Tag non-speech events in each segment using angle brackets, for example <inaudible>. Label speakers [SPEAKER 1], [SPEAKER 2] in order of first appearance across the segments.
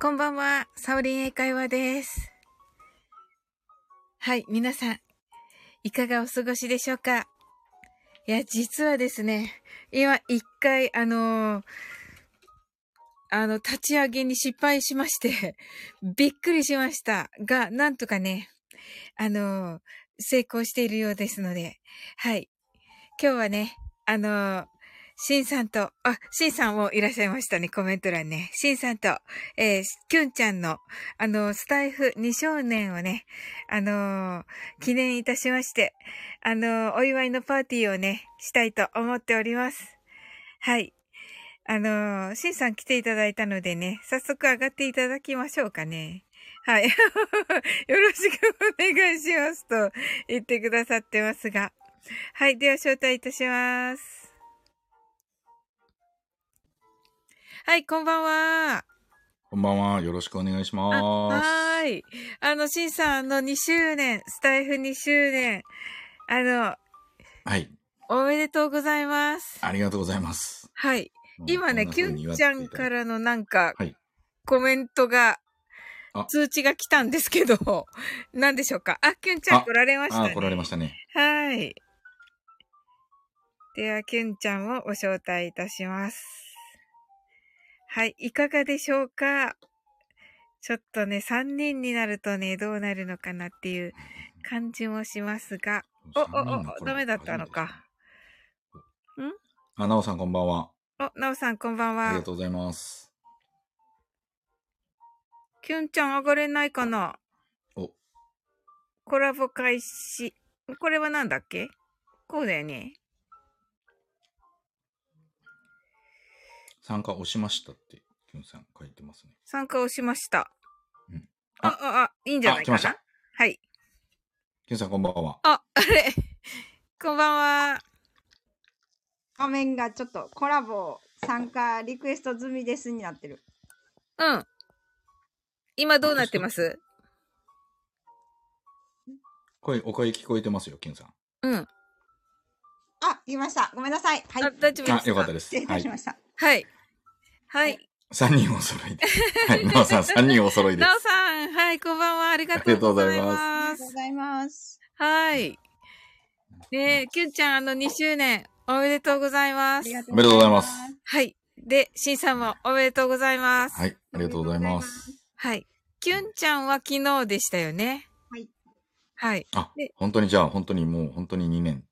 [SPEAKER 1] こんばんは、サオリン英会話です。はい、皆さん、いかがお過ごしでしょうかいや、実はですね、今一回、あのー、あの、立ち上げに失敗しましてびっくりしましたが、なんとかね、あのー、成功しているようですので、はい。今日はね、あのーシンさんと、あ、シンさんもいらっしゃいましたね、コメント欄ね。シンさんと、えー、キュンちゃんの、あの、スタイフ2少年をね、あのー、記念いたしまして、あのー、お祝いのパーティーをね、したいと思っております。はい。あのー、シンさん来ていただいたのでね、早速上がっていただきましょうかね。はい。 <laughs> よろしくお願いしますと言ってくださってますが。はい。では、招待いたします。はい、こんばんは。
[SPEAKER 2] こんばんは。よろしくお願いします。
[SPEAKER 1] はい。あの、しんさんの2周年、スタイフ2周年。あの、
[SPEAKER 2] はい。
[SPEAKER 1] おめでとうございます。
[SPEAKER 2] ありがとうございます。
[SPEAKER 1] はい。今ね、きゅんちゃんからのなんか、はい、コメントが、通知が来たんですけど、 <laughs> 何でしょうか。あ、きゅんちゃん来られましたね。
[SPEAKER 2] あ、来られましたね。
[SPEAKER 1] はい。では、きゅんちゃんをご招待いたします。はい、いかがでしょうかちょっとね、3人になるとね、どうなるのかなっていう感じもしますが。お、お、お、ダメだったのか。
[SPEAKER 2] んあ、なおさんこんばんは。
[SPEAKER 1] お、なおさんこんばんは。
[SPEAKER 2] ありがとうございます。
[SPEAKER 1] きゅんちゃん上がれないかな
[SPEAKER 2] お。
[SPEAKER 1] コラボ開始。これはなんだっけこうだよね。
[SPEAKER 2] 参加押しましたって、きゅんさん書いてますね。
[SPEAKER 1] 参加押しました。
[SPEAKER 2] うん。
[SPEAKER 1] あ、あ、あ、いいんじゃないかな。来ました。はい。
[SPEAKER 2] きゅんさんこんばんは。
[SPEAKER 1] あ、あれ。 <laughs> こんばんは。
[SPEAKER 3] 画面がちょっとコラボ参加リクエスト済みですになってる。
[SPEAKER 1] うん。今どうなってます
[SPEAKER 2] 声、お声聞こえてますよ、きゅんさん。。
[SPEAKER 1] うん。
[SPEAKER 3] あ、言いました。ごめんなさい。はい。
[SPEAKER 1] 大丈夫です
[SPEAKER 2] あ、よかったです。
[SPEAKER 3] 失礼しました。
[SPEAKER 1] はい。はい。
[SPEAKER 2] 三人お揃いで。はい。なおさん、三人お揃いです。
[SPEAKER 1] なおさん、はい、こんばんは。ありがとうございます。ありがと
[SPEAKER 3] うございます。
[SPEAKER 1] はい。ねえ、きゅんちゃん、あの、2周年、おめでとうございます。
[SPEAKER 2] おめでとうございます。
[SPEAKER 1] はい。で、しんさんもおめでとうございます。
[SPEAKER 2] はい。ありがとうございます。
[SPEAKER 1] はい。きゅんちゃんは昨日でしたよね。
[SPEAKER 3] はい。
[SPEAKER 1] はい。
[SPEAKER 2] あ、本当にじゃあ、本当にもう、本当に2年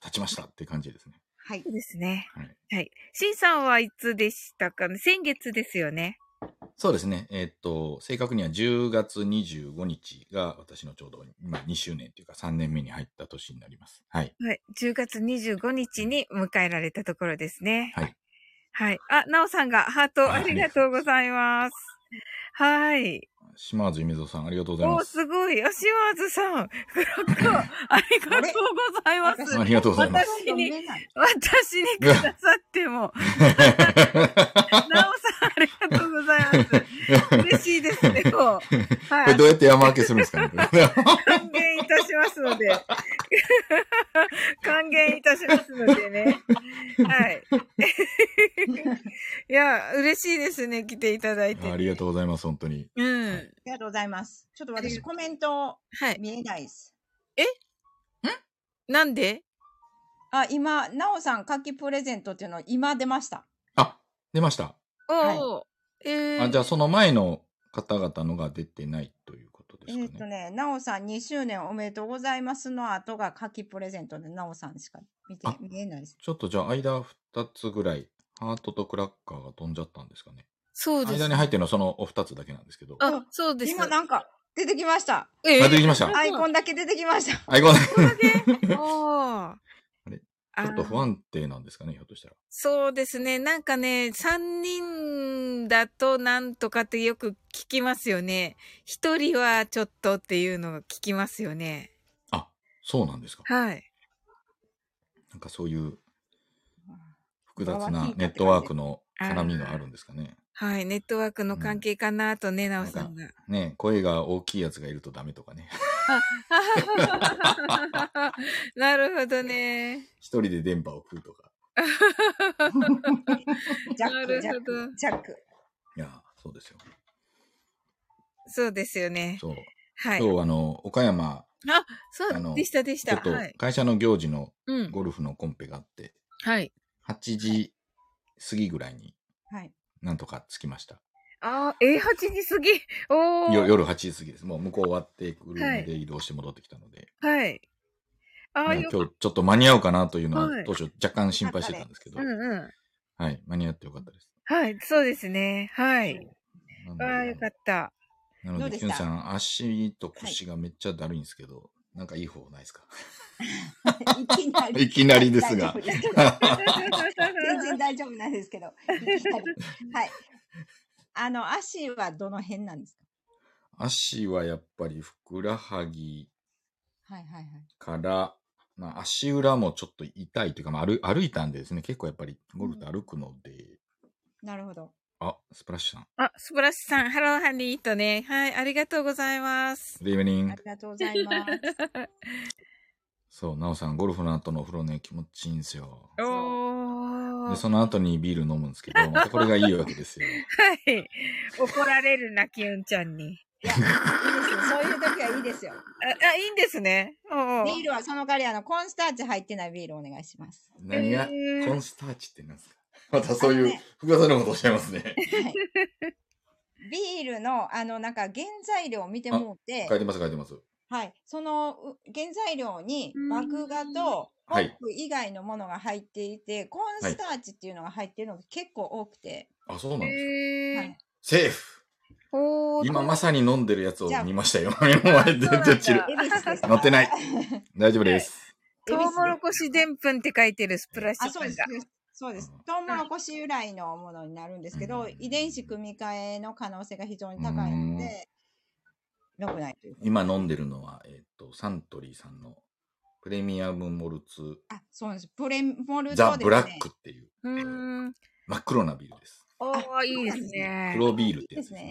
[SPEAKER 2] 経ちましたって感じですね。
[SPEAKER 3] はい。
[SPEAKER 1] そうですね。
[SPEAKER 2] はい。
[SPEAKER 1] はい。シンさんはいつでしたかね先月ですよね。
[SPEAKER 2] そうですね。えー、っと、正確には10月25日が私のちょうど今2周年というか3年目に入った年になります。はい。
[SPEAKER 1] はい。10月25日に迎えられたところですね。
[SPEAKER 2] はい。
[SPEAKER 1] はい。あ、なおさんがハートありがとうございます。はい。
[SPEAKER 2] 島津ゆみぞさん、ありがとうございます。
[SPEAKER 1] おすごい。島津さん、フロッ
[SPEAKER 2] <laughs>
[SPEAKER 1] ク、ありがとうございます。
[SPEAKER 2] ありがとうござ
[SPEAKER 1] <laughs>
[SPEAKER 2] います。
[SPEAKER 1] 私に、私にくださって
[SPEAKER 2] <laughs>
[SPEAKER 1] も。なおさん、ありがとうございます。嬉しいですね、も
[SPEAKER 2] <laughs> う。はい、これどうやって山分けするんですかね。
[SPEAKER 1] <laughs> 還元いたしますので。還元いたしますのでね。はい。いや、嬉しいですね、来ていただいて、
[SPEAKER 2] ありがとうございます、本当に。
[SPEAKER 1] うん。あ
[SPEAKER 3] りがとうございます。ちょっと私コメント、はい。見えないです。
[SPEAKER 1] えんなんで
[SPEAKER 3] あ、今、なおさん、夏季プレゼントっていうの、今出ました。
[SPEAKER 2] あ、出ました。
[SPEAKER 1] おお、はい、えー、
[SPEAKER 2] あ、じゃあその前の方々のが出てないということですかね。
[SPEAKER 3] えっとね、なおさん2周年おめでとうございますの後が夏季プレゼントで、なおさんしか見て、見えないです。
[SPEAKER 2] ちょっとじゃあ間2つぐらい、ハートとクラッカーが飛んじゃったんですかね。
[SPEAKER 1] そうです。
[SPEAKER 2] 間に入ってるのはそのお二つだけなんですけど。
[SPEAKER 1] あ、そうです。
[SPEAKER 3] 今なんか出てきました。
[SPEAKER 2] えー、出てきました。
[SPEAKER 3] アイコンだけ出てきました。
[SPEAKER 2] アイコンだ
[SPEAKER 1] け。お
[SPEAKER 2] ちょっと不安定なんですかね、ひょっとしたら。
[SPEAKER 1] そうですね。なんかね、3人だとなんとかってよく聞きますよね。1人はちょっとっていうのを聞きますよね。
[SPEAKER 2] あ、そうなんですか。
[SPEAKER 1] はい。
[SPEAKER 2] なんかそういう複雑なネットワークの絡みがあるんですかね。
[SPEAKER 1] はい、ネットワークの関係かなとね、うん、なおさんが。
[SPEAKER 2] ね、声が大きいやつがいるとダメとかね。 <laughs>
[SPEAKER 1] <laughs> なるほどね。
[SPEAKER 2] 一人で電波を食うとか。
[SPEAKER 3] ジャック、ジャック。
[SPEAKER 2] いや、そうですよ。
[SPEAKER 1] そうですよね。
[SPEAKER 2] そう。
[SPEAKER 1] はい。
[SPEAKER 2] 今日、あの、岡山、あ
[SPEAKER 1] そう
[SPEAKER 2] の
[SPEAKER 1] でしたでし
[SPEAKER 2] ちょ
[SPEAKER 1] た。
[SPEAKER 2] っと
[SPEAKER 1] はい。
[SPEAKER 2] 会社の行事の
[SPEAKER 1] うん。
[SPEAKER 2] ゴルフのコンペがあって、
[SPEAKER 1] はい。
[SPEAKER 2] 8時過ぎぐらいに
[SPEAKER 3] はい。
[SPEAKER 2] なんとか着きました。
[SPEAKER 1] ああ、えー、8時過ぎ。お
[SPEAKER 2] よ
[SPEAKER 1] ー。
[SPEAKER 2] 夜8時過ぎです。もう向こう終わってくる
[SPEAKER 1] はい
[SPEAKER 2] ので移動して戻ってきたので、
[SPEAKER 1] はい。ああ、
[SPEAKER 2] ね
[SPEAKER 1] よかっ
[SPEAKER 2] 今日ちょっと間に合うかなというのは
[SPEAKER 1] はい
[SPEAKER 2] 当初若干心配してたんですけど、
[SPEAKER 1] た。うんうん。
[SPEAKER 2] はい、間に合ってよかったです。
[SPEAKER 1] はい、そうですね。はい。
[SPEAKER 2] なので
[SPEAKER 1] ああ、よかった。 <laughs>
[SPEAKER 2] なの
[SPEAKER 3] どう
[SPEAKER 2] で、
[SPEAKER 3] で
[SPEAKER 2] きゅん
[SPEAKER 3] した
[SPEAKER 2] さん、足と腰がめっちゃだるいんですけど、なんかいい方ないですか <laughs>
[SPEAKER 3] いきなり。
[SPEAKER 2] いきなりですが
[SPEAKER 3] 大丈夫です全然大丈夫なんですけど。いきなりはい。あの、足はどの辺なんです
[SPEAKER 2] 足はやっぱりふくらはぎ
[SPEAKER 3] かはいはいはい。
[SPEAKER 2] から、まあ、足裏もちょっと痛いというか、まあ、歩歩いたんでですね、結構やっぱりゴルフって歩くので、
[SPEAKER 3] なるほど。
[SPEAKER 2] あ、スプラッシュさん、
[SPEAKER 1] あ、スプラッシュさん、ハローハニーとね。はい、ありがとうございます。
[SPEAKER 2] グリーブニン
[SPEAKER 3] ありがとうございます。
[SPEAKER 2] そう、なおさん、ゴルフの後のお風呂ね、気持ちいいんですよ。
[SPEAKER 1] お
[SPEAKER 2] で、
[SPEAKER 1] ー。
[SPEAKER 2] その後にビール飲むんですけど、またこれがいいわけです
[SPEAKER 3] <laughs>
[SPEAKER 2] よ。
[SPEAKER 1] はい。怒られるな、きゅんちゃんに。
[SPEAKER 3] いや、いいですよ。そういう時はいいですよ。
[SPEAKER 1] あ、あいいんですね。おー
[SPEAKER 3] ビールはその代わり、あの、コーンスターチ入ってないビールお願いします。
[SPEAKER 2] 何が、
[SPEAKER 1] えー
[SPEAKER 2] コンスターチって何ですか <laughs> またそうい
[SPEAKER 3] あ
[SPEAKER 2] う
[SPEAKER 3] のね
[SPEAKER 2] 複雑なことをおっしゃいます
[SPEAKER 3] <laughs>
[SPEAKER 2] ね。
[SPEAKER 3] はい、ビールの、あの、なんか原材料を見てもうて
[SPEAKER 2] 書、いてます、書いてます。
[SPEAKER 3] はい、そのう原材料に
[SPEAKER 1] うん
[SPEAKER 3] 麦芽とホ
[SPEAKER 2] はい
[SPEAKER 3] ップ以外のものが入っていて、コーンスターチっていうのが入ってるのが結構多くて、
[SPEAKER 2] あ、そうなんですか。
[SPEAKER 1] へ
[SPEAKER 3] は
[SPEAKER 1] ー
[SPEAKER 3] い、
[SPEAKER 2] セーフ
[SPEAKER 1] おー。
[SPEAKER 2] 今まさに飲んでるやつを
[SPEAKER 3] じゃあ
[SPEAKER 2] 見ましたよ。目の前で
[SPEAKER 1] そうなんだ
[SPEAKER 2] 全然
[SPEAKER 3] 恵比寿です
[SPEAKER 2] 乗って
[SPEAKER 3] <laughs>
[SPEAKER 2] ない
[SPEAKER 3] 恵比寿
[SPEAKER 2] 大丈夫です。
[SPEAKER 1] トウモロコシでんぷんって書いてるスプラッシ
[SPEAKER 3] あ
[SPEAKER 1] ュ
[SPEAKER 3] そう
[SPEAKER 1] さ
[SPEAKER 3] で
[SPEAKER 1] ん
[SPEAKER 3] す
[SPEAKER 1] が。
[SPEAKER 3] そうですトウモロコシ由来のものになるんですけど、
[SPEAKER 2] うん
[SPEAKER 3] 遺伝子組み換えの可能性が非常に高いので、良くないという
[SPEAKER 2] 今飲んでるのは、えっと、サントリーさんのプレミアムモルツ、
[SPEAKER 3] あそうなんですプレモルトです、ね、
[SPEAKER 2] ザ・ブラックっていう
[SPEAKER 1] うーん。
[SPEAKER 2] 真っ黒なビールです。
[SPEAKER 1] おー、いいですね。
[SPEAKER 2] 黒ビールってやつです
[SPEAKER 3] いい
[SPEAKER 2] ね。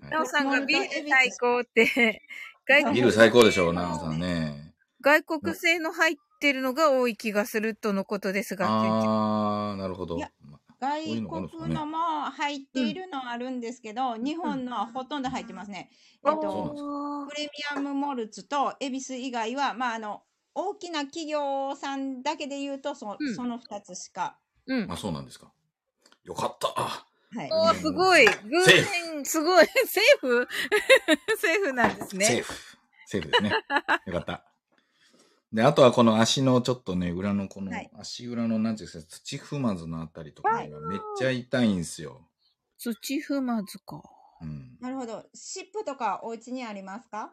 [SPEAKER 2] はい
[SPEAKER 1] なおさんがビール
[SPEAKER 3] モルトエビス
[SPEAKER 1] 最高って。外
[SPEAKER 3] ん
[SPEAKER 1] 国
[SPEAKER 2] ビール最高でしょう、なおさんね。
[SPEAKER 1] 外国製の入ってるのが多い気がするとのことですが、
[SPEAKER 2] あー、なるほど。
[SPEAKER 3] い
[SPEAKER 2] ま
[SPEAKER 3] や
[SPEAKER 2] あ
[SPEAKER 3] 外
[SPEAKER 2] ういうのがあるんですかね
[SPEAKER 3] 国のも入っているのはあるんですけど、日本のはほとんど入ってますね。
[SPEAKER 1] あ
[SPEAKER 2] そうなん
[SPEAKER 3] えっと
[SPEAKER 2] です
[SPEAKER 1] おー
[SPEAKER 3] プレミアムモルツと恵比寿以外は、まあ、あの大きな企業さんだけで言うとそ,、
[SPEAKER 1] うん
[SPEAKER 3] その2つしか。
[SPEAKER 1] うん
[SPEAKER 2] あ、。そうなんですか。よかった。
[SPEAKER 3] はい、
[SPEAKER 1] おーすごい偶然、すごい <laughs> セーフセーフなんです
[SPEAKER 2] セー
[SPEAKER 1] ね。
[SPEAKER 2] フ。セーフです
[SPEAKER 3] <laughs>
[SPEAKER 2] ね。よかった。で、あとはこの足のちょっとね、裏のこの
[SPEAKER 3] はい
[SPEAKER 2] 足裏のなんていうんですか、土踏まずのあたりとかが
[SPEAKER 3] はい
[SPEAKER 2] めっちゃ痛いんですよ。
[SPEAKER 1] 土踏まずか。
[SPEAKER 2] うん。
[SPEAKER 3] なるほど。湿布とかお家にありますか、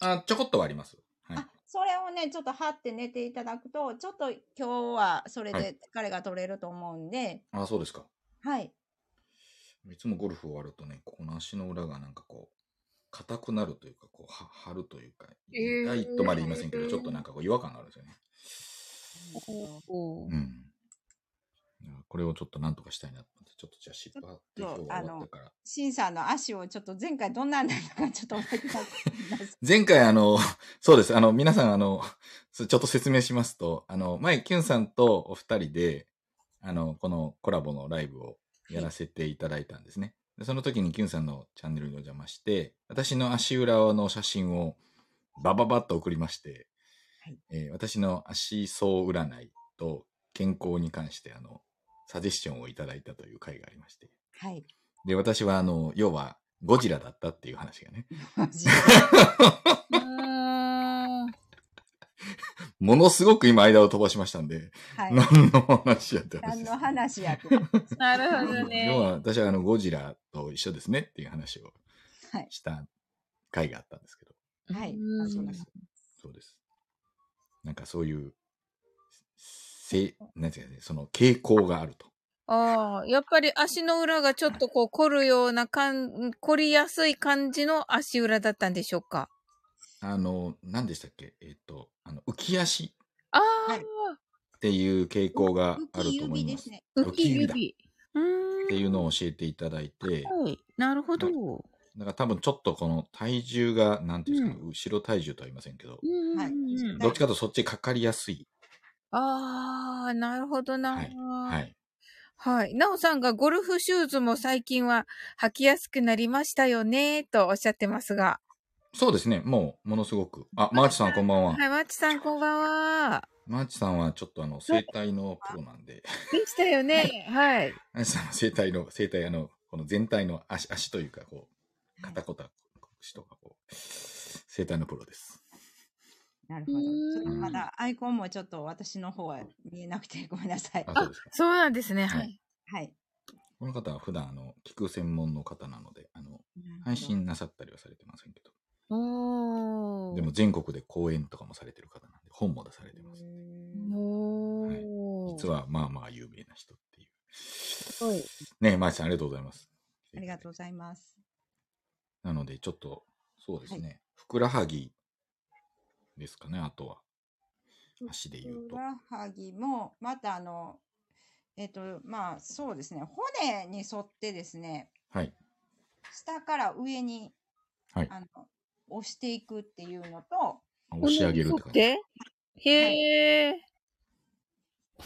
[SPEAKER 2] あ、ちょこっとはあります。はい
[SPEAKER 3] あ。それをね、ちょっと貼って寝ていただくと、ちょっと今日はそれ
[SPEAKER 2] は
[SPEAKER 3] で
[SPEAKER 2] い
[SPEAKER 3] 疲れが取れると思うんで、
[SPEAKER 2] あ、そうですか。
[SPEAKER 3] はい。
[SPEAKER 2] いつもゴルフ終わるとね、ここの足の裏がなんかこう、硬くなるというか、こう、は張るというか、
[SPEAKER 1] えー
[SPEAKER 2] 痛いとまで言いませんけど、ちょっとなんかこう違和感があるんですよね。
[SPEAKER 1] おー
[SPEAKER 2] うん。だからこれをちょっとなんとかしたいなと思って、ちょっとじゃあ湿布貼って
[SPEAKER 3] ち
[SPEAKER 2] 今
[SPEAKER 3] ょっ
[SPEAKER 2] 日
[SPEAKER 3] と
[SPEAKER 2] は終わったから。
[SPEAKER 3] シンさんの足をちょっと前回どんなんだったかちょっと覚えてなくなります
[SPEAKER 2] <laughs> 前回あの、そうです。あの、皆さんあの、すちょっと説明しますと、あの、前、キュンさんとお二人で、あの、このコラボのライブをやらせていただいたんですね。でその時にキュンさんのチャンネルにお邪魔して、私の足裏の写真をバババッと送りまして、
[SPEAKER 3] はい
[SPEAKER 2] えー私の足相占いと健康に関して、あの、サディションをいただいたという回がありまして。
[SPEAKER 3] はい。
[SPEAKER 2] で、私はあの、要は、ゴジラだったっていう話がね、
[SPEAKER 1] うーん。
[SPEAKER 2] ものすごく今間を飛ばしましたんで、 <laughs>
[SPEAKER 3] はい。
[SPEAKER 2] 何の話やって話
[SPEAKER 3] 何
[SPEAKER 2] です
[SPEAKER 3] の話やって。
[SPEAKER 1] なるほど
[SPEAKER 2] 要
[SPEAKER 1] ね。
[SPEAKER 2] は私はあのゴジラと一緒ですねっていう話を
[SPEAKER 3] はい。
[SPEAKER 2] した回があったんですけど、
[SPEAKER 3] はい。
[SPEAKER 1] うん
[SPEAKER 3] あそ
[SPEAKER 2] そうう
[SPEAKER 3] で
[SPEAKER 2] ですす。そうです。なんかそういう、せ、なんていうかね、その傾向があると。
[SPEAKER 1] ああ、やっぱり足の裏がちょっとこう凝るような感、凝りやすい感じの足裏だったんでしょうか。
[SPEAKER 2] あの、何でしたっけえっ、と、あの、浮き足
[SPEAKER 1] ああ、
[SPEAKER 3] はい
[SPEAKER 2] っていう傾向があると思い
[SPEAKER 3] 浮き指
[SPEAKER 2] ま。
[SPEAKER 3] ですすね。
[SPEAKER 1] 浮き
[SPEAKER 2] だ。っ
[SPEAKER 1] 指。うーん。
[SPEAKER 2] ていうのを教えていただいて、
[SPEAKER 1] はい。なるほど。う
[SPEAKER 2] だから多分ちょっとこの体重が、なんていうんですか、後ろ体重とは言いませんけど、
[SPEAKER 1] んうん
[SPEAKER 3] は
[SPEAKER 1] う
[SPEAKER 3] い
[SPEAKER 1] んうん。
[SPEAKER 2] どっちかというとそっちにかかりやすい。
[SPEAKER 1] ああ、なるほどな。
[SPEAKER 2] はい。はい。
[SPEAKER 1] はい。なおさんがゴルフシューズも最近は履きやすくなりましたよね、とおっしゃってますが。
[SPEAKER 2] そうですね。もう、ものすごく。あ、マーチさんこんばんは。
[SPEAKER 1] はい、マーチさんこんばんは。
[SPEAKER 2] <laughs> マーチさんはちょっとあの、生体のプロなんで、
[SPEAKER 1] でしたよね。はい。
[SPEAKER 2] マーチさんは生体の、生体あの、この全体の足、足というか、こう、肩こた、腰とか、こう、生体のプロです。
[SPEAKER 3] なるほど。ちょっとまだアイコンもちょっと私の方は見えなくてごめんなさい。
[SPEAKER 2] あ、そうですか。
[SPEAKER 1] そうなんですね。は
[SPEAKER 2] はい
[SPEAKER 1] い。
[SPEAKER 3] はい。
[SPEAKER 2] この方は普段、あの、聞く専門の方なので、あの、配信なさったりはされてませんけど、
[SPEAKER 1] おー。
[SPEAKER 2] でも全国で講演とかもされてる方なんで、本も出されてます。
[SPEAKER 1] おー。
[SPEAKER 2] 実は、まあまあ有名な人っていう。
[SPEAKER 1] ごい
[SPEAKER 2] ねえ、マーチさんありがとうございます。
[SPEAKER 3] ありがとうございます。
[SPEAKER 2] なので、ちょっと、そうですね。ふくらはぎですかね、あとは。足で言う
[SPEAKER 3] ふ
[SPEAKER 2] と
[SPEAKER 3] く。らはぎも、またあの、えっ、と、まあそうですね、骨に沿ってですね、
[SPEAKER 2] はい。
[SPEAKER 3] 下から上に、
[SPEAKER 2] はい
[SPEAKER 3] あの押していくっていうのと、
[SPEAKER 2] 押し上げるって感じ。
[SPEAKER 1] でへー。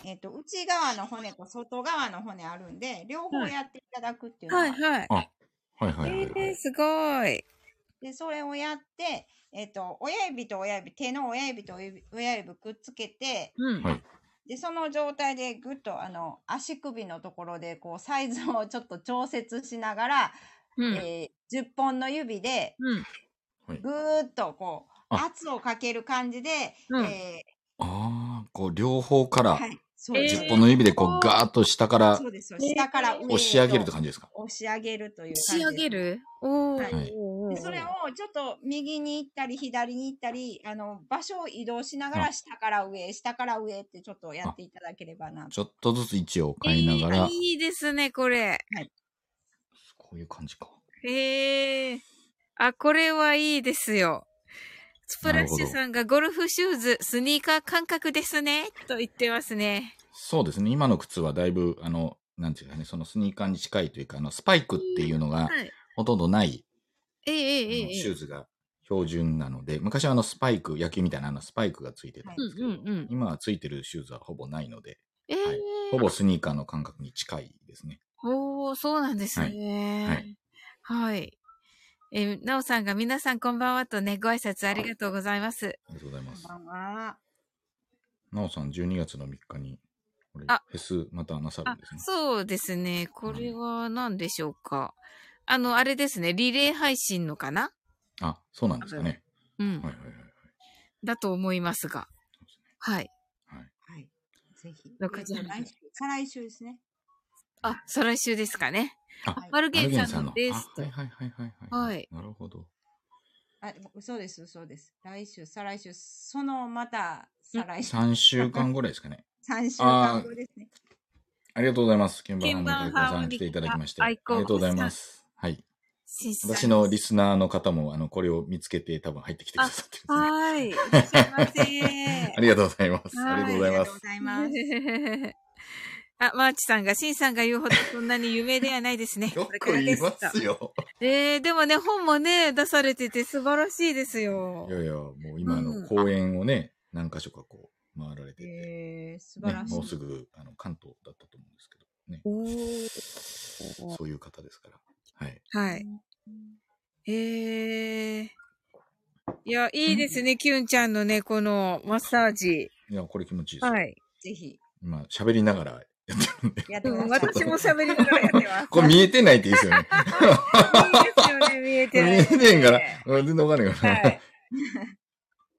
[SPEAKER 3] えっ、と、内側の骨と外側の骨あるんで、両方やっていただくっていうのが、
[SPEAKER 1] はいはい。
[SPEAKER 2] はいはいはい、は
[SPEAKER 1] えー、
[SPEAKER 2] い。
[SPEAKER 1] すごい。
[SPEAKER 3] で、それをやって、えっ、と、親指と親指、手の親指と親指親指くっつけて、
[SPEAKER 1] うん。
[SPEAKER 2] はい
[SPEAKER 3] で、その状態でぐっと、あの、足首のところで、こう、サイズをちょっと調節しながら、
[SPEAKER 1] うん。
[SPEAKER 3] えー10本の指で、
[SPEAKER 1] うん。
[SPEAKER 2] はい
[SPEAKER 3] ぐーっと、こう、
[SPEAKER 2] あ
[SPEAKER 3] 圧をかける感じで、
[SPEAKER 1] うん
[SPEAKER 3] え
[SPEAKER 2] ああ、こう、両方か
[SPEAKER 3] ー
[SPEAKER 2] ら
[SPEAKER 3] は、い、そうです。
[SPEAKER 2] 10本の指でこう、ガーッと下から
[SPEAKER 3] そうです。そうです下から上へと
[SPEAKER 2] 押し上げるって感じですか。
[SPEAKER 3] 押し上げるという感
[SPEAKER 1] 押
[SPEAKER 3] じ。
[SPEAKER 1] し上げるお
[SPEAKER 3] は
[SPEAKER 1] ー。
[SPEAKER 3] い
[SPEAKER 1] おー
[SPEAKER 3] でそれをちょっと右に行ったり左に行ったり、あの、場所を移動しながら下から上へ、下から上へってちょっとやっていただければな。
[SPEAKER 2] ちょっとずつ位置を変えなが
[SPEAKER 1] えー
[SPEAKER 2] ら、
[SPEAKER 1] いいですね、これ。
[SPEAKER 2] こういう感じか。
[SPEAKER 1] へえ。あ、これはいいですよ。スプラッシュさんがゴルフシューズ、スニーカー感覚ですね、と言ってますね。
[SPEAKER 2] そうですね。今の靴はだいぶ、あの、なんていうかね、そのスニーカーに近いというか、あの、スパイクっていうの
[SPEAKER 1] は
[SPEAKER 2] が
[SPEAKER 1] い。
[SPEAKER 2] ほとんどない、
[SPEAKER 1] ええ
[SPEAKER 2] あ
[SPEAKER 1] ええ
[SPEAKER 2] の
[SPEAKER 1] ええ
[SPEAKER 2] シューズが標準なので、昔はあの、スパイク、野球みたいなあの、スパイクがついてたんですけど、
[SPEAKER 1] うんうんうん
[SPEAKER 2] 今はついてるシューズはほぼないので、
[SPEAKER 1] ええ
[SPEAKER 2] はいほぼスニーカーの感覚に近いですね。
[SPEAKER 1] おー、そうなんですね。はい。えーなおさんが皆さんこんばんはとね、ご挨拶ありがとうございます。
[SPEAKER 2] ありがとうございます
[SPEAKER 3] こ。んばんは。
[SPEAKER 2] なおさん、12月の3日に、これ、フ
[SPEAKER 1] あ
[SPEAKER 2] ェスまたなさる
[SPEAKER 1] あ
[SPEAKER 2] んですね。
[SPEAKER 1] そうですね。これは何でしょうか。あの、あれですね、リレー配信のかな
[SPEAKER 2] あ、そうなんですかね。
[SPEAKER 1] うん。
[SPEAKER 2] はいはいはい
[SPEAKER 1] だと思いますが。はい。
[SPEAKER 2] はい。はい、
[SPEAKER 3] はい。ぜひ。
[SPEAKER 1] 六時半
[SPEAKER 3] 来週、再来週ですね。
[SPEAKER 1] あ、再来週ですかね。
[SPEAKER 2] あ
[SPEAKER 1] マルゲンさんの
[SPEAKER 2] マル
[SPEAKER 1] ベ
[SPEAKER 2] ゲン
[SPEAKER 1] ー
[SPEAKER 2] さん
[SPEAKER 1] スと
[SPEAKER 2] のあはいはいはいはい
[SPEAKER 1] は
[SPEAKER 2] はいい。なるほど。
[SPEAKER 3] あ、嘘です、嘘です。来週、再来週、そのまた、再来週、
[SPEAKER 2] 3週間ぐらいですかね。
[SPEAKER 3] 3週間後ですね。
[SPEAKER 2] ありがとうございます。鍵
[SPEAKER 1] 鍵
[SPEAKER 2] 盤ハーモニカさん来ていただきまして。
[SPEAKER 1] ハー
[SPEAKER 2] あ
[SPEAKER 1] モニ
[SPEAKER 2] り
[SPEAKER 1] カ愛好家
[SPEAKER 2] がとうございます。はい。
[SPEAKER 1] 新さん
[SPEAKER 2] 私のリスナーの方も、あの、これを見つけて多分入ってきてくださってるんですね。
[SPEAKER 1] はーい。いらっしゃいませ <laughs>
[SPEAKER 2] ありがとうございます。
[SPEAKER 1] はい
[SPEAKER 2] ありがとうございます。
[SPEAKER 3] ありがとうございます。
[SPEAKER 1] あ、マーチさんが、シンさんが言うほどそんなに有名ではないですね。
[SPEAKER 2] よ
[SPEAKER 1] これか
[SPEAKER 2] く
[SPEAKER 1] ら
[SPEAKER 2] 言
[SPEAKER 1] で
[SPEAKER 2] い
[SPEAKER 1] す
[SPEAKER 2] ま
[SPEAKER 1] と
[SPEAKER 2] すよ。
[SPEAKER 1] えー、でもね、本もね、出されてて素晴らしいですよ
[SPEAKER 2] い。やいや、もう今あ
[SPEAKER 1] うん
[SPEAKER 2] の公演をね、何箇所かこう回られてて、ね、
[SPEAKER 3] えー、素晴らしい。
[SPEAKER 2] もうすぐあの関東だったと思うんですけど、ね。
[SPEAKER 1] おー
[SPEAKER 2] そういう方ですから。はい。
[SPEAKER 1] はい。えー。いや、いいですね、キュンちゃんのね、このマッサージ。
[SPEAKER 2] いや、これ気持ちいいですよ。
[SPEAKER 1] はい。
[SPEAKER 3] ぜひ、
[SPEAKER 2] 今、喋りながらやってるんで。
[SPEAKER 3] やって
[SPEAKER 1] う
[SPEAKER 3] くだ
[SPEAKER 1] ん、
[SPEAKER 3] さい。
[SPEAKER 1] 私も喋りながらやってます。
[SPEAKER 2] これ見えてないっていいですよね。 <laughs>
[SPEAKER 1] いいですよね、見え
[SPEAKER 2] 見
[SPEAKER 1] てない
[SPEAKER 2] えてへんから、うん全然わかんないから。 <laughs>
[SPEAKER 1] はい。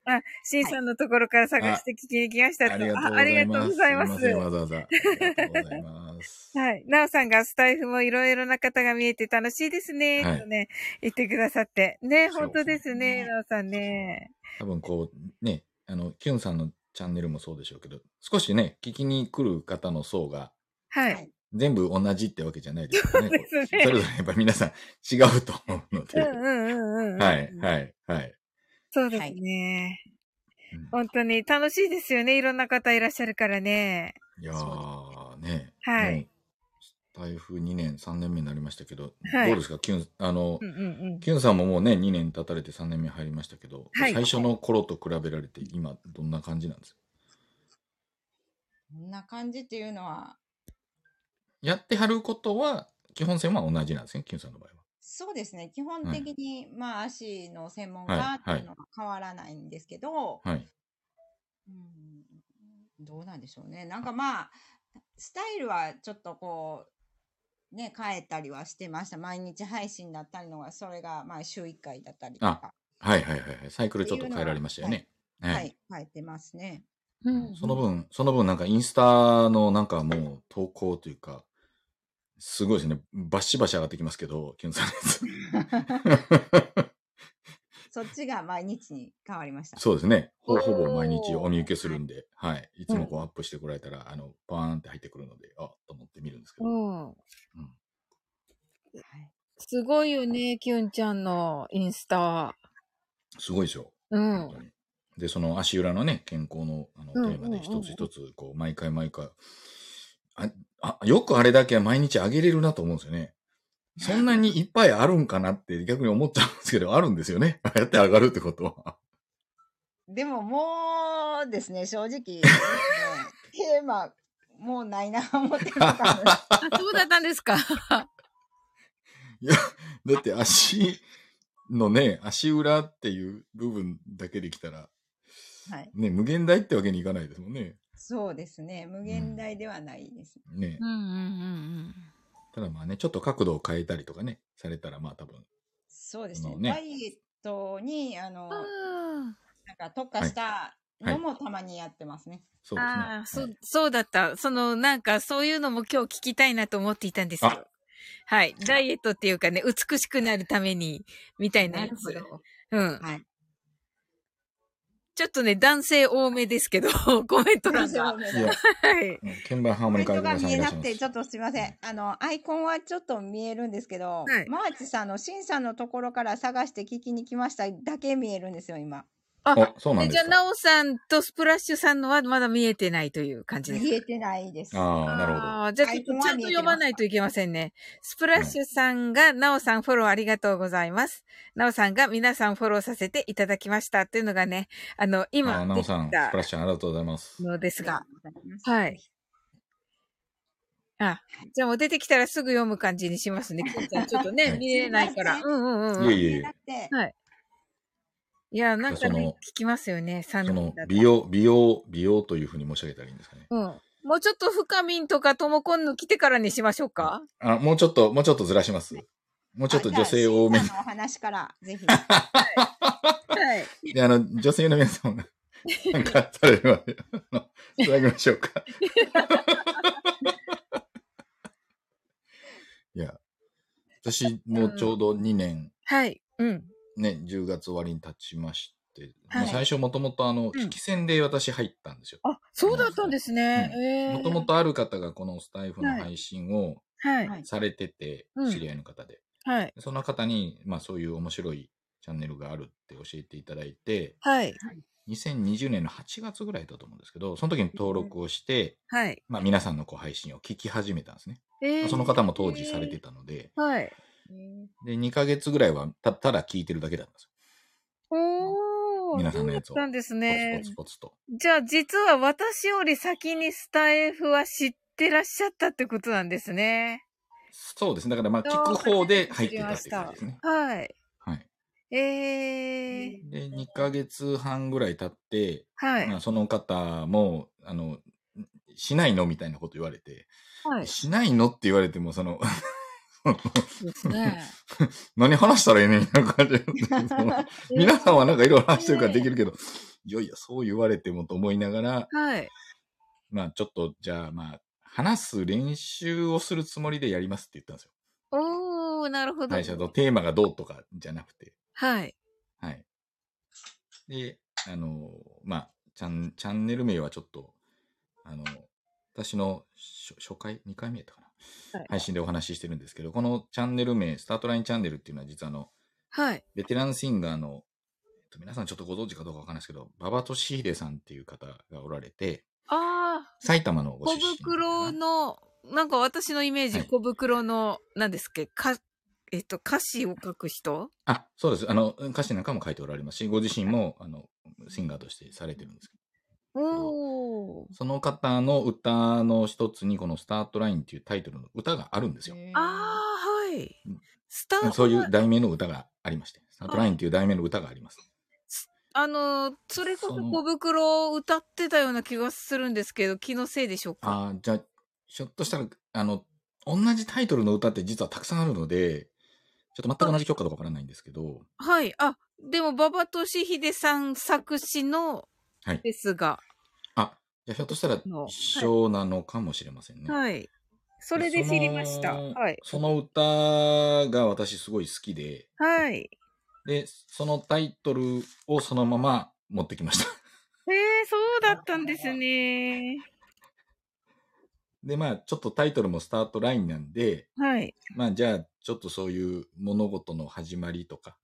[SPEAKER 1] あ、シンさんのところから探して聞きに来ましたと。
[SPEAKER 2] ありがとうございます。
[SPEAKER 1] ありがとうございます
[SPEAKER 2] みません、わざわざ。ありがとうございます。
[SPEAKER 1] はい。なおさんがスタイフもいろいろな方が見えて楽しいですね、
[SPEAKER 2] はい
[SPEAKER 1] とね、言ってくださって。ね、
[SPEAKER 2] そう
[SPEAKER 1] 本当ですね、
[SPEAKER 3] ね
[SPEAKER 1] なおさんね。
[SPEAKER 2] 多分こう、ね、あの、キュンさんのチャンネルもそうでしょうけど、少しね、聞きに来る方の層が、
[SPEAKER 1] はい。
[SPEAKER 2] 全部同じってわけじゃないですよね。
[SPEAKER 1] <laughs> そうですね
[SPEAKER 2] こうそれぞれやっぱ皆さん違うと思うの
[SPEAKER 1] う
[SPEAKER 2] で。
[SPEAKER 1] んうんうんうん。
[SPEAKER 2] はい、はい、はい。
[SPEAKER 1] そうですね。
[SPEAKER 2] うん
[SPEAKER 1] 本当に楽しいですよね、いろんな方いらっしゃるからね。
[SPEAKER 2] いやーね。
[SPEAKER 1] はい
[SPEAKER 2] もう。台風2年、3年目になりましたけど、
[SPEAKER 1] はい
[SPEAKER 2] どうですか、キュン、あの
[SPEAKER 1] う、んうん
[SPEAKER 2] キュンさんももうね、2年経たれて3年目入りましたけど、
[SPEAKER 1] はい
[SPEAKER 2] 最初の頃と比べられて今、どんな感じなんですか
[SPEAKER 3] こんな感じっていうのは、
[SPEAKER 2] やってはることは、基本線は同じなんですね、キュンさんの場合は。
[SPEAKER 3] そうですね。基本的に、まあ、足の専門
[SPEAKER 2] は
[SPEAKER 3] 家
[SPEAKER 2] い
[SPEAKER 3] っていうのは変わらないんですけど、
[SPEAKER 2] はい。
[SPEAKER 3] うんどうなんでしょうね。なんかまあ、スタイルはちょっとこう、ね、変えたりはしてました。毎日配信だったりのが、それがまあ週1回だったりとか。
[SPEAKER 2] はいはいはいはい。サイクルちょっと変えられましたよね。
[SPEAKER 3] は
[SPEAKER 2] はい
[SPEAKER 3] い、変えてますね。
[SPEAKER 1] うん
[SPEAKER 2] その分、その分なんかインスタのなんかもう投稿というか、すごいですね。バシバシ上がってきますけど、キュンさんのやつ
[SPEAKER 3] そっちが毎日に変わりました。
[SPEAKER 2] そうですねほ。ほぼ
[SPEAKER 1] おー
[SPEAKER 2] 毎日お見受けするんで、はい。いつもこうアップしてこられたら、あの、バーンって入ってくるので、あ、と思って見るんですけど。
[SPEAKER 1] うん。
[SPEAKER 2] うん
[SPEAKER 3] はい
[SPEAKER 1] すごいよね、キュンちゃんのインスタ。
[SPEAKER 2] すごいですよ。
[SPEAKER 1] う
[SPEAKER 2] 本当
[SPEAKER 1] ん。
[SPEAKER 2] に。で、その足裏のね、健康のあのテ
[SPEAKER 1] うん
[SPEAKER 2] ーマで
[SPEAKER 1] うんうん
[SPEAKER 2] 一つ一つ、こう、毎回毎回、あ、あ、よくあれだけ毎日あげれるなと思うんですよね。そんなにいっぱいあるんかなって逆に思っちゃうんですけど、あるんですよね。あ <laughs> あやって上がるってことは。
[SPEAKER 3] でももうですね、 <laughs> 正直、ねテーマ、もうないな、思ってなかった
[SPEAKER 1] あ、そうだったんですか。
[SPEAKER 2] いや、だって足のね、足裏っていう部分だけできたら、
[SPEAKER 3] はい。
[SPEAKER 2] ね、無限大ってわけにいかないですもんね。
[SPEAKER 3] そうですね、無限大ではないです。
[SPEAKER 2] ね
[SPEAKER 1] う。んうんうん
[SPEAKER 2] ただまあね、ちょっと角度を変えたりとかね、されたらまあ多分。
[SPEAKER 3] そうです
[SPEAKER 2] あ
[SPEAKER 3] ね
[SPEAKER 2] の、ね
[SPEAKER 3] ダイエットに、あの、
[SPEAKER 1] うん。あ
[SPEAKER 3] なんか特化したのもたまにやってますね。
[SPEAKER 2] そうですね。
[SPEAKER 1] あー、そ、
[SPEAKER 2] はいう
[SPEAKER 1] そうだった。その、なんか、そういうのも今日聞きたいなと思っていたんですよ。はい。ダイエットっていうかね、美しくなるために、みたいなやつ。うん。
[SPEAKER 3] はい
[SPEAKER 1] ちょっとね、男性多めですけど、 <laughs> コメント欄が。はい
[SPEAKER 2] や
[SPEAKER 1] い。
[SPEAKER 2] うん鍵盤ハーモ
[SPEAKER 3] コメ
[SPEAKER 2] ニ
[SPEAKER 3] ン
[SPEAKER 2] カ
[SPEAKER 3] ト
[SPEAKER 2] の
[SPEAKER 3] が
[SPEAKER 2] 皆さん
[SPEAKER 3] 見
[SPEAKER 2] い
[SPEAKER 3] え
[SPEAKER 2] らっ
[SPEAKER 3] な
[SPEAKER 2] しゃい
[SPEAKER 3] く
[SPEAKER 2] ます
[SPEAKER 3] て、ちょっとすいません。あの、アイコンはちょっと見えるんですけど、
[SPEAKER 1] はい
[SPEAKER 3] マーチさんのシンさんのところから探して聞きに来ましただけ見えるんですよ、今。
[SPEAKER 2] あ、そうなん
[SPEAKER 1] で
[SPEAKER 2] で
[SPEAKER 1] じゃあ、
[SPEAKER 2] すか。
[SPEAKER 1] なおさんとスプラッシュさんのはまだ見えてないという感じですか
[SPEAKER 3] 見えてないです。
[SPEAKER 2] ああ、なるほど。
[SPEAKER 1] あーじゃあ、
[SPEAKER 3] ア
[SPEAKER 1] ちょっ
[SPEAKER 3] イ
[SPEAKER 1] と
[SPEAKER 3] コン
[SPEAKER 1] ちゃ
[SPEAKER 3] は
[SPEAKER 1] ん
[SPEAKER 3] 見
[SPEAKER 1] と
[SPEAKER 3] えてます
[SPEAKER 1] 読まないといけませんね。スプラッシュさんが、なおさんフォローありがとうございます。なおさんが皆さんフォローさせていただきましたっていうのがね、あの、
[SPEAKER 2] あ
[SPEAKER 1] 今
[SPEAKER 2] ー、なお
[SPEAKER 1] でき
[SPEAKER 2] さん、スプ
[SPEAKER 1] た
[SPEAKER 2] ラッシュありがとうございます。
[SPEAKER 1] のですが。
[SPEAKER 3] ありがとうございます
[SPEAKER 1] はい。あ、じゃあもう出てきたらすぐ読む感じにしますね。きょんちゃんちょっとね、
[SPEAKER 2] はい
[SPEAKER 1] 見れないから。
[SPEAKER 3] すい
[SPEAKER 1] うんうんうんうん。
[SPEAKER 2] いえいえ
[SPEAKER 3] 見えなくて
[SPEAKER 1] いや、なんか
[SPEAKER 2] そ
[SPEAKER 1] ね
[SPEAKER 2] の、
[SPEAKER 1] 聞きますよね、3
[SPEAKER 2] そ
[SPEAKER 1] 人
[SPEAKER 2] の
[SPEAKER 1] だと、
[SPEAKER 2] 美容、美容、美容というふうに申し上げたらいいんですかね。
[SPEAKER 1] うん。もうちょっと深みんとかともこんの来てからにしましょうか。
[SPEAKER 2] あ、もうちょっと、もうちょっとずらします。もうちょっと女性多め
[SPEAKER 3] あじ
[SPEAKER 2] に
[SPEAKER 3] ゃあシンさんのお話から、ぜひ。
[SPEAKER 1] はい。
[SPEAKER 2] であの、女性の皆さんが、なんか、されるまで、あのいただきましょうか。いや、私もちょうど2年、
[SPEAKER 1] はい。うん。
[SPEAKER 2] ね、10月終わりに経ちまして、
[SPEAKER 1] はい
[SPEAKER 2] もう最初もともとあの、
[SPEAKER 1] うん
[SPEAKER 2] 引き戦で私入ったんですよ。
[SPEAKER 1] あ、そうだったんですね。ええ
[SPEAKER 2] もともとある方がこのスタイフの配信を
[SPEAKER 1] はい。
[SPEAKER 3] はい
[SPEAKER 2] されてて、
[SPEAKER 1] うん
[SPEAKER 2] 知り合いの方で。
[SPEAKER 1] はい。
[SPEAKER 2] その方に、まあそういう面白いチャンネルがあるって教えていただいて、
[SPEAKER 1] はい。
[SPEAKER 2] 2020年の8月ぐらいだと思うんですけど、その時に登録をして、
[SPEAKER 1] はい。
[SPEAKER 2] まあ皆さんのこう配信を聞き始めたんですね。
[SPEAKER 1] ええ
[SPEAKER 2] その方も当時されてたので、
[SPEAKER 1] はい。
[SPEAKER 2] で、2ヶ月ぐらいはたただ聞いてるだけだったんですよ。
[SPEAKER 1] おー。
[SPEAKER 2] 皆さんのやつ
[SPEAKER 1] そう
[SPEAKER 2] を
[SPEAKER 1] だったんですね
[SPEAKER 2] ポツ。ポツポツと。
[SPEAKER 1] じゃあ、実は私より先にスタエフは知ってらっしゃったってことなんですね。
[SPEAKER 2] そうですね。だからまあ聞く方で入ってたっていう感じですね。
[SPEAKER 1] はい。
[SPEAKER 2] はい。
[SPEAKER 1] ええ
[SPEAKER 2] で、2ヶ月半ぐらい経って、
[SPEAKER 1] はい。
[SPEAKER 2] まあ、その方も、あの、しないのみたいなこと言われて、
[SPEAKER 1] はい。
[SPEAKER 2] しないのって言われても、その、 <laughs>
[SPEAKER 1] そうですね。
[SPEAKER 2] 何話したらええねんみたいな感じなんですけど皆さんはなんかいろいろ話してるからできるけど、いやいや、そう言われてもと思いながら、
[SPEAKER 1] はい。
[SPEAKER 2] まあちょっと、じゃあまあ、話す練習をするつもりでやりますって言ったんですよ。
[SPEAKER 1] おー、なるほど。
[SPEAKER 2] 会社とテーマがどうとかじゃなくて。
[SPEAKER 1] はい。
[SPEAKER 2] はい。で、あの、まあ、チャンチャンネル名はちょっと、あの、私の初初回、2回目やったかな、
[SPEAKER 1] はい
[SPEAKER 2] 配信でお話ししてるんですけど、このチャンネル名、スタートラインチャンネルっていうのは実はあの、
[SPEAKER 1] はい。
[SPEAKER 2] ベテランシンガーの、えっと、皆さんちょっとご存知かどうかわかんないですけど、馬場俊秀さんっていう方がおられて、
[SPEAKER 1] あー、
[SPEAKER 2] 埼玉のご
[SPEAKER 1] 小
[SPEAKER 2] 出身。
[SPEAKER 1] 袋。の、なんか私のイメージ、
[SPEAKER 2] はい
[SPEAKER 1] 小袋の、何ですっけ、か、えっと、歌詞を書く人
[SPEAKER 2] あ、そうです。あの、歌詞なんかも書いておられますし、ご自身も、あの、シンガーとしてされてるんですけ
[SPEAKER 3] おー。
[SPEAKER 2] その方の歌の一つに、このスタートラインっていうタイトルの歌があるんですよ。
[SPEAKER 3] へー
[SPEAKER 1] ああ、はい
[SPEAKER 2] うん。
[SPEAKER 1] スタート。
[SPEAKER 2] そういう題名の歌がありまして、スタートラインっていう題名の歌があります。
[SPEAKER 1] あの、それこそ
[SPEAKER 2] その
[SPEAKER 1] 小袋を歌ってたような気がするんですけど、気のせいでしょうか。
[SPEAKER 2] ああ、じゃあ、ひょっとしたら、あの、同じタイトルの歌って実はたくさんあるので、ちょっと全く同じ曲かどうかわからないんですけど、
[SPEAKER 1] はい。あ、でも、馬場俊秀さん作詞の
[SPEAKER 2] はい
[SPEAKER 1] ですが、
[SPEAKER 2] あ、じゃあひょっとしたら
[SPEAKER 1] の
[SPEAKER 2] 一緒なのかもしれませんね。
[SPEAKER 1] はい。それで知りました。
[SPEAKER 2] その
[SPEAKER 1] はい。
[SPEAKER 2] その歌が私すごい好きで、
[SPEAKER 1] はい。
[SPEAKER 2] で、そのタイトルをそのまま持ってきました。
[SPEAKER 1] へえそうだったんですね。
[SPEAKER 2] で、まあ、ちょっとタイトルもスタートラインなんで、
[SPEAKER 1] はい。
[SPEAKER 2] まあ、じゃあ、ちょっとそういう物事の始まりとか、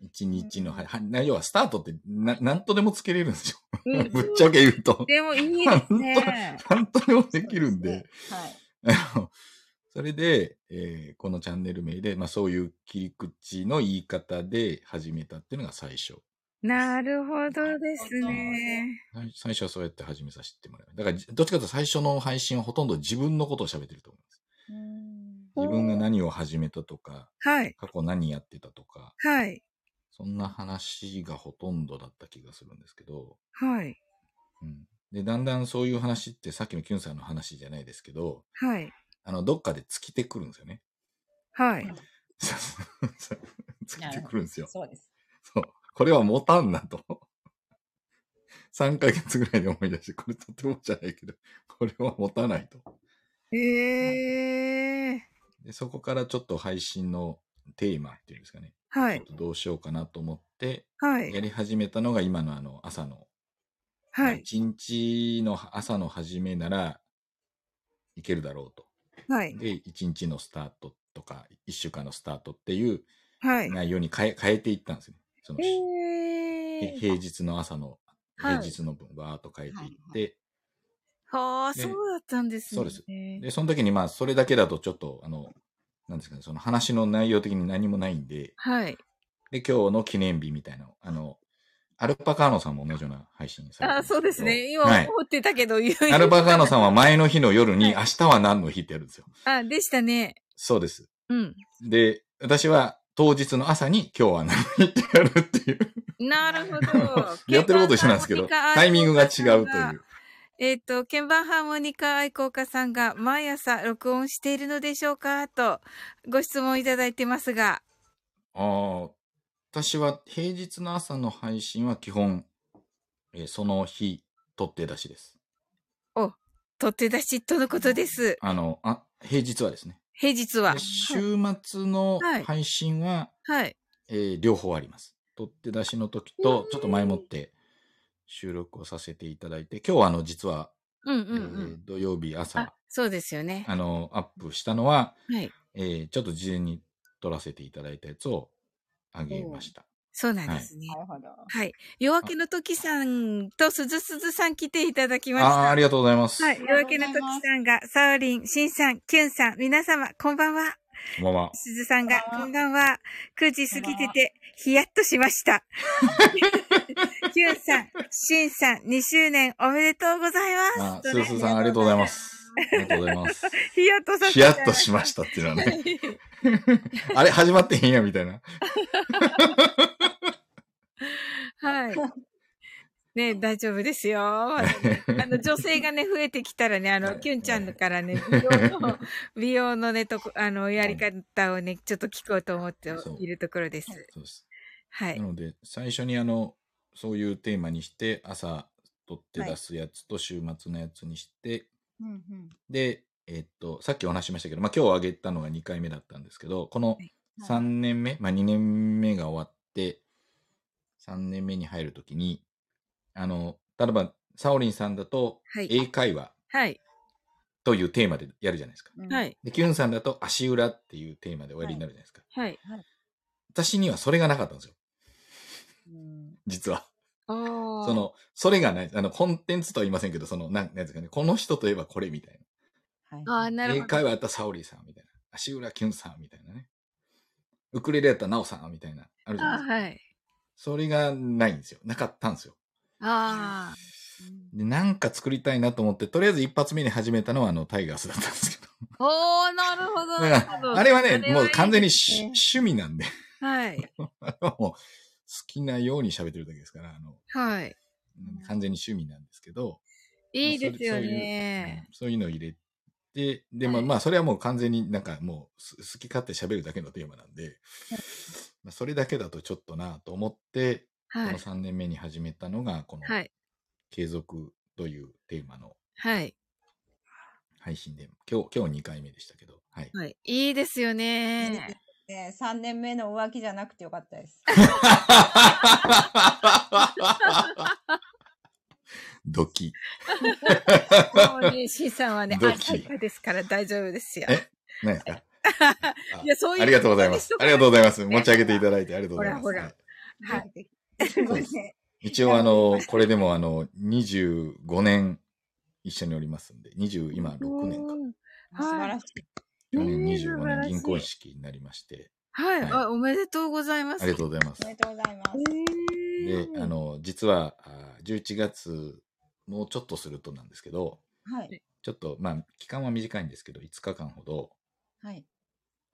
[SPEAKER 2] 一日のは、はな要はスタートってな、なんとでもつけれるんですよ。 <laughs>
[SPEAKER 1] うん
[SPEAKER 2] ぶっちゃけ言うと。
[SPEAKER 1] でもいいです
[SPEAKER 2] <laughs>
[SPEAKER 1] ね。
[SPEAKER 2] なんとでもできるん
[SPEAKER 3] そう
[SPEAKER 2] で。
[SPEAKER 3] すねはい。
[SPEAKER 2] <laughs> あのそれで、えーこのチャンネル名で、まあ、そういう切り口の言い方で始めたっていうのが最初。
[SPEAKER 1] <laughs> なるほどですね。
[SPEAKER 2] はい最初はそうやって始めさせてもらう。だから、じどっちかというと最初の配信はほとんど自分のことを喋ってると思います。
[SPEAKER 3] うーん
[SPEAKER 2] 自分が何を始めたとか、
[SPEAKER 1] はい。
[SPEAKER 2] 過去何やってたとか、
[SPEAKER 1] はい。
[SPEAKER 2] そんな話がほとんどだった気がするんですけど、
[SPEAKER 1] はい。
[SPEAKER 2] うん、で、だんだんそういう話ってさっきのキュンさんの話じゃないですけど、
[SPEAKER 1] はい。
[SPEAKER 2] あの、どっかで尽きてくるんですよね。 <laughs>
[SPEAKER 1] はい。
[SPEAKER 2] そうそうそう尽きてくるんですよ。
[SPEAKER 3] そうです。
[SPEAKER 2] そう。これは持たんなと。3ヶ月ぐらいで思い出して、これとてもじゃないけど、これは持たないと。
[SPEAKER 1] ええ
[SPEAKER 2] でそこからちょっと配信のテーマっていうんですかね。
[SPEAKER 1] は
[SPEAKER 2] ち
[SPEAKER 1] い
[SPEAKER 2] ょっ。とどうしようかなと思って、
[SPEAKER 1] は
[SPEAKER 2] や
[SPEAKER 1] い。
[SPEAKER 2] り始めたのが今のあの朝の、
[SPEAKER 1] はい。
[SPEAKER 2] 一日の朝の始めならいけるだろうと。
[SPEAKER 1] はい。
[SPEAKER 2] で、一日のスタートとか、一週間のスタートっていう
[SPEAKER 1] はい。
[SPEAKER 2] 内容に変え変えていったんですね。その
[SPEAKER 1] ええ
[SPEAKER 2] 平日の朝の、
[SPEAKER 1] はい
[SPEAKER 2] 平日の分、わーっと変えていって、
[SPEAKER 1] はあ、
[SPEAKER 2] で
[SPEAKER 1] そうだったんですね。
[SPEAKER 2] そうですで、その時にまあ、それだけだとちょっと、あの、なんですかね、その話の内容的に何もないんで、
[SPEAKER 1] はい。
[SPEAKER 2] で、今日の記念日みたいな、あの、アルパカーノさんも同じような配信されてる
[SPEAKER 1] あ
[SPEAKER 2] んけど
[SPEAKER 1] そうですね。今
[SPEAKER 2] はい。
[SPEAKER 1] 思ってたけど、言う
[SPEAKER 2] アルパカーノさんは前の日の夜に、
[SPEAKER 1] は
[SPEAKER 2] 明日は何の日ってやるんですよ。
[SPEAKER 1] あ、でしたね。
[SPEAKER 2] そうです。
[SPEAKER 1] うん。
[SPEAKER 2] で、私は当日の朝に今日は何の日ってやるっていう。。
[SPEAKER 1] なるほど
[SPEAKER 2] <laughs> やってること一緒なんですけど、
[SPEAKER 1] 鍵盤
[SPEAKER 2] タイミングが違うと
[SPEAKER 1] 鍵盤
[SPEAKER 2] いう。
[SPEAKER 1] えっ、と、鍵盤ハーモニカ愛好家さんが毎朝録音しているのでしょうかとご質問いただいてますが。
[SPEAKER 2] ああ、私は平日の朝の配信は基本、えーその日、取って出しです。
[SPEAKER 1] 取って出しとのことです。
[SPEAKER 2] あの、あ、平日はですね。
[SPEAKER 1] 平日は
[SPEAKER 2] で。週末の
[SPEAKER 1] はい
[SPEAKER 2] 配信は、
[SPEAKER 1] はい。
[SPEAKER 2] えー両方あります。取って出しの時と、ちょっと前もって収録をさせていただいて、今日はあの、実は、
[SPEAKER 1] うんうんう
[SPEAKER 2] えー
[SPEAKER 1] ん。
[SPEAKER 2] 土曜日
[SPEAKER 1] あ
[SPEAKER 2] 朝、、
[SPEAKER 1] そうですよね。
[SPEAKER 2] あの、アップしたのは、
[SPEAKER 1] はい。
[SPEAKER 2] えーちょっと事前に撮らせていただいたやつをあげました。
[SPEAKER 1] そうなんですね。
[SPEAKER 3] なるほど。
[SPEAKER 1] はい。夜明けの時さんと鈴鈴さん来ていただきました。
[SPEAKER 2] ああー、ありがとうございます。
[SPEAKER 1] はい。夜明けの時さんが、サオリン、シンさん、キュンさん、皆様、こんばんは。
[SPEAKER 2] こんばんは。
[SPEAKER 1] 鈴さんが、
[SPEAKER 3] こ
[SPEAKER 1] こ
[SPEAKER 3] ん
[SPEAKER 1] んばんは。9時過ぎてて、ヒヤッとしました。 <laughs> キュンさん、シンさん、2周年おめでとうございま
[SPEAKER 2] あ、
[SPEAKER 1] す。
[SPEAKER 2] スースーさん、ありがとうございます。
[SPEAKER 1] <laughs>
[SPEAKER 2] ありがとうございます。
[SPEAKER 1] ヒヤッとさせ
[SPEAKER 2] ヒ
[SPEAKER 1] てい
[SPEAKER 2] ヤ
[SPEAKER 1] ただい
[SPEAKER 2] ッとしましたっていうのは
[SPEAKER 1] <laughs>
[SPEAKER 2] ね。
[SPEAKER 1] た。
[SPEAKER 2] あれ、始まってへんや、みたいな。
[SPEAKER 1] はい。ね、大丈夫
[SPEAKER 2] <laughs>
[SPEAKER 1] ですよ。あの、女性がね、増えてきたらね、あの、キュンちゃんからね、美容の、 <laughs> 美容のね、とこ、あの、やり方をね、ちょっと聞こうと思っているところです。
[SPEAKER 2] そうです。
[SPEAKER 1] はい
[SPEAKER 2] な。ので、最初にあの、そういうテーマにして、朝取って出すやつと週末のやつにして、
[SPEAKER 3] うんうん
[SPEAKER 2] で、えっと、さっきお話ししましたけど、まあ今日あげたのが2回目だったんですけど、この
[SPEAKER 1] はい
[SPEAKER 2] 3年目、まあ2年目が終わって、3年目に入るときに、あの、例えば、サオリンさんだと、
[SPEAKER 1] はい
[SPEAKER 2] 英会話
[SPEAKER 1] はい。
[SPEAKER 2] というテーマでやるじゃないですか。
[SPEAKER 3] うん
[SPEAKER 1] は。い。
[SPEAKER 2] で、キュンさんだと足裏っていうテーマで終わりになるじゃないですか。
[SPEAKER 1] はい。
[SPEAKER 2] 私にはそれがなかったんですよ。
[SPEAKER 3] うん
[SPEAKER 2] 実は。
[SPEAKER 1] ああ。
[SPEAKER 2] そ、の、それがない。あの、コンテンツとは言いませんけど、その、なん、なんですかね。この人といえばこれみたい
[SPEAKER 3] はい
[SPEAKER 1] ああ、な
[SPEAKER 2] な。
[SPEAKER 1] る
[SPEAKER 2] 英
[SPEAKER 1] ほど。
[SPEAKER 2] 会話やったらサオリーさんみたいな。足裏キュンさんみたいなね。ウクレレやったらナオさんみたいな。あるじゃない
[SPEAKER 1] あ
[SPEAKER 2] ですか。
[SPEAKER 1] はい。
[SPEAKER 2] それがないんですよ。なかったんですよ。
[SPEAKER 1] ああ。
[SPEAKER 2] で、なんか作りたいなと思って、とりあえず一発目に始めたのは、あの、タイガースだったんですけど。
[SPEAKER 1] おー、なるほど。
[SPEAKER 2] だ
[SPEAKER 1] な
[SPEAKER 2] か
[SPEAKER 1] るほ
[SPEAKER 2] ら
[SPEAKER 1] ど
[SPEAKER 2] あれはね、もう完全に。
[SPEAKER 1] そ
[SPEAKER 2] し
[SPEAKER 1] れはいいで
[SPEAKER 2] 趣味なんで、
[SPEAKER 1] すねはい。
[SPEAKER 2] あのもう好きなように喋ってるだけですから、あの、
[SPEAKER 1] はい。
[SPEAKER 2] うん完全に趣味なんですけど。
[SPEAKER 1] いいですよ
[SPEAKER 2] うん
[SPEAKER 1] ね。
[SPEAKER 2] そういうのを入れて、で、ま
[SPEAKER 1] は
[SPEAKER 2] あ、
[SPEAKER 1] い
[SPEAKER 2] まあ、それはもう完全になんかもうす好き勝手喋るだけのテーマなんで、まあ、それだけだとちょっとなと思って、
[SPEAKER 1] は
[SPEAKER 2] こ
[SPEAKER 1] い
[SPEAKER 2] の。3年目に始めたのが、この
[SPEAKER 1] はい。
[SPEAKER 2] 継続というテーマの
[SPEAKER 1] はい。
[SPEAKER 2] 配信で、今日、今日2回目でしたけど、はい。
[SPEAKER 1] <laughs> はい。いいですよ
[SPEAKER 3] いい
[SPEAKER 1] ね。
[SPEAKER 3] ね、3年目の浮気じゃなくてよかったです。
[SPEAKER 2] ド
[SPEAKER 1] も
[SPEAKER 2] キ。
[SPEAKER 1] うね、C さんはね、
[SPEAKER 2] ド
[SPEAKER 1] あ
[SPEAKER 2] キ
[SPEAKER 1] いですから大丈夫ですよ。
[SPEAKER 2] え何
[SPEAKER 1] <laughs>
[SPEAKER 2] ですか
[SPEAKER 1] いや、そういう。
[SPEAKER 2] ありがとうございます。ありがとうございます。持ち上げていただいてありがとうございます。
[SPEAKER 1] ほらほら
[SPEAKER 2] はい
[SPEAKER 1] はい
[SPEAKER 3] ごめんね
[SPEAKER 2] 一応あの、これでもあの、25年一緒におりますんで、20、今6年か。
[SPEAKER 1] はい
[SPEAKER 3] 素晴らしい。
[SPEAKER 1] う
[SPEAKER 2] 去
[SPEAKER 1] ん
[SPEAKER 2] 年
[SPEAKER 1] えー素
[SPEAKER 2] 25
[SPEAKER 1] 晴らし
[SPEAKER 2] 年
[SPEAKER 1] い
[SPEAKER 2] 銀行意識になりまして、
[SPEAKER 1] はい。
[SPEAKER 2] はい
[SPEAKER 1] あ、おめでとうございます。
[SPEAKER 2] ありがとうございま
[SPEAKER 3] おめ
[SPEAKER 2] す。
[SPEAKER 3] でとうございます。
[SPEAKER 2] で
[SPEAKER 1] で、
[SPEAKER 2] あ、の、実は、あー11月、もうちょっとするとなんですけど、
[SPEAKER 3] はい。
[SPEAKER 2] ちょっと、まあ、期間は短いんですけど、5日間ほど
[SPEAKER 3] はい。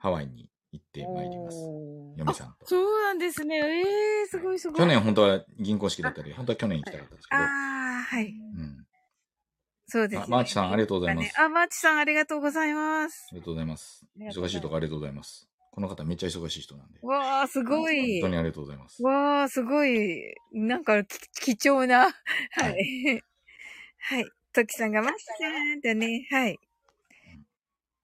[SPEAKER 2] ハワイに行ってまいります。
[SPEAKER 3] おー
[SPEAKER 2] 嫁さんと。
[SPEAKER 1] そうなんですね。ええすごいすごい。
[SPEAKER 2] 去年本当は銀行式だったり、本当は去年行きたかったんですけど、
[SPEAKER 1] ああ、はい。
[SPEAKER 2] うん。
[SPEAKER 1] そうです、
[SPEAKER 2] あマーチさんありがとうございます
[SPEAKER 1] あ、マーチさんありがとうございます
[SPEAKER 2] あ。りがとうございます
[SPEAKER 3] ありが。と
[SPEAKER 2] 忙
[SPEAKER 3] うご
[SPEAKER 2] し
[SPEAKER 3] ざいます
[SPEAKER 2] いとこありがとうございます。この方めっちゃ忙しい人なんで。
[SPEAKER 1] わあ、すごい。
[SPEAKER 2] 本当にありがとうございます。
[SPEAKER 1] わあ、すごい。なんか、き貴重な。は。
[SPEAKER 2] はい
[SPEAKER 1] はい。トキさんがマーチさんだね。はい。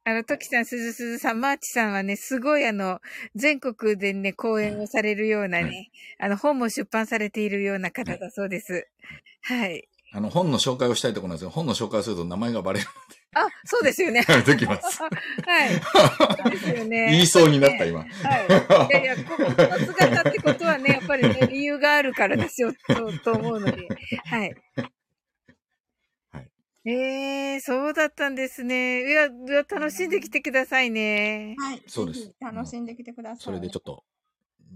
[SPEAKER 1] あの、トキさん、すずすずさん、マーチさんはね、すごいあの、全国でね、講演をされるような
[SPEAKER 2] は
[SPEAKER 1] ね、あの、本も出版されているような方だそうです。はい。
[SPEAKER 2] あの、本の紹介をしたいところなんですけど、本の紹介をすると名前がバレる。
[SPEAKER 1] あ、そうですよね。
[SPEAKER 2] やめときます。 <laughs>
[SPEAKER 1] はい。そうですよね。
[SPEAKER 2] 言いそうになった、今。
[SPEAKER 1] はい。いやいや、ここの姿ってこと
[SPEAKER 2] <laughs>
[SPEAKER 1] はね、やっぱりね、理由があるからですよ、とと思うので。はい。
[SPEAKER 2] はい
[SPEAKER 1] ええそうだったんですね。いや、いや楽しんできてくださいね。
[SPEAKER 3] はい。
[SPEAKER 2] そうです
[SPEAKER 3] ぜひ楽しんできてください。
[SPEAKER 2] それでちょっと、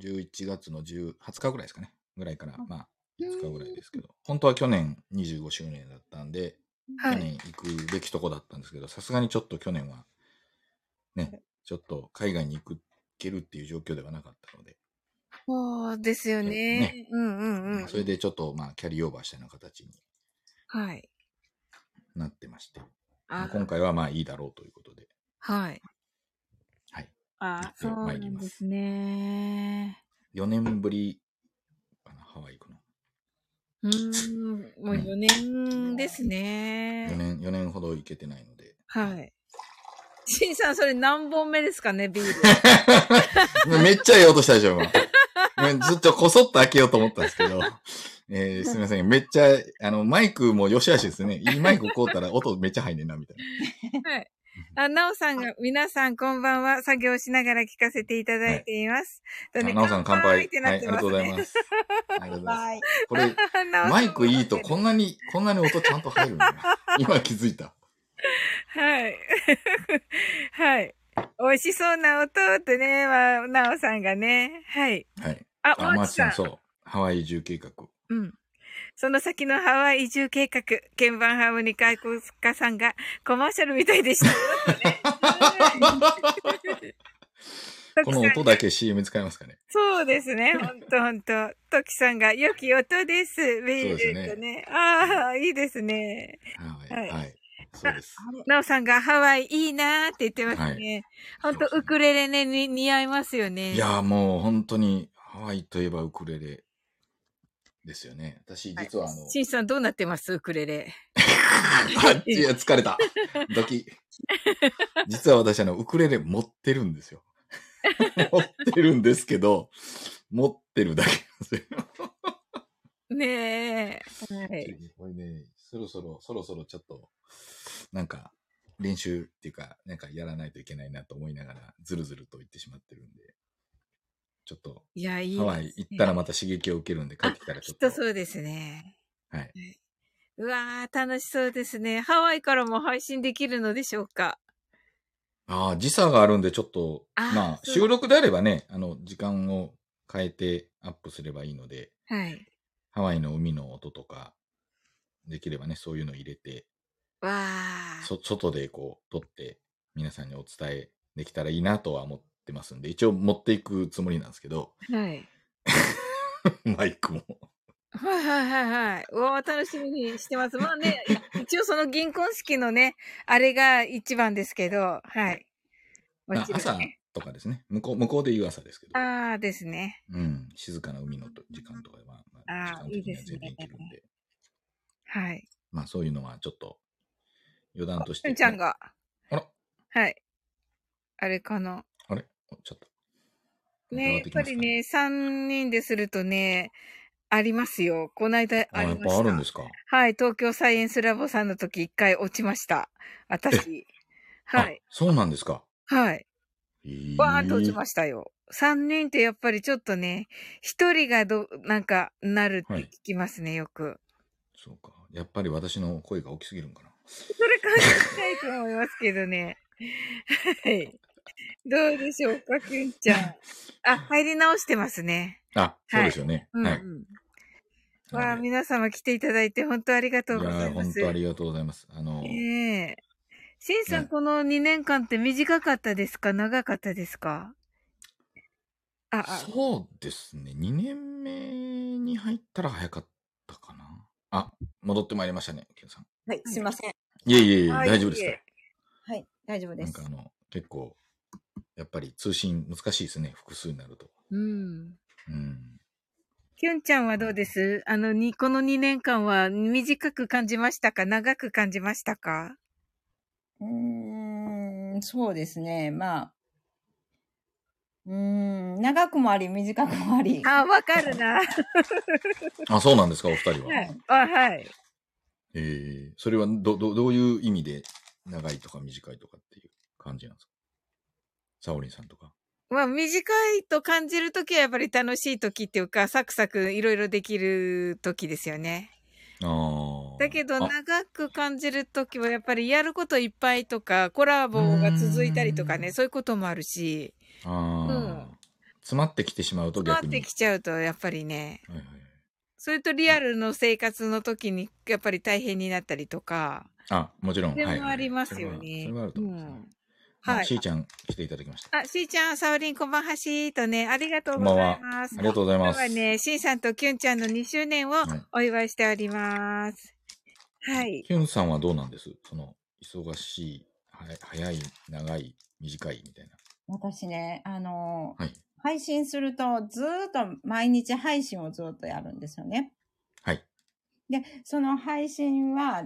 [SPEAKER 2] 11月の10 20日ぐらいですかね。ぐらいから、まあ、5日ぐらいですけど。本当は去年25周年だったんで、
[SPEAKER 1] は
[SPEAKER 2] 去
[SPEAKER 1] い。
[SPEAKER 2] 年行くべきとこだったんですけど、さすがにちょっと去年は、ね、ちょっと海外に行く、行けるっていう状況ではなかったので、
[SPEAKER 1] そうですよね。
[SPEAKER 2] ね
[SPEAKER 1] うんうんうん。
[SPEAKER 2] それでちょっと、まあ、キャリーオーバーしたような形に
[SPEAKER 1] はい。
[SPEAKER 2] なってまして、
[SPEAKER 1] あ、
[SPEAKER 2] 今回はまあいいだろうということで、
[SPEAKER 1] はい。
[SPEAKER 2] はい。
[SPEAKER 1] あ、そう
[SPEAKER 2] 行って
[SPEAKER 1] な
[SPEAKER 2] まいり
[SPEAKER 1] ん
[SPEAKER 2] ます
[SPEAKER 1] ですね。
[SPEAKER 2] 4年ぶりかな、ハワイ行くの。
[SPEAKER 1] うーん、もう4年です
[SPEAKER 2] 4
[SPEAKER 1] ね。
[SPEAKER 2] 年、4年ほど行けてないので。 <laughs>
[SPEAKER 1] はい。しんさん、それ何本目ですかね、ビール。
[SPEAKER 2] めっちゃ言おうとしたでしょ、今。ねずっとこそっと開けようと思ったんですけど。えー、すみません。めっちゃ、あの、マイクも良し悪しですね。いいマイク買うたら音めっちゃ入んねんな、みたい
[SPEAKER 1] はい。あ、なおさんが、皆さんこんばんは。作業しながら聞かせていただいています。と
[SPEAKER 2] な。
[SPEAKER 1] ね
[SPEAKER 2] あなおさん乾杯。
[SPEAKER 1] って
[SPEAKER 2] は、
[SPEAKER 1] ない
[SPEAKER 2] あ
[SPEAKER 1] っ
[SPEAKER 2] り
[SPEAKER 1] て
[SPEAKER 2] が
[SPEAKER 1] ま
[SPEAKER 2] と
[SPEAKER 1] す
[SPEAKER 2] うござい
[SPEAKER 1] ね。 <laughs>
[SPEAKER 2] ます。ありがとうございます。
[SPEAKER 3] はい。
[SPEAKER 2] これ、
[SPEAKER 1] なおさん
[SPEAKER 2] マイクいいとこんなに、こんなに音ちゃんと入るんだな。今気づいた。
[SPEAKER 1] はい。 <laughs> はい。美味しそうな音ってね、まあ、なおさんがね。はい。
[SPEAKER 2] はい。
[SPEAKER 1] あ、
[SPEAKER 2] あ、
[SPEAKER 1] マ
[SPEAKER 2] マ
[SPEAKER 1] ー
[SPEAKER 2] ー
[SPEAKER 1] チ
[SPEAKER 2] チ
[SPEAKER 1] さ
[SPEAKER 2] さ
[SPEAKER 1] ん。
[SPEAKER 2] ん、そう。ハワイ移住
[SPEAKER 1] <laughs>
[SPEAKER 2] 計画。 <laughs>
[SPEAKER 1] うん。その先のハワイ移住計画、鍵盤ハーモニカ愛好家さんがコマーシャルみたいでした。
[SPEAKER 2] <laughs> この音だけ CM 使いますかね。
[SPEAKER 1] そうですね。ほんとほんと。トキさんが、良き音です。ビー
[SPEAKER 2] そう
[SPEAKER 1] ル
[SPEAKER 2] ですね
[SPEAKER 1] とね。ああ、いいですね。
[SPEAKER 2] はい。
[SPEAKER 1] はい
[SPEAKER 2] はい。そうです。
[SPEAKER 1] なおさんが、ハワイいいなーって言ってますね。
[SPEAKER 2] はい
[SPEAKER 1] ほんと、ウクレレねに似合いますよね。
[SPEAKER 2] いやーもう本当にハワイといえばウクレレですよね。私実はあ
[SPEAKER 1] <laughs>
[SPEAKER 2] の、
[SPEAKER 1] しんさんどうなってますウクレレ。
[SPEAKER 2] あいや疲れ
[SPEAKER 1] <laughs>
[SPEAKER 2] た。ドキ。実は私あのウクレレ持ってるんで
[SPEAKER 1] <laughs>
[SPEAKER 2] すよ。持ってるんですけど、持ってるだけなん
[SPEAKER 1] ねえ。は
[SPEAKER 2] です
[SPEAKER 1] い。
[SPEAKER 2] よ。これね、そろそろ、そろそろちょっと、なんか、練習っていうか、なんかやらないといけないなと思いながら、ずるずると言ってしまってるんで、ちょっと、
[SPEAKER 1] いや、いい、
[SPEAKER 2] ハワイ行ったら、また刺激を受けるんで、帰ってきたらち
[SPEAKER 1] き
[SPEAKER 2] ょ
[SPEAKER 1] っ
[SPEAKER 2] っ
[SPEAKER 1] と
[SPEAKER 2] と。
[SPEAKER 1] そうですね。
[SPEAKER 2] はい。
[SPEAKER 1] うわー、楽しそうですね。ハワイからも配信できるのでしょうか
[SPEAKER 2] ああ、時差があるんで、ちょっと、
[SPEAKER 1] あー
[SPEAKER 2] まあ、
[SPEAKER 1] そう
[SPEAKER 2] 収録であればね、あの、時間を変えてアップすればいいので、
[SPEAKER 1] はい。
[SPEAKER 2] ハワイの海の音とか、できればね、そういうの入れて、
[SPEAKER 1] わあ。
[SPEAKER 2] そ外でこう、撮って、皆さんにお伝えできたらいいなとは思ってますんで、一応持っていくつもりなんですけど、 <laughs>
[SPEAKER 1] はい。
[SPEAKER 2] マイクも。
[SPEAKER 1] はいはいはいはい。うわあ、楽しみにしてます。まあね、い一応その銀婚式のね、あれが一番ですけど、はい。も
[SPEAKER 2] あ
[SPEAKER 1] ちろん
[SPEAKER 2] 朝
[SPEAKER 1] ね
[SPEAKER 2] とかですね。向こう、向こうで言う朝ですけど。
[SPEAKER 1] ああですね。
[SPEAKER 2] うん。静かな海のと時間とかでは、ま
[SPEAKER 1] あー
[SPEAKER 2] 時間的にはい
[SPEAKER 1] いですね
[SPEAKER 2] 全然いけるんで。
[SPEAKER 1] はい。
[SPEAKER 2] まあそういうのはちょっと余談とし
[SPEAKER 1] ふ
[SPEAKER 2] て。
[SPEAKER 1] んちゃんが。
[SPEAKER 2] あら
[SPEAKER 1] はい。あれかな。
[SPEAKER 2] あれおちょっと。
[SPEAKER 1] ね、やっぱりね、3人でするとね、ありますよ。こないだあ
[SPEAKER 2] 変
[SPEAKER 1] り
[SPEAKER 2] わってき
[SPEAKER 1] ま
[SPEAKER 2] ま
[SPEAKER 1] し
[SPEAKER 2] すかね。あ、やっぱあるん
[SPEAKER 1] た
[SPEAKER 2] で。すか。
[SPEAKER 1] はい、東京サイエンスラボさんの時一回落ちました。私。はい
[SPEAKER 2] あ。。そうなんですか。
[SPEAKER 1] はい。バーンと落ちま
[SPEAKER 2] し
[SPEAKER 1] したよ。三人ってやっぱりちょっとね、一人がど、なんか、なるって聞きますね、よく。
[SPEAKER 2] た。そうか。やっぱり私の声が大きすぎるんかな。
[SPEAKER 1] それ関係ないと思いますけどね。はい。どうでしょうか、きゅんちゃん。あ、入り直してますね。
[SPEAKER 2] あ、そうですよね。
[SPEAKER 1] うん、
[SPEAKER 2] は
[SPEAKER 1] う
[SPEAKER 2] い。
[SPEAKER 1] ん。
[SPEAKER 2] なので
[SPEAKER 1] わあ、皆様来ていただいて本当ありがとうご
[SPEAKER 2] い
[SPEAKER 1] ざ
[SPEAKER 2] や
[SPEAKER 1] い
[SPEAKER 2] ー
[SPEAKER 1] ま
[SPEAKER 2] 本
[SPEAKER 1] す。
[SPEAKER 2] 当ありがとうございます。あの、
[SPEAKER 1] ねえ。しんさん、
[SPEAKER 2] ね
[SPEAKER 1] この2年間って短かったですか長かったですかあ、あ、
[SPEAKER 2] そうですね。2年目に入ったら早かったかな。あ、戻ってまいりましたね、ケンさん。
[SPEAKER 3] はい、すいません。
[SPEAKER 2] いえいえいえ、
[SPEAKER 1] はい
[SPEAKER 2] 大丈夫です
[SPEAKER 1] い
[SPEAKER 2] か
[SPEAKER 1] え
[SPEAKER 2] ら。
[SPEAKER 3] はい、大丈夫で
[SPEAKER 2] なん
[SPEAKER 3] す
[SPEAKER 2] かあ。の、結構、やっぱり通信難しいですね、複数になると。
[SPEAKER 1] うん。
[SPEAKER 2] うん。
[SPEAKER 1] きゅんちゃんはどうですあの、に、この2年間は短く感じましたか長く感じましたか
[SPEAKER 3] うーん、そうですね。まあ、うーん、長くもあり、短くもあり。
[SPEAKER 1] あ、わかる
[SPEAKER 2] <laughs>
[SPEAKER 1] な。は
[SPEAKER 2] あ、そうなんですか、お二人は。
[SPEAKER 1] い。あ、はい。
[SPEAKER 2] えー、それはど、ど、どういう意味で、長いとか短いとかっていう感じなんですかサオリンさんとか。
[SPEAKER 1] まあ、短いと感じるときはやっぱり楽しいときっていうか、サクサクいろいろできるときですよね。
[SPEAKER 2] ああ。
[SPEAKER 1] だけど、
[SPEAKER 2] あ
[SPEAKER 1] 長く感じるときはやっぱりやることいっぱいとか、コラボが続いたりとか
[SPEAKER 2] う
[SPEAKER 1] ね、
[SPEAKER 2] ん
[SPEAKER 1] そういうこともあるし、
[SPEAKER 2] あー、
[SPEAKER 1] うん
[SPEAKER 2] 詰まってきてしまうと
[SPEAKER 1] 回
[SPEAKER 2] 逆
[SPEAKER 1] っ
[SPEAKER 2] に。
[SPEAKER 1] てきちゃうとやっぱりね、
[SPEAKER 2] はいはいはい。
[SPEAKER 1] それとリアルの生活の時にやっぱり大変になったりとか、
[SPEAKER 2] あ、もちろん。
[SPEAKER 1] それ
[SPEAKER 2] はい
[SPEAKER 1] も
[SPEAKER 2] はい
[SPEAKER 1] ありますよ
[SPEAKER 2] そ
[SPEAKER 1] ね
[SPEAKER 2] れはそれはある。と
[SPEAKER 1] う
[SPEAKER 2] 思います
[SPEAKER 1] ん。
[SPEAKER 2] ねあ
[SPEAKER 1] はい
[SPEAKER 2] し。ーちゃん来ていただきました。
[SPEAKER 1] あ、しーちゃん、さおりん、こんばんはしーとね、ありがとうございます。
[SPEAKER 2] ありがとうござい
[SPEAKER 1] 今
[SPEAKER 2] ま
[SPEAKER 1] 日は
[SPEAKER 2] す。
[SPEAKER 1] ね、しんさんときゅんちゃんの2周年を
[SPEAKER 2] い
[SPEAKER 1] お祝いしております。はい。
[SPEAKER 2] キュンさんはどうなんですその、忙しい、は早い、長い、短いみたいな。
[SPEAKER 3] 私ね、あの、
[SPEAKER 2] はい。
[SPEAKER 3] 配信すると、ずーっと毎日配信をずーっとやるんですよね。
[SPEAKER 2] はい。
[SPEAKER 3] で、その配信は、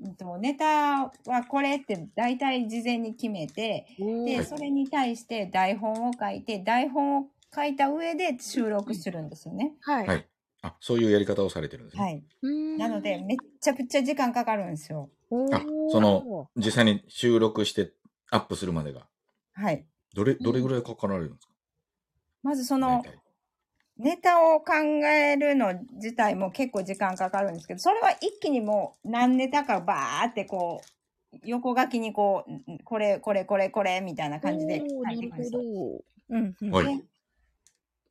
[SPEAKER 3] うんとネタはこれって大体事前に決めて、
[SPEAKER 1] は
[SPEAKER 3] で、
[SPEAKER 1] い
[SPEAKER 3] それに対して台本を書いて、台本を書いた上で収録するんですよね。
[SPEAKER 1] はい。
[SPEAKER 2] はい。あ、そういうやり方をされてるんですね。
[SPEAKER 3] はい。
[SPEAKER 1] な
[SPEAKER 3] なので、、めっちゃくちゃ時間かかるんですよ。
[SPEAKER 2] あその、実際に収録してアップするまでが、
[SPEAKER 3] はい。
[SPEAKER 2] どれ、どれぐらいかかられるんですか
[SPEAKER 3] まずそ
[SPEAKER 2] 大
[SPEAKER 3] の、
[SPEAKER 2] 体。
[SPEAKER 3] ネタを考えるの自体も結構時間かかるんですけど、それは一気にもう何ネタかバーってこう、横書きにこう、んこれ、これ、これ、これ、みたいな感じで書いていくんですよ。うんうん
[SPEAKER 2] はい
[SPEAKER 3] で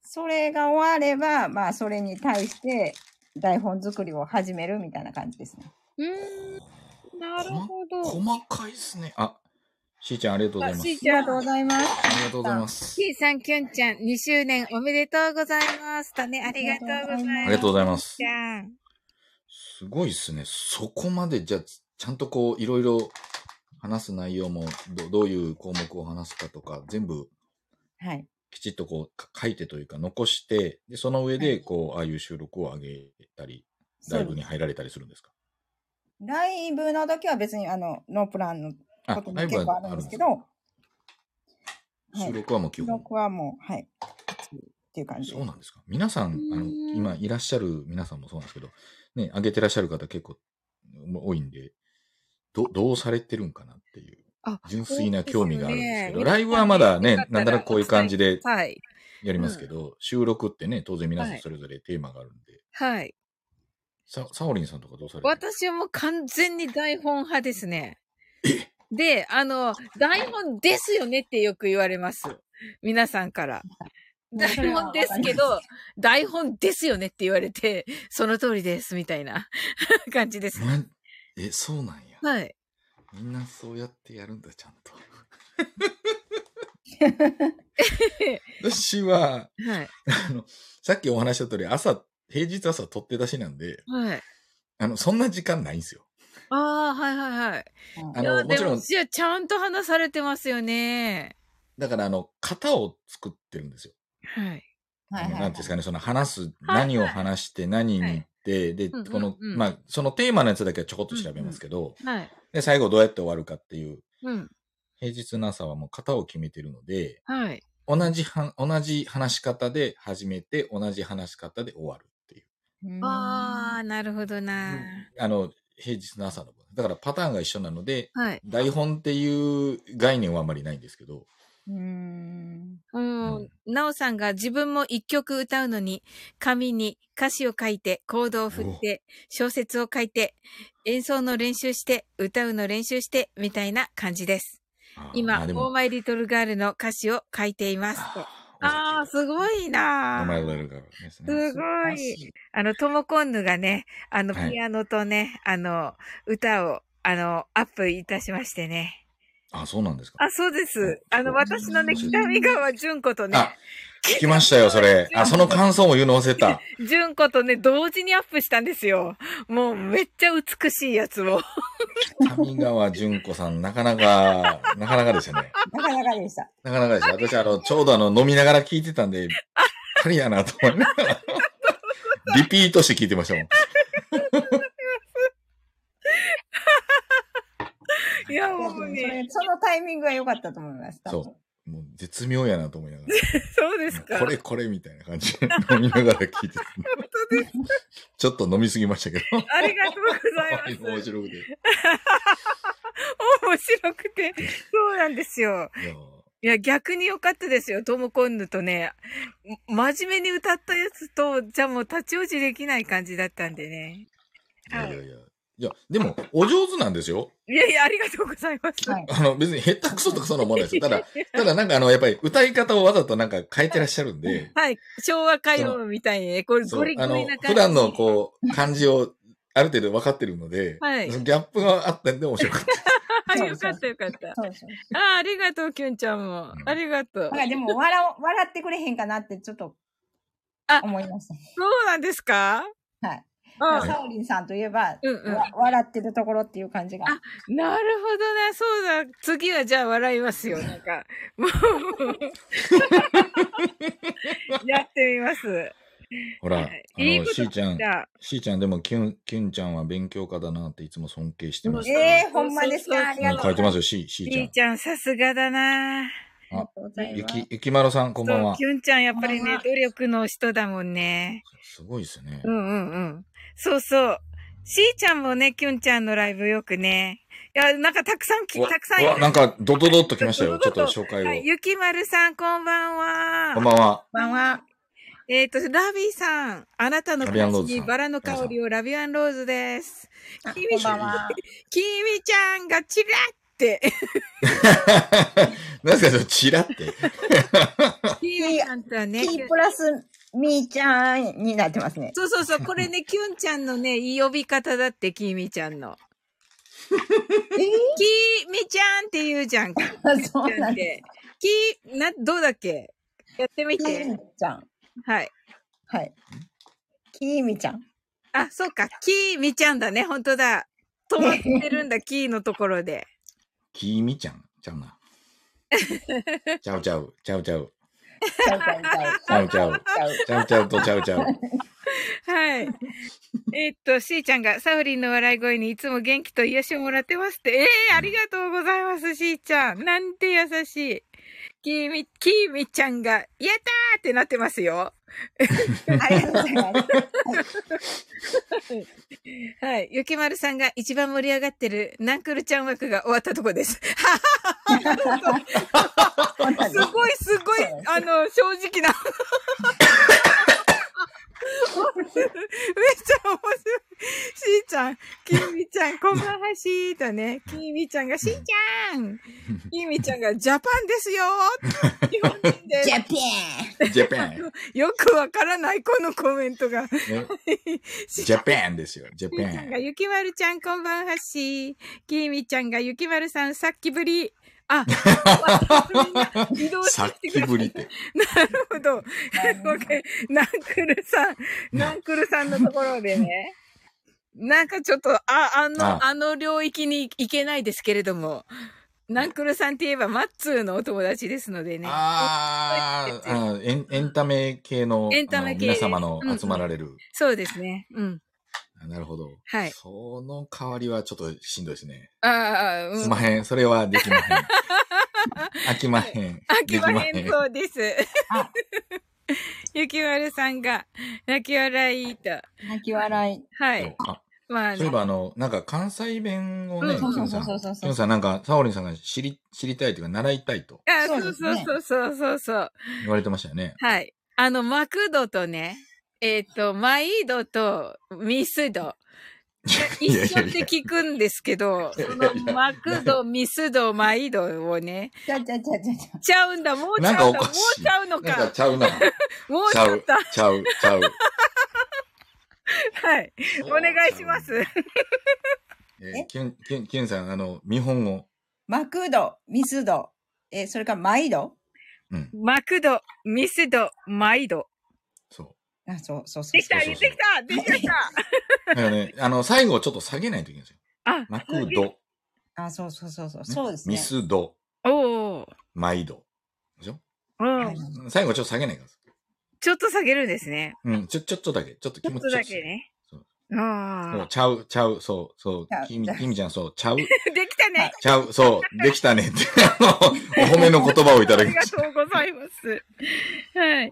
[SPEAKER 3] それが終われば、まあ、それに対して台本作りを始めるみたいな感じですね。
[SPEAKER 1] うーん、なるほど。
[SPEAKER 2] 細かいですね。あ、しーちゃんありがとうござい
[SPEAKER 1] あ、
[SPEAKER 2] ます。
[SPEAKER 1] しーちゃん、ありがとうございます。
[SPEAKER 2] ありがとうございます。
[SPEAKER 1] しーさん、きゅんちゃん、2周年おめでとうございます。とね、ありがとうございます。
[SPEAKER 2] ありがとうございます
[SPEAKER 1] きゅんちゃん。
[SPEAKER 2] すごいですね。そこまで、じゃあ、ちゃんとこう、いろいろ話す内容もど、どういう項目を話すかとか、全部
[SPEAKER 3] はい。
[SPEAKER 2] きちっとこうか、書いてというか、残して、で、その上で、こう、ああいう収録を上げたり、ライブに入られたりするんですか
[SPEAKER 3] ライブの時は別に、あの、ノープランの
[SPEAKER 2] あ
[SPEAKER 3] こと、も
[SPEAKER 2] ライブ
[SPEAKER 3] 結構
[SPEAKER 2] は
[SPEAKER 3] あ
[SPEAKER 2] あ
[SPEAKER 3] るん
[SPEAKER 2] るん
[SPEAKER 3] で
[SPEAKER 2] です
[SPEAKER 3] す
[SPEAKER 2] け
[SPEAKER 3] け
[SPEAKER 2] ど、
[SPEAKER 3] ど、はい
[SPEAKER 2] 収録はもう基本。
[SPEAKER 3] 僕はもう、はい。っていう感じで
[SPEAKER 2] そうなんですか皆さん、あの
[SPEAKER 1] う、ーん
[SPEAKER 2] 今いらっしゃる皆さんもそうなんですけど、ね、上げてらっしゃる方結構も多いんで、ど、どうされてるんかなっていう
[SPEAKER 1] あ、
[SPEAKER 2] 純粋な興味があるんですけど、
[SPEAKER 1] そうですよね
[SPEAKER 2] ライブはまだ
[SPEAKER 1] よか
[SPEAKER 2] ね
[SPEAKER 1] っ、た
[SPEAKER 2] な
[SPEAKER 1] ら
[SPEAKER 2] んだらこういう感じで
[SPEAKER 1] はい。
[SPEAKER 2] やりますけど、収録ってね、当然皆さんそれぞれテーマがあるんで、
[SPEAKER 1] はい。
[SPEAKER 2] さ、サオリンさんとかどうされてる
[SPEAKER 1] 私はもう完全に台本派ですね。で、あの、台本ですよねってよく言われます。皆さんから。
[SPEAKER 3] それ
[SPEAKER 1] 台
[SPEAKER 3] は
[SPEAKER 1] 本
[SPEAKER 3] わ
[SPEAKER 1] です
[SPEAKER 3] かり
[SPEAKER 1] けど、台本ですよねって言われて、その通りです、みたいな <laughs> 感じです。
[SPEAKER 2] なんえ、そうなんや。
[SPEAKER 1] はい。
[SPEAKER 2] みんなそうやってやるんだ、ちゃん
[SPEAKER 1] <laughs>
[SPEAKER 2] と。私は、
[SPEAKER 1] はい。
[SPEAKER 2] あの、さっきお話しした通り、朝、平日朝取って出しなんで、
[SPEAKER 1] はい。
[SPEAKER 2] あの、そんな時間ないんですよ。
[SPEAKER 1] ああ、はいはいはい。
[SPEAKER 3] うん
[SPEAKER 2] あ
[SPEAKER 1] い
[SPEAKER 2] の
[SPEAKER 1] や、
[SPEAKER 2] も
[SPEAKER 1] で
[SPEAKER 2] ちろん
[SPEAKER 1] も、じゃあちゃんと話されてますよね。
[SPEAKER 2] だから、あの、型を作ってるんですよ。
[SPEAKER 1] はい。
[SPEAKER 3] はい
[SPEAKER 2] あ
[SPEAKER 3] は
[SPEAKER 2] の
[SPEAKER 3] いは
[SPEAKER 2] なん
[SPEAKER 3] い
[SPEAKER 2] ていうんですかね、その話す、
[SPEAKER 1] はい
[SPEAKER 2] 何を話して、何に言って、で、
[SPEAKER 1] うんうんうん
[SPEAKER 2] この、まあ、そのテーマのやつだけはちょこっと調べますけど、
[SPEAKER 1] はい。
[SPEAKER 2] で、最後どうやって終わるかっていう、
[SPEAKER 1] うん。
[SPEAKER 2] 平日の朝はもう型を決めてるので、
[SPEAKER 1] はい。
[SPEAKER 2] 同じは、同じ話し方で始めて、同じ話し方で終わるっていう。
[SPEAKER 3] うん
[SPEAKER 1] ああ、なるほどな。
[SPEAKER 2] あの、平日の朝の分。だからパターンが一緒なので、
[SPEAKER 1] はい。
[SPEAKER 2] 台本っていう概念はあまりないんですけど、
[SPEAKER 3] うん
[SPEAKER 1] うん
[SPEAKER 2] うん
[SPEAKER 1] なおさんが自分も一曲歌うのに、紙に歌詞を書いて、コードを振って、小説を書いて、演奏の練習して、歌うの練習して、みたいな感じです。
[SPEAKER 2] あーま
[SPEAKER 1] 今、
[SPEAKER 2] あ
[SPEAKER 1] オ
[SPEAKER 2] で
[SPEAKER 1] ー
[SPEAKER 2] も、
[SPEAKER 1] マイリトルガールの歌詞を書いています。とああ、すごい
[SPEAKER 2] あー、名
[SPEAKER 1] な
[SPEAKER 2] 前
[SPEAKER 1] ー。
[SPEAKER 2] を出るからですね。
[SPEAKER 1] すごい。あの、トモコンヌがね、あの、
[SPEAKER 2] はい
[SPEAKER 1] ピアノとね、あの、歌を、あの、アップいたしましてね。
[SPEAKER 2] あ、そうなんですか。
[SPEAKER 1] あ、そうです。
[SPEAKER 2] あ
[SPEAKER 1] あの、私のね、
[SPEAKER 2] そう
[SPEAKER 1] 北見川純子とね
[SPEAKER 2] あ、聞きました
[SPEAKER 1] <laughs>
[SPEAKER 2] よ、それ。あ、その感想も言うの忘れた。
[SPEAKER 1] 純子とね、同時にアップしたんですよ。もう、めっちゃ美しいやつを。
[SPEAKER 2] 上川淳子さん、なかなか、 <laughs> なかなかですよね。
[SPEAKER 3] なかなかでした。
[SPEAKER 2] なかなかですよ。私、あの、ちょうどあの、飲みながら聞いてたんで、ありやなと思いなが
[SPEAKER 1] <laughs>
[SPEAKER 2] ら。リピートして聞いてましたもん。
[SPEAKER 1] いや、
[SPEAKER 3] そ
[SPEAKER 1] もうね、
[SPEAKER 3] れそのタイミングが良かったと思います。
[SPEAKER 2] そうもう絶妙やなと思いなが
[SPEAKER 1] そうです
[SPEAKER 2] ら。
[SPEAKER 1] か。
[SPEAKER 2] これこれみたいな感じで <laughs> 飲みながら聞いてた。 <laughs> ちょっと飲みすぎましたけど。
[SPEAKER 1] ありがとうございます。
[SPEAKER 2] <laughs> 面白くて。
[SPEAKER 1] 面白くて。そうなんですよ。
[SPEAKER 2] いや
[SPEAKER 1] いや、逆に良かったですよ。トモコンヌとね、ま真面目に歌ったやつと、じゃあもう立ち落ちできない感じだったんでね。
[SPEAKER 2] いやいやいや。いや、でも、お上手なんですよ。
[SPEAKER 1] いやいや、ありがとうございます。
[SPEAKER 3] はい
[SPEAKER 2] あの、別に下手くそとかそんなもんないですよ。た
[SPEAKER 1] <laughs>
[SPEAKER 2] だ、ただなんかあの、やっぱり歌い方をわざとなんか変えてらっしゃるんで、
[SPEAKER 1] はい。昭和歌謡みたいにね、これ
[SPEAKER 2] そ
[SPEAKER 1] ゴ
[SPEAKER 2] う
[SPEAKER 1] リゴ
[SPEAKER 2] あ
[SPEAKER 1] リ
[SPEAKER 2] の
[SPEAKER 1] な感じ。
[SPEAKER 2] 普段のこう感じをある程度分かってるので、
[SPEAKER 1] はい
[SPEAKER 2] そのギャップがあったんで面
[SPEAKER 1] <laughs>
[SPEAKER 2] 白かった。
[SPEAKER 1] <laughs> あよかったよかった。
[SPEAKER 3] そうそう。
[SPEAKER 1] ああ、ありがとう、きゅんちゃんも。ありがとう
[SPEAKER 3] なん。かでも笑お、笑ってくれへんかなってちょっと
[SPEAKER 1] あ
[SPEAKER 3] 思いまし
[SPEAKER 1] そうなんですか
[SPEAKER 3] た。はい。
[SPEAKER 1] うん。
[SPEAKER 3] サオリンさんといえば、
[SPEAKER 1] うんうん
[SPEAKER 3] わ笑ってるところっていう感じが。
[SPEAKER 1] あ <laughs> なるほどな、そうだ。次はじゃあ笑いますよ。なんか、 <laughs> もう。やってみます。
[SPEAKER 2] ほら、
[SPEAKER 1] は
[SPEAKER 2] あ
[SPEAKER 1] いいい
[SPEAKER 2] の、
[SPEAKER 1] こと
[SPEAKER 2] しーちゃん
[SPEAKER 1] じ、ゃあ。
[SPEAKER 2] しーちゃんでもキュン、キュンちゃんは勉強家だなっていつも尊敬してます。
[SPEAKER 1] うん
[SPEAKER 3] ええほんまですかありが
[SPEAKER 2] うん
[SPEAKER 3] とう
[SPEAKER 2] 書いてますよ、しー、し
[SPEAKER 1] い
[SPEAKER 2] ーちゃん
[SPEAKER 1] い。ちゃん、さすがだな。
[SPEAKER 3] ありがとうござい
[SPEAKER 2] ゆ
[SPEAKER 3] ま
[SPEAKER 2] き
[SPEAKER 3] す。、
[SPEAKER 2] ゆきまろさん、こんばんは
[SPEAKER 1] き。ゅんちゃん、やっぱり
[SPEAKER 3] こんばん
[SPEAKER 1] ね
[SPEAKER 3] は、
[SPEAKER 1] 努力の人だもんね。
[SPEAKER 2] すごいですね
[SPEAKER 1] う。んうんうん。そうそう。しーちゃんもね、きゅんちゃんのライブよくね。いや、なんかたくさんき、
[SPEAKER 2] うわ
[SPEAKER 1] たくさん
[SPEAKER 2] うわなんか、ドドドっときましたよ。ち
[SPEAKER 1] ド
[SPEAKER 2] ょっと
[SPEAKER 1] ドド
[SPEAKER 2] 紹介
[SPEAKER 1] はい、
[SPEAKER 2] を。
[SPEAKER 1] ゆきまるさん、こんばんは。
[SPEAKER 2] こんばんは。
[SPEAKER 1] こんばんは。えっ、と、ラビーさん、あなたの
[SPEAKER 2] ラビアンローズさん
[SPEAKER 1] にバラの香りをラビアンローズです。
[SPEAKER 3] あ
[SPEAKER 1] きみ
[SPEAKER 3] こんばんは。
[SPEAKER 1] きみちゃんがチラ
[SPEAKER 3] <laughs>
[SPEAKER 1] って、
[SPEAKER 2] <laughs> なんですか、ちょっとチラって。
[SPEAKER 1] きみちゃんとね、
[SPEAKER 3] キープラスみーちゃんになってますね。
[SPEAKER 1] そうそうそう、これ
[SPEAKER 3] <laughs>
[SPEAKER 1] ね、きゅんちゃんのね、呼び方だって、きみちゃんの。
[SPEAKER 3] ええ
[SPEAKER 1] きみちゃんって言うじゃん、きみ
[SPEAKER 3] そう
[SPEAKER 1] ちゃ
[SPEAKER 3] なん
[SPEAKER 1] っ
[SPEAKER 3] んで
[SPEAKER 1] て。き、な、どうだっけやってみ
[SPEAKER 3] す。き
[SPEAKER 1] て。
[SPEAKER 3] みちゃん。
[SPEAKER 1] はい。
[SPEAKER 3] はい。きみ <laughs> ちゃん。
[SPEAKER 1] あ、そうか、きみちゃんだね、本当だ。止まってるんだ、きのところで。
[SPEAKER 2] きみちゃん。ちゃうな。ちゃうちゃう。ちゃうちゃう。
[SPEAKER 3] ちゃうちゃうち
[SPEAKER 2] ち
[SPEAKER 3] ゃ
[SPEAKER 2] ゃ
[SPEAKER 3] う
[SPEAKER 2] う
[SPEAKER 3] ち
[SPEAKER 2] ち
[SPEAKER 3] ゃ
[SPEAKER 2] ゃう。ちゃうちゃ
[SPEAKER 3] うちゃう。
[SPEAKER 2] うとちゃうちゃう。
[SPEAKER 1] はい。えーっと、しーちゃんが、サウリンの笑い声にいつも元気と癒しをもらってますって。ええー、ありがとうございます、しーちゃん。なんて優しい。きみ、きみちゃんが、やったーってなってますよ。
[SPEAKER 3] ありがとうございます。
[SPEAKER 1] はい。ゆきまるさんが一番盛り上がってる、ナンクルちゃん枠が終わったとこです。すごい、すごい
[SPEAKER 3] そうなんですそうなんで、す
[SPEAKER 1] あの、正直な。めっちゃ面白い。しーちゃん、きーみちゃん、こんばんはしーとね、きーみちゃんが、しーちゃんきーみちゃんが、ジャパンですよー日本人で
[SPEAKER 3] ジャパン
[SPEAKER 2] ジャパン。
[SPEAKER 1] す。よくわからない、このコメントが。
[SPEAKER 2] ね、
[SPEAKER 1] し
[SPEAKER 2] ジャパンですよ。ジャ
[SPEAKER 1] みーちゃんが、
[SPEAKER 2] パン。
[SPEAKER 1] ゆきまるちゃん、こんばんはしー。きーみちゃんが、ゆきまるさん、さっきぶり。
[SPEAKER 3] <laughs>
[SPEAKER 1] あ、みんな移動
[SPEAKER 2] さっ
[SPEAKER 1] してく
[SPEAKER 2] き
[SPEAKER 1] だ
[SPEAKER 2] ぶりって。
[SPEAKER 1] なるほ <laughs> ど。ごめんナンクルさん、ナンクルさんのところで <laughs> ね。なんかちょっと、あ、あの、あ
[SPEAKER 2] あ
[SPEAKER 1] の領域に行けないですけれども、ナンクルさんって言えばマッツーのお友達ですのでね。
[SPEAKER 2] あーあーエン、エンタメ系の
[SPEAKER 1] エンタメ系
[SPEAKER 2] あの皆様の
[SPEAKER 1] うんうん
[SPEAKER 2] 集まられる。
[SPEAKER 1] そうですね。うん。
[SPEAKER 2] あなるほど。
[SPEAKER 1] はい
[SPEAKER 2] その代わりはちょっとしんどいですね。
[SPEAKER 1] ああ、うん
[SPEAKER 2] す。まへん。それはできま
[SPEAKER 1] <laughs>
[SPEAKER 2] へん。飽きまへん。
[SPEAKER 1] あきまへ
[SPEAKER 2] で
[SPEAKER 1] ん
[SPEAKER 2] き
[SPEAKER 1] そうです
[SPEAKER 3] あ。
[SPEAKER 1] ゆ
[SPEAKER 2] <laughs>
[SPEAKER 1] きわるさんが、泣き笑いと。
[SPEAKER 3] 泣き笑い。
[SPEAKER 1] は
[SPEAKER 2] まへん
[SPEAKER 1] い。
[SPEAKER 2] あ
[SPEAKER 1] まあ、
[SPEAKER 2] そういえば、あの、なんか関西弁をね、
[SPEAKER 1] う
[SPEAKER 2] キ
[SPEAKER 1] んそうそう
[SPEAKER 2] ムさ、
[SPEAKER 3] そうんそうそうそう
[SPEAKER 2] キムさんなんか、サオリンさんが知り、知りたいというか、習いたいと
[SPEAKER 1] あ
[SPEAKER 3] そう
[SPEAKER 1] そ
[SPEAKER 3] で
[SPEAKER 1] う
[SPEAKER 3] す
[SPEAKER 1] そう
[SPEAKER 3] ね
[SPEAKER 1] そうそうそうそう。
[SPEAKER 2] 言われてましたよね。
[SPEAKER 1] はい。あの、マクドとね、えっ、と、マイドとミスド。一
[SPEAKER 2] いやい
[SPEAKER 1] 緒
[SPEAKER 2] や
[SPEAKER 1] っ
[SPEAKER 2] い
[SPEAKER 1] て
[SPEAKER 2] や。
[SPEAKER 1] 聞くんですけど、
[SPEAKER 2] いやい
[SPEAKER 1] そ
[SPEAKER 2] やいや
[SPEAKER 1] のマクド、ミスド、マイドをね、
[SPEAKER 3] ちゃちゃちゃちゃちゃ。
[SPEAKER 1] ちゃうんだ、もうち
[SPEAKER 2] なん
[SPEAKER 1] ゃ
[SPEAKER 2] か
[SPEAKER 1] う
[SPEAKER 2] お
[SPEAKER 1] んだ、も
[SPEAKER 2] かし
[SPEAKER 1] う
[SPEAKER 2] い。
[SPEAKER 1] ちゃうのか、
[SPEAKER 2] なんかちゃうな。
[SPEAKER 1] もう
[SPEAKER 2] ち
[SPEAKER 1] ちゃ
[SPEAKER 2] ゃ
[SPEAKER 1] っ
[SPEAKER 2] う
[SPEAKER 1] た。、
[SPEAKER 2] ちゃう、ちゃう。
[SPEAKER 1] はい。お願いします。
[SPEAKER 2] えー。キュン、キュン、キュンさん、あの、見本を。
[SPEAKER 3] マクド、ミスド、えーそれからマイド。
[SPEAKER 2] うん、
[SPEAKER 1] マクド、ミスド、マイド。
[SPEAKER 2] そ
[SPEAKER 3] あ、そうそうそう
[SPEAKER 1] できた、
[SPEAKER 2] そう
[SPEAKER 1] で
[SPEAKER 2] そ
[SPEAKER 1] き
[SPEAKER 2] うそう
[SPEAKER 1] た、できまし
[SPEAKER 2] <laughs>
[SPEAKER 1] た。
[SPEAKER 2] う。だからね、あの、最後をちょっと下げないといけないんですよ。
[SPEAKER 1] あ、
[SPEAKER 2] マクド、
[SPEAKER 3] あ、そうそうそうそう。そうですね。
[SPEAKER 2] ミスド、
[SPEAKER 1] おー
[SPEAKER 2] マイド。でしょ
[SPEAKER 1] う
[SPEAKER 3] はい
[SPEAKER 1] ん。
[SPEAKER 2] 最後ちょっと下げないから。
[SPEAKER 1] ちょっと下げるんですね。
[SPEAKER 2] うん、ちょ、ちょっとだけ。ちょっと
[SPEAKER 1] ち
[SPEAKER 2] 気
[SPEAKER 1] ょ
[SPEAKER 2] 持
[SPEAKER 1] っ
[SPEAKER 2] ち
[SPEAKER 1] と
[SPEAKER 2] ちょ
[SPEAKER 1] だ
[SPEAKER 2] っと
[SPEAKER 1] けね
[SPEAKER 2] そう。も
[SPEAKER 1] あ
[SPEAKER 2] うちゃう、ちゃう、そう、そう
[SPEAKER 3] ちゃう、
[SPEAKER 2] きみ、
[SPEAKER 3] ちゃう
[SPEAKER 2] きみちゃん、そう、ちゃ
[SPEAKER 1] あ。
[SPEAKER 2] う、
[SPEAKER 1] <laughs> できたね。
[SPEAKER 2] ちゃう、そう、できたねって、あの、お褒めの言葉をいた
[SPEAKER 1] あ
[SPEAKER 2] だ
[SPEAKER 3] <laughs>
[SPEAKER 1] り
[SPEAKER 2] き
[SPEAKER 1] が
[SPEAKER 2] ました。
[SPEAKER 1] とうございます。はい。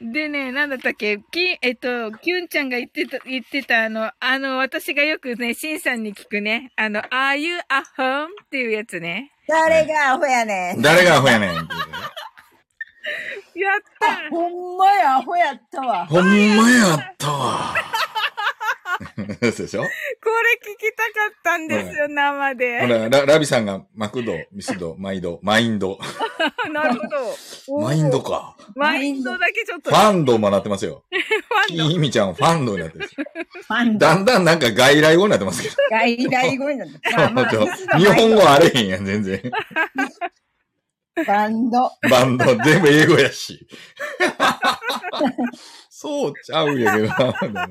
[SPEAKER 1] でね、なんだったっけ、き、えっと、きゅんちゃんが言ってた、言ってた、あの、あの、私がよくね、しんさんに聞くね、あの、Are you at home? っていうやつね。
[SPEAKER 3] 誰がアホやねん。
[SPEAKER 2] 誰がアホやねんっていうね。
[SPEAKER 1] やった
[SPEAKER 3] ほんまや、アホやったわ。
[SPEAKER 2] ほんまやった
[SPEAKER 3] <laughs>
[SPEAKER 2] わ。そうでしょ
[SPEAKER 1] これ聞きたかったんですよ、生
[SPEAKER 2] ほ
[SPEAKER 1] で。
[SPEAKER 2] ら、ララビさんがマクド、ミスド、マイド、マインド。
[SPEAKER 1] なるほど。おー
[SPEAKER 2] マインド。か。
[SPEAKER 1] マインドだけちょっと。
[SPEAKER 2] ファンドもなってますよ。
[SPEAKER 1] フ
[SPEAKER 2] き
[SPEAKER 1] ァン
[SPEAKER 2] ーみちゃんファンドになってる。
[SPEAKER 3] ファンド
[SPEAKER 2] だ。んだんなんか外来語になってますけど。
[SPEAKER 3] 外来語になった。まあまあ、ミスド
[SPEAKER 2] 日
[SPEAKER 3] マイ
[SPEAKER 2] 本
[SPEAKER 3] ド
[SPEAKER 2] 語あれへんやん、全然。
[SPEAKER 3] バンド。
[SPEAKER 2] バンド、全部英語や
[SPEAKER 3] <laughs>
[SPEAKER 2] し。そうちゃうやけどな。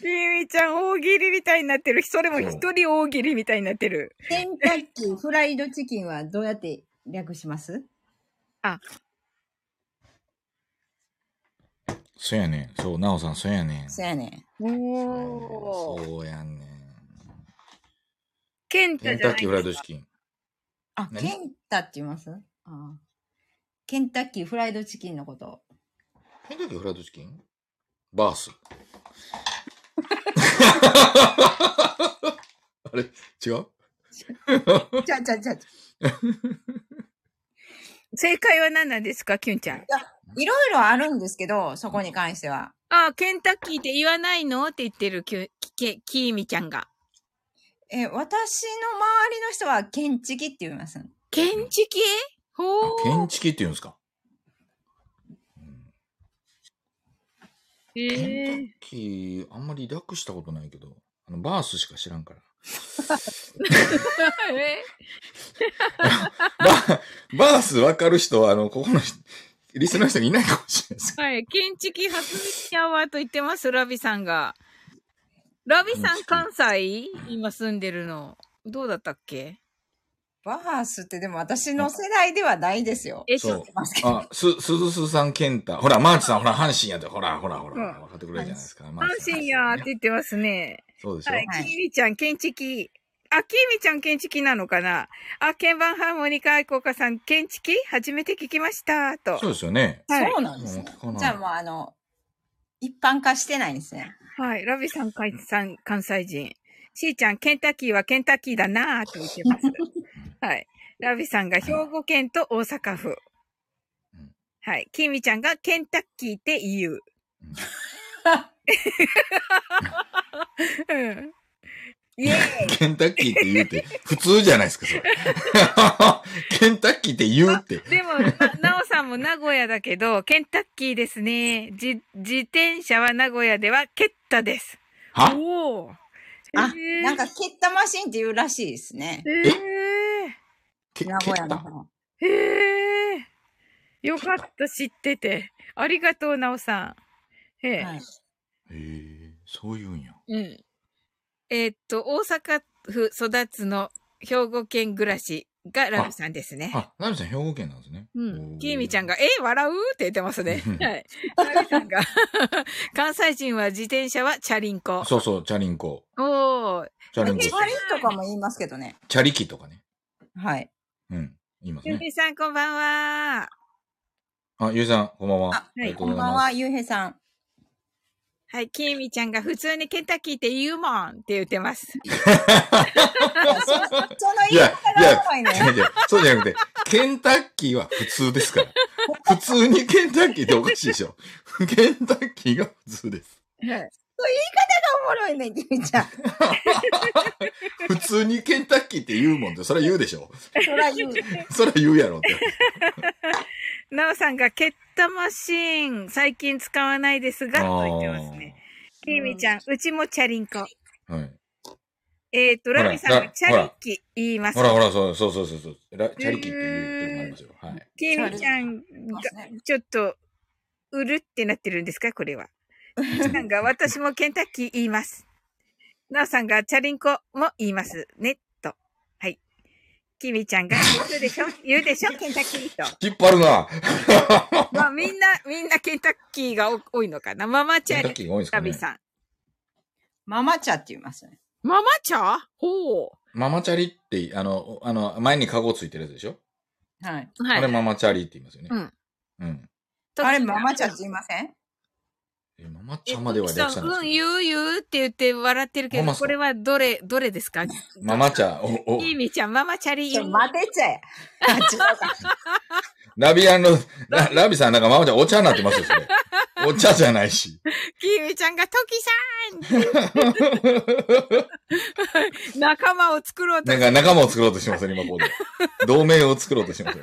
[SPEAKER 1] きみちゃん大喜利みたいになってる。それも一人大喜利みたいになってる。
[SPEAKER 3] ケンタッキーフライドチキンはどうやって略します
[SPEAKER 2] そうやねん。そう、なおさん、そうやねん。
[SPEAKER 3] そうやねん。
[SPEAKER 1] おー。
[SPEAKER 2] そうやねん。
[SPEAKER 1] ケン
[SPEAKER 2] ケ
[SPEAKER 1] タ
[SPEAKER 2] ン
[SPEAKER 1] じゃ
[SPEAKER 2] タ
[SPEAKER 1] な
[SPEAKER 2] ッ
[SPEAKER 1] い
[SPEAKER 2] キーフライドチキン。
[SPEAKER 3] あ、
[SPEAKER 2] 何
[SPEAKER 3] ケンタって言いますああケンタッキーフライドチキンのこと。
[SPEAKER 2] ケンタッキーフライドチキンバ <laughs> ース。あれ違う
[SPEAKER 3] ちゃちゃちゃちゃ。
[SPEAKER 1] 正解は何なんですか、きゅんちゃん。
[SPEAKER 3] <laughs> いろいろあるんですけど、そこに関しては。
[SPEAKER 1] ああ、ケンタッキーって言わないのって言ってるきゅ、き、きーみちゃんが。
[SPEAKER 3] え、私の周りの人はケンチキって言います。
[SPEAKER 1] ケンチキほ
[SPEAKER 2] あケ
[SPEAKER 1] う。
[SPEAKER 2] ンチキって言うんですか、うん
[SPEAKER 1] え
[SPEAKER 2] ケンタ
[SPEAKER 1] ー
[SPEAKER 2] ッ、キー、あんまり略したことないけど、あの、バースしか知らんから。
[SPEAKER 1] え
[SPEAKER 2] バーバースわかる人は、あの、ここの人リスナーの人にいないかもしれないです。
[SPEAKER 1] はい。ケンチキ初ミアワーと言ってます、ラビさんが。ラビさん関西今住んでるの。どうだったっけ
[SPEAKER 3] バースってでも私の世代ではないですよ。
[SPEAKER 1] え、
[SPEAKER 2] <laughs> そう
[SPEAKER 1] そ。
[SPEAKER 2] あ、す、すずすさん、ケンタ。ほら、マーチさん、ほら、阪神やで。ほら、ほら、ほら、
[SPEAKER 1] うん
[SPEAKER 2] 分かってくれるじゃないですか。阪
[SPEAKER 1] う。阪神やーって言ってますね。
[SPEAKER 2] そうですよ。
[SPEAKER 1] はい
[SPEAKER 3] は。い
[SPEAKER 1] きーみちゃん、ケンチキ。あ、きーみちゃん、ケンチキなのかなあ、鍵盤ハーモニカ愛好家さん、ケンチキ初めて聞きました。と。
[SPEAKER 2] そうですよね。
[SPEAKER 1] はい
[SPEAKER 3] そうなんですね
[SPEAKER 2] もう聞かない
[SPEAKER 3] じゃあもうあの、一般化してないんですね。
[SPEAKER 1] はい。ラビさん、かいさん、関西人。しーちゃん、ケンタッキーはケンタッキーだなぁと言ってます。はい。ラビさんが兵庫県と大阪府
[SPEAKER 2] うん。
[SPEAKER 1] はい。きみちゃんがケンタッキーって言う。うん
[SPEAKER 3] イエーイ
[SPEAKER 2] ケンタッキーって言うて、普通じゃないですか、それ。 <laughs> ケンタッキーって言うって。
[SPEAKER 1] でも、な、なおさんも名古屋だけど、ケンタッキーですね。じ、自転車は名古屋ではケッタです。
[SPEAKER 2] は
[SPEAKER 1] おお。
[SPEAKER 3] あ
[SPEAKER 1] へ、ー
[SPEAKER 3] なんか、、蹴ったマシンっていうらしいですね。
[SPEAKER 1] ええ
[SPEAKER 2] け
[SPEAKER 3] 名古屋
[SPEAKER 2] 蹴
[SPEAKER 3] の
[SPEAKER 2] っ
[SPEAKER 3] 方。
[SPEAKER 1] ー、えー、よかった、知ってて。ありがとう、なおさん。ええ
[SPEAKER 3] はい。
[SPEAKER 2] たへえ、そういうんや。
[SPEAKER 1] うん。えーっと、大阪府育つの兵庫県暮らしがラブさんですね。
[SPEAKER 2] あ、ナミさん兵庫県なんですね。
[SPEAKER 1] うん。
[SPEAKER 2] おー。
[SPEAKER 1] きーみちゃんが、。え笑うって言ってますねはい。ラビさんが、 <laughs> 関西人は自転車はチャリンコ。
[SPEAKER 2] そうそう、チャリンコ。
[SPEAKER 1] おー。
[SPEAKER 2] チャリンコ
[SPEAKER 3] チ。ャリとかも言いますけどね。
[SPEAKER 2] チャリキとかね。
[SPEAKER 3] はい。
[SPEAKER 2] うん。言います
[SPEAKER 1] ゆう
[SPEAKER 2] ね。
[SPEAKER 1] べさん、こんばんは。
[SPEAKER 2] あ、ゆうさん、こんばんは。
[SPEAKER 3] あ
[SPEAKER 2] ありがと
[SPEAKER 3] こ
[SPEAKER 2] うご
[SPEAKER 3] ん
[SPEAKER 2] ざ
[SPEAKER 3] ば
[SPEAKER 2] い
[SPEAKER 3] ん
[SPEAKER 2] ま
[SPEAKER 3] は、
[SPEAKER 2] す。
[SPEAKER 3] ゆうへいさん。
[SPEAKER 1] はい、きーみちゃんが普通にケンタッキーって言うもんって言ってます。
[SPEAKER 3] その
[SPEAKER 2] い
[SPEAKER 3] 言い
[SPEAKER 2] や、
[SPEAKER 3] 方
[SPEAKER 2] いや
[SPEAKER 3] が怖
[SPEAKER 2] <laughs>
[SPEAKER 3] い、
[SPEAKER 2] 違
[SPEAKER 3] ね。
[SPEAKER 2] う違うそうじゃなくて、ケンタッキーは普通ですから。普通にケンタッキーっておかしいでしょ。ケンタッキーが普通です。
[SPEAKER 1] はい
[SPEAKER 3] おもろいね、きみちゃん。
[SPEAKER 2] 普通にケンタッキーって言うもんって、それは言うでしょ。
[SPEAKER 3] そら言う。
[SPEAKER 2] <laughs> それは言うやろって。
[SPEAKER 1] <laughs> なおさんが、ケッタマシーン、最近使わないですが、と言ってますね。きーみちゃん、うちもチャリンコ。
[SPEAKER 2] あーはい。
[SPEAKER 1] えっ、と、ラミさん
[SPEAKER 2] ほ
[SPEAKER 1] が
[SPEAKER 2] ら
[SPEAKER 1] チャリキ言います
[SPEAKER 2] ほ。らほら、そうそうそうそうそう。ラチャリキっていうのもありますよ。はい。
[SPEAKER 1] ケミちゃんがちょっと、うるってなってるんですかこ
[SPEAKER 2] <laughs>
[SPEAKER 1] れは。さんが、私もケンタッキー言います。なおさんが、チャリンコも言います。ね、と。はい。キミちゃんが、言うで
[SPEAKER 2] <laughs>
[SPEAKER 1] しょ言うでしょケンタッキーと。
[SPEAKER 2] 引っ張るな。
[SPEAKER 1] まあ、みんな、みんなケンタッキーがお多いのかな。ママチ
[SPEAKER 2] ケ
[SPEAKER 1] ャ
[SPEAKER 2] ンタッ
[SPEAKER 1] リ、
[SPEAKER 2] キーが多いんですか
[SPEAKER 1] ラビ
[SPEAKER 2] ね。
[SPEAKER 1] さん。
[SPEAKER 3] ママ茶って言いますね。
[SPEAKER 1] ママチャほ
[SPEAKER 2] ママチャリって、あの、あの、前にカゴついてるやつでしょ、
[SPEAKER 3] はい。
[SPEAKER 1] う。は
[SPEAKER 2] あれママチャリって言いますよね。
[SPEAKER 1] うん。
[SPEAKER 2] うん。
[SPEAKER 1] と
[SPEAKER 3] あれ、ママ茶って言いません
[SPEAKER 2] え、ママチャまでは略
[SPEAKER 1] え
[SPEAKER 2] さ
[SPEAKER 1] そう
[SPEAKER 2] な
[SPEAKER 1] うん、
[SPEAKER 2] いです
[SPEAKER 1] 言う言うって言って笑ってるけ
[SPEAKER 2] ほんま
[SPEAKER 1] ど、
[SPEAKER 2] っすか
[SPEAKER 1] これはどれ、どれですか
[SPEAKER 2] けど。ママチャ、お、お、
[SPEAKER 1] いいみちゃん、ママチャリ
[SPEAKER 3] ち
[SPEAKER 1] 言
[SPEAKER 3] ょ、
[SPEAKER 1] う。
[SPEAKER 3] 待てちゃや。あ、違うか。
[SPEAKER 2] ラビアンの、ララビさんなんかママチャお茶になってますよ、
[SPEAKER 1] <laughs>
[SPEAKER 2] それ。お茶じゃないし。 <laughs>
[SPEAKER 1] きみちゃんが、トキさん仲間を作ろうと
[SPEAKER 2] な。んか仲間を作ろうとしてますよ、今ここで。同盟を作ろうとしてますよ。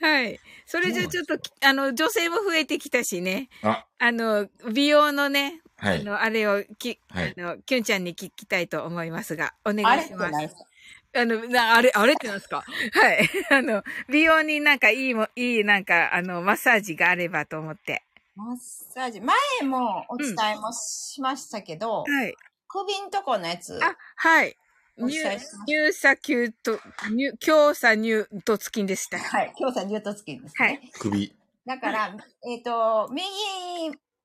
[SPEAKER 1] はい。それじゃちょっと、あの、女性も増えてきたしね。
[SPEAKER 2] あ、
[SPEAKER 1] あの、美容のね、
[SPEAKER 2] は
[SPEAKER 1] あ
[SPEAKER 2] い。
[SPEAKER 1] の、あれをき、
[SPEAKER 2] はい。
[SPEAKER 1] あの、きゅんちゃんに聞きたいと思いますが、お願
[SPEAKER 3] あ
[SPEAKER 1] い
[SPEAKER 3] れっ
[SPEAKER 1] してます。
[SPEAKER 3] 何ですか
[SPEAKER 1] あの、な、あれ、あれってなんですかはい。あの、美容になんかいいも、いいなんか、あの、マッサージがあればと思って。
[SPEAKER 3] マッサージ。前もお伝えもしましたけど、
[SPEAKER 1] はい。
[SPEAKER 3] 首んとこのやつ。
[SPEAKER 1] あ、はい。
[SPEAKER 3] お
[SPEAKER 1] 入
[SPEAKER 3] 伝えします、
[SPEAKER 1] 入査給と、入、強査入と付近でした。
[SPEAKER 3] はい。今日さん、竜とつきです
[SPEAKER 1] は
[SPEAKER 3] ね
[SPEAKER 1] い。
[SPEAKER 2] 首。
[SPEAKER 3] だから、えっと、右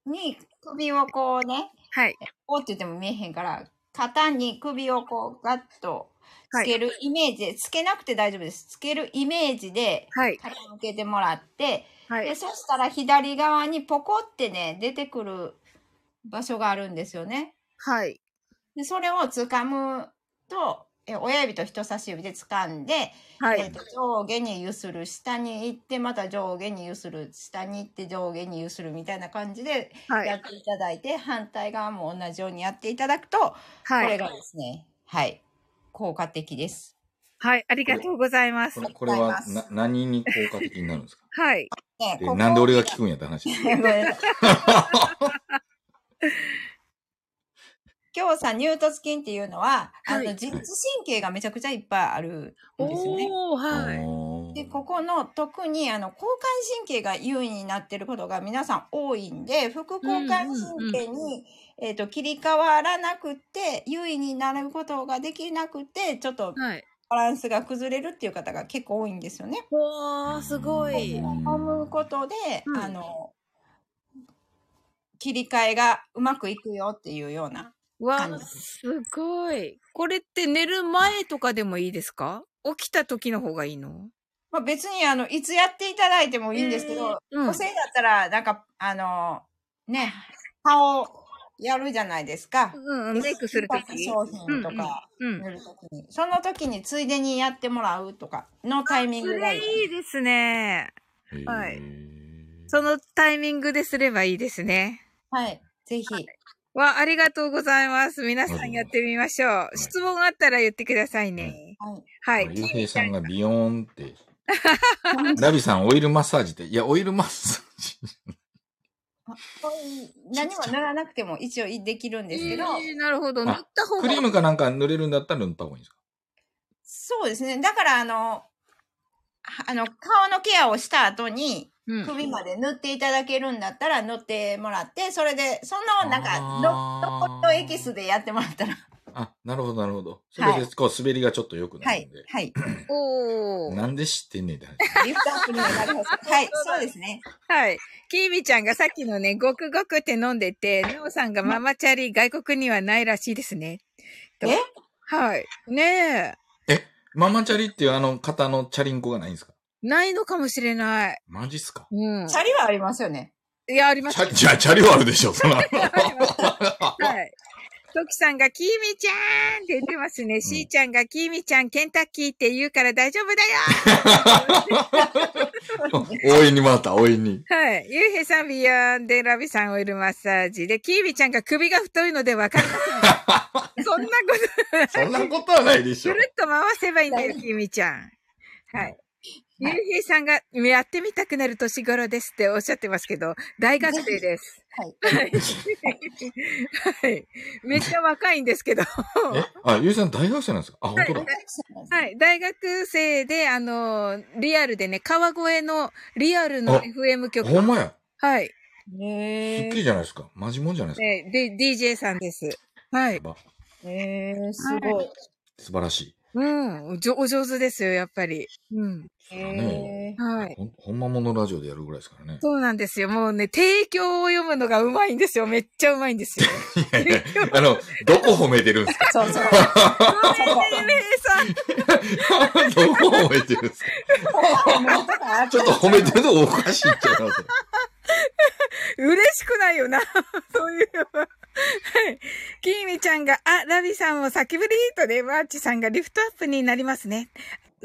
[SPEAKER 3] に首をこうね、
[SPEAKER 1] はい。
[SPEAKER 3] こうって言っても見えへんから、肩に首をこうガッとつけるイメージで、つけなくて大丈夫です。つけるイメージで
[SPEAKER 1] はい。
[SPEAKER 3] 傾けてもらって、
[SPEAKER 1] は
[SPEAKER 3] で
[SPEAKER 1] い。
[SPEAKER 3] そしたら左側にポコってね、出てくる場所があるんですよね。
[SPEAKER 1] はい。
[SPEAKER 3] でそれを掴むと、え親指と人差し指で掴んで、
[SPEAKER 1] は
[SPEAKER 3] えー
[SPEAKER 1] い。
[SPEAKER 3] と上下に揺する下に行ってまた上下に揺する下に行って上下に揺するみたいな感じで
[SPEAKER 1] は
[SPEAKER 3] や
[SPEAKER 1] い。
[SPEAKER 3] っていただいて、反対側も同じようにやっていただくと、こ
[SPEAKER 1] は
[SPEAKER 3] れ
[SPEAKER 1] い。
[SPEAKER 3] がですねはい効果的です。
[SPEAKER 1] はい。ありがとうございます
[SPEAKER 2] こ。れこれはな何に効果的になる
[SPEAKER 1] <laughs>
[SPEAKER 2] んですか
[SPEAKER 1] はい。
[SPEAKER 3] ね
[SPEAKER 2] で
[SPEAKER 3] ここ
[SPEAKER 2] なん
[SPEAKER 1] <laughs>
[SPEAKER 2] で俺が聞くんやって話。
[SPEAKER 3] ごめんなさい今日さ乳突筋っていうのは、
[SPEAKER 1] はい
[SPEAKER 3] あの自律神経がめちゃくちゃいっぱいあるんですよね。
[SPEAKER 1] おー、はい。
[SPEAKER 2] おー
[SPEAKER 3] でここの特にあの交感神経が優位になってることが皆さん多いんで副交感神経に、えー、と切り替わらなくて優位になることができなくてちょっと
[SPEAKER 1] はい。
[SPEAKER 3] バランスが崩れるっていう方が結構多いんですよね。
[SPEAKER 1] おー、すごい。
[SPEAKER 2] うん
[SPEAKER 3] 揉むことで、
[SPEAKER 1] うん
[SPEAKER 3] あの切り替えがうまくいくよっていうような
[SPEAKER 1] わ
[SPEAKER 3] あの
[SPEAKER 1] ー、すごい。これって寝る前とかでもいいですか起きた時の方がいいの
[SPEAKER 3] まあ、別にあのいつやっていただいてもいいんですけど、
[SPEAKER 1] うん
[SPEAKER 3] 女性だったらなんかあのね顔やるじゃないですか。
[SPEAKER 1] うんうん、メイクするとき。
[SPEAKER 3] 商品とか
[SPEAKER 1] うん。
[SPEAKER 3] 塗るときに、その時についでにやってもらうとかのタイミン
[SPEAKER 1] そ
[SPEAKER 3] グがい
[SPEAKER 1] れ
[SPEAKER 3] い。
[SPEAKER 1] いいですね。
[SPEAKER 2] へー
[SPEAKER 1] はいそのタイミングですればいいですね。
[SPEAKER 3] はい、ぜひ。
[SPEAKER 1] わ、ありがとうございます。皆さんやってみましょう。
[SPEAKER 2] い
[SPEAKER 1] 質問あったら言ってくださいね。 <laughs>
[SPEAKER 3] はい。
[SPEAKER 1] は
[SPEAKER 2] あ
[SPEAKER 1] い。
[SPEAKER 2] ゆうへいさんがビヨーンって。ラビさん、オイルマッサージって。いや、オイルマッサー
[SPEAKER 1] <laughs>
[SPEAKER 2] ジ。
[SPEAKER 3] こういう何も塗らなくても一応できるんですけど、
[SPEAKER 1] えーなるほど。塗った方
[SPEAKER 2] ク
[SPEAKER 1] が
[SPEAKER 2] リームかなんか塗れるんだったら塗った方がいい
[SPEAKER 1] <laughs>
[SPEAKER 2] んですか
[SPEAKER 3] そうですね。だからあの、はあの、顔のケアをした後に、
[SPEAKER 1] うん
[SPEAKER 3] 首まで塗っていただけるんだったら塗ってもらって、それで、その、なんか、
[SPEAKER 2] あー
[SPEAKER 3] の、残りのエキスでやってもらったら、
[SPEAKER 2] あ、なるほど、なるほど。それで、こう、滑りがちょっと良くな
[SPEAKER 3] は
[SPEAKER 2] る
[SPEAKER 3] い
[SPEAKER 2] んで。、
[SPEAKER 3] はい。
[SPEAKER 1] おー
[SPEAKER 2] なんで知ってんねんって話。
[SPEAKER 3] リフトアップにもなるはず。
[SPEAKER 1] <laughs>
[SPEAKER 3] はい、そうですね。
[SPEAKER 1] はい。キービちゃんがさっきのね、ごくごくって飲んでて、なおさんがママチャリ、外国にはないらしいですね。と
[SPEAKER 3] え
[SPEAKER 1] はい。ねえ。
[SPEAKER 2] ママチャリっていうあの方のチャリンコがないんですか
[SPEAKER 1] ないのかもしれない。
[SPEAKER 2] マジっすか
[SPEAKER 1] うん。
[SPEAKER 3] チャリはありますよね。
[SPEAKER 1] いや、あります
[SPEAKER 2] チ。ャチャチャリはあるでしょ、
[SPEAKER 1] <laughs>
[SPEAKER 2] そんな。 <laughs>
[SPEAKER 1] はい。トキさんが、キーミちゃーんって言ってますね。しーちゃんが、キーミちゃん、ケンタッキーって言うから大丈夫だよ
[SPEAKER 2] 応援に回った、応援に。
[SPEAKER 1] はい。ゆうへいさん、ビヨーンで、ラビさん、オイルマッサージで、キービちゃんが首が太いのでわかりま
[SPEAKER 2] <laughs>
[SPEAKER 1] せん。そんなこと、
[SPEAKER 2] そんなことはないでし
[SPEAKER 1] ぐ
[SPEAKER 2] ょ。
[SPEAKER 1] るっと回せばいいんだよ、キーミちゃん。はい。ゆうへいさんが、やってみたくなる年頃ですっておっしゃってますけど、大学生です。
[SPEAKER 3] はい。
[SPEAKER 1] はい。めっちゃ若いんですけど。
[SPEAKER 2] えあ、ゆうさん大学生なんですかあ、本当だ。
[SPEAKER 1] はい。大学生で、あのーリアルでね、川越のリアルの
[SPEAKER 2] あ
[SPEAKER 1] FM 局。
[SPEAKER 2] ほんまや。
[SPEAKER 1] はい。
[SPEAKER 2] すっ
[SPEAKER 3] へ
[SPEAKER 2] きりじゃないですか。マジもんじゃないですか。
[SPEAKER 1] えーで、DJ さんです。はい
[SPEAKER 2] や。ば
[SPEAKER 3] え。へえ、すごい。
[SPEAKER 2] 素晴らし。
[SPEAKER 1] うん。おじょお上手ですよ、やっぱり。うん。
[SPEAKER 3] へえ。
[SPEAKER 1] はいい。
[SPEAKER 2] ほんほんまものラジオでやるぐらいですからね。
[SPEAKER 1] そうなんですよ。もうね、提供を読むのがうまいんですよ。めっちゃうまいん
[SPEAKER 2] <laughs>
[SPEAKER 1] ですよ。
[SPEAKER 2] いやいやあの、どこ褒めてるんですか <laughs>
[SPEAKER 3] そうそう。
[SPEAKER 1] ごめんね、ゆめいさん。
[SPEAKER 2] どこ褒めてるんですか
[SPEAKER 1] <laughs>
[SPEAKER 2] ちょっと褒めてるのおかしいんちゃいます
[SPEAKER 1] 嬉しくないよな。 <laughs> そういうのは。はい。きーみちゃんが、あ、ラビさんも先ぶりとね、マーチさんがリフトアップになりますね。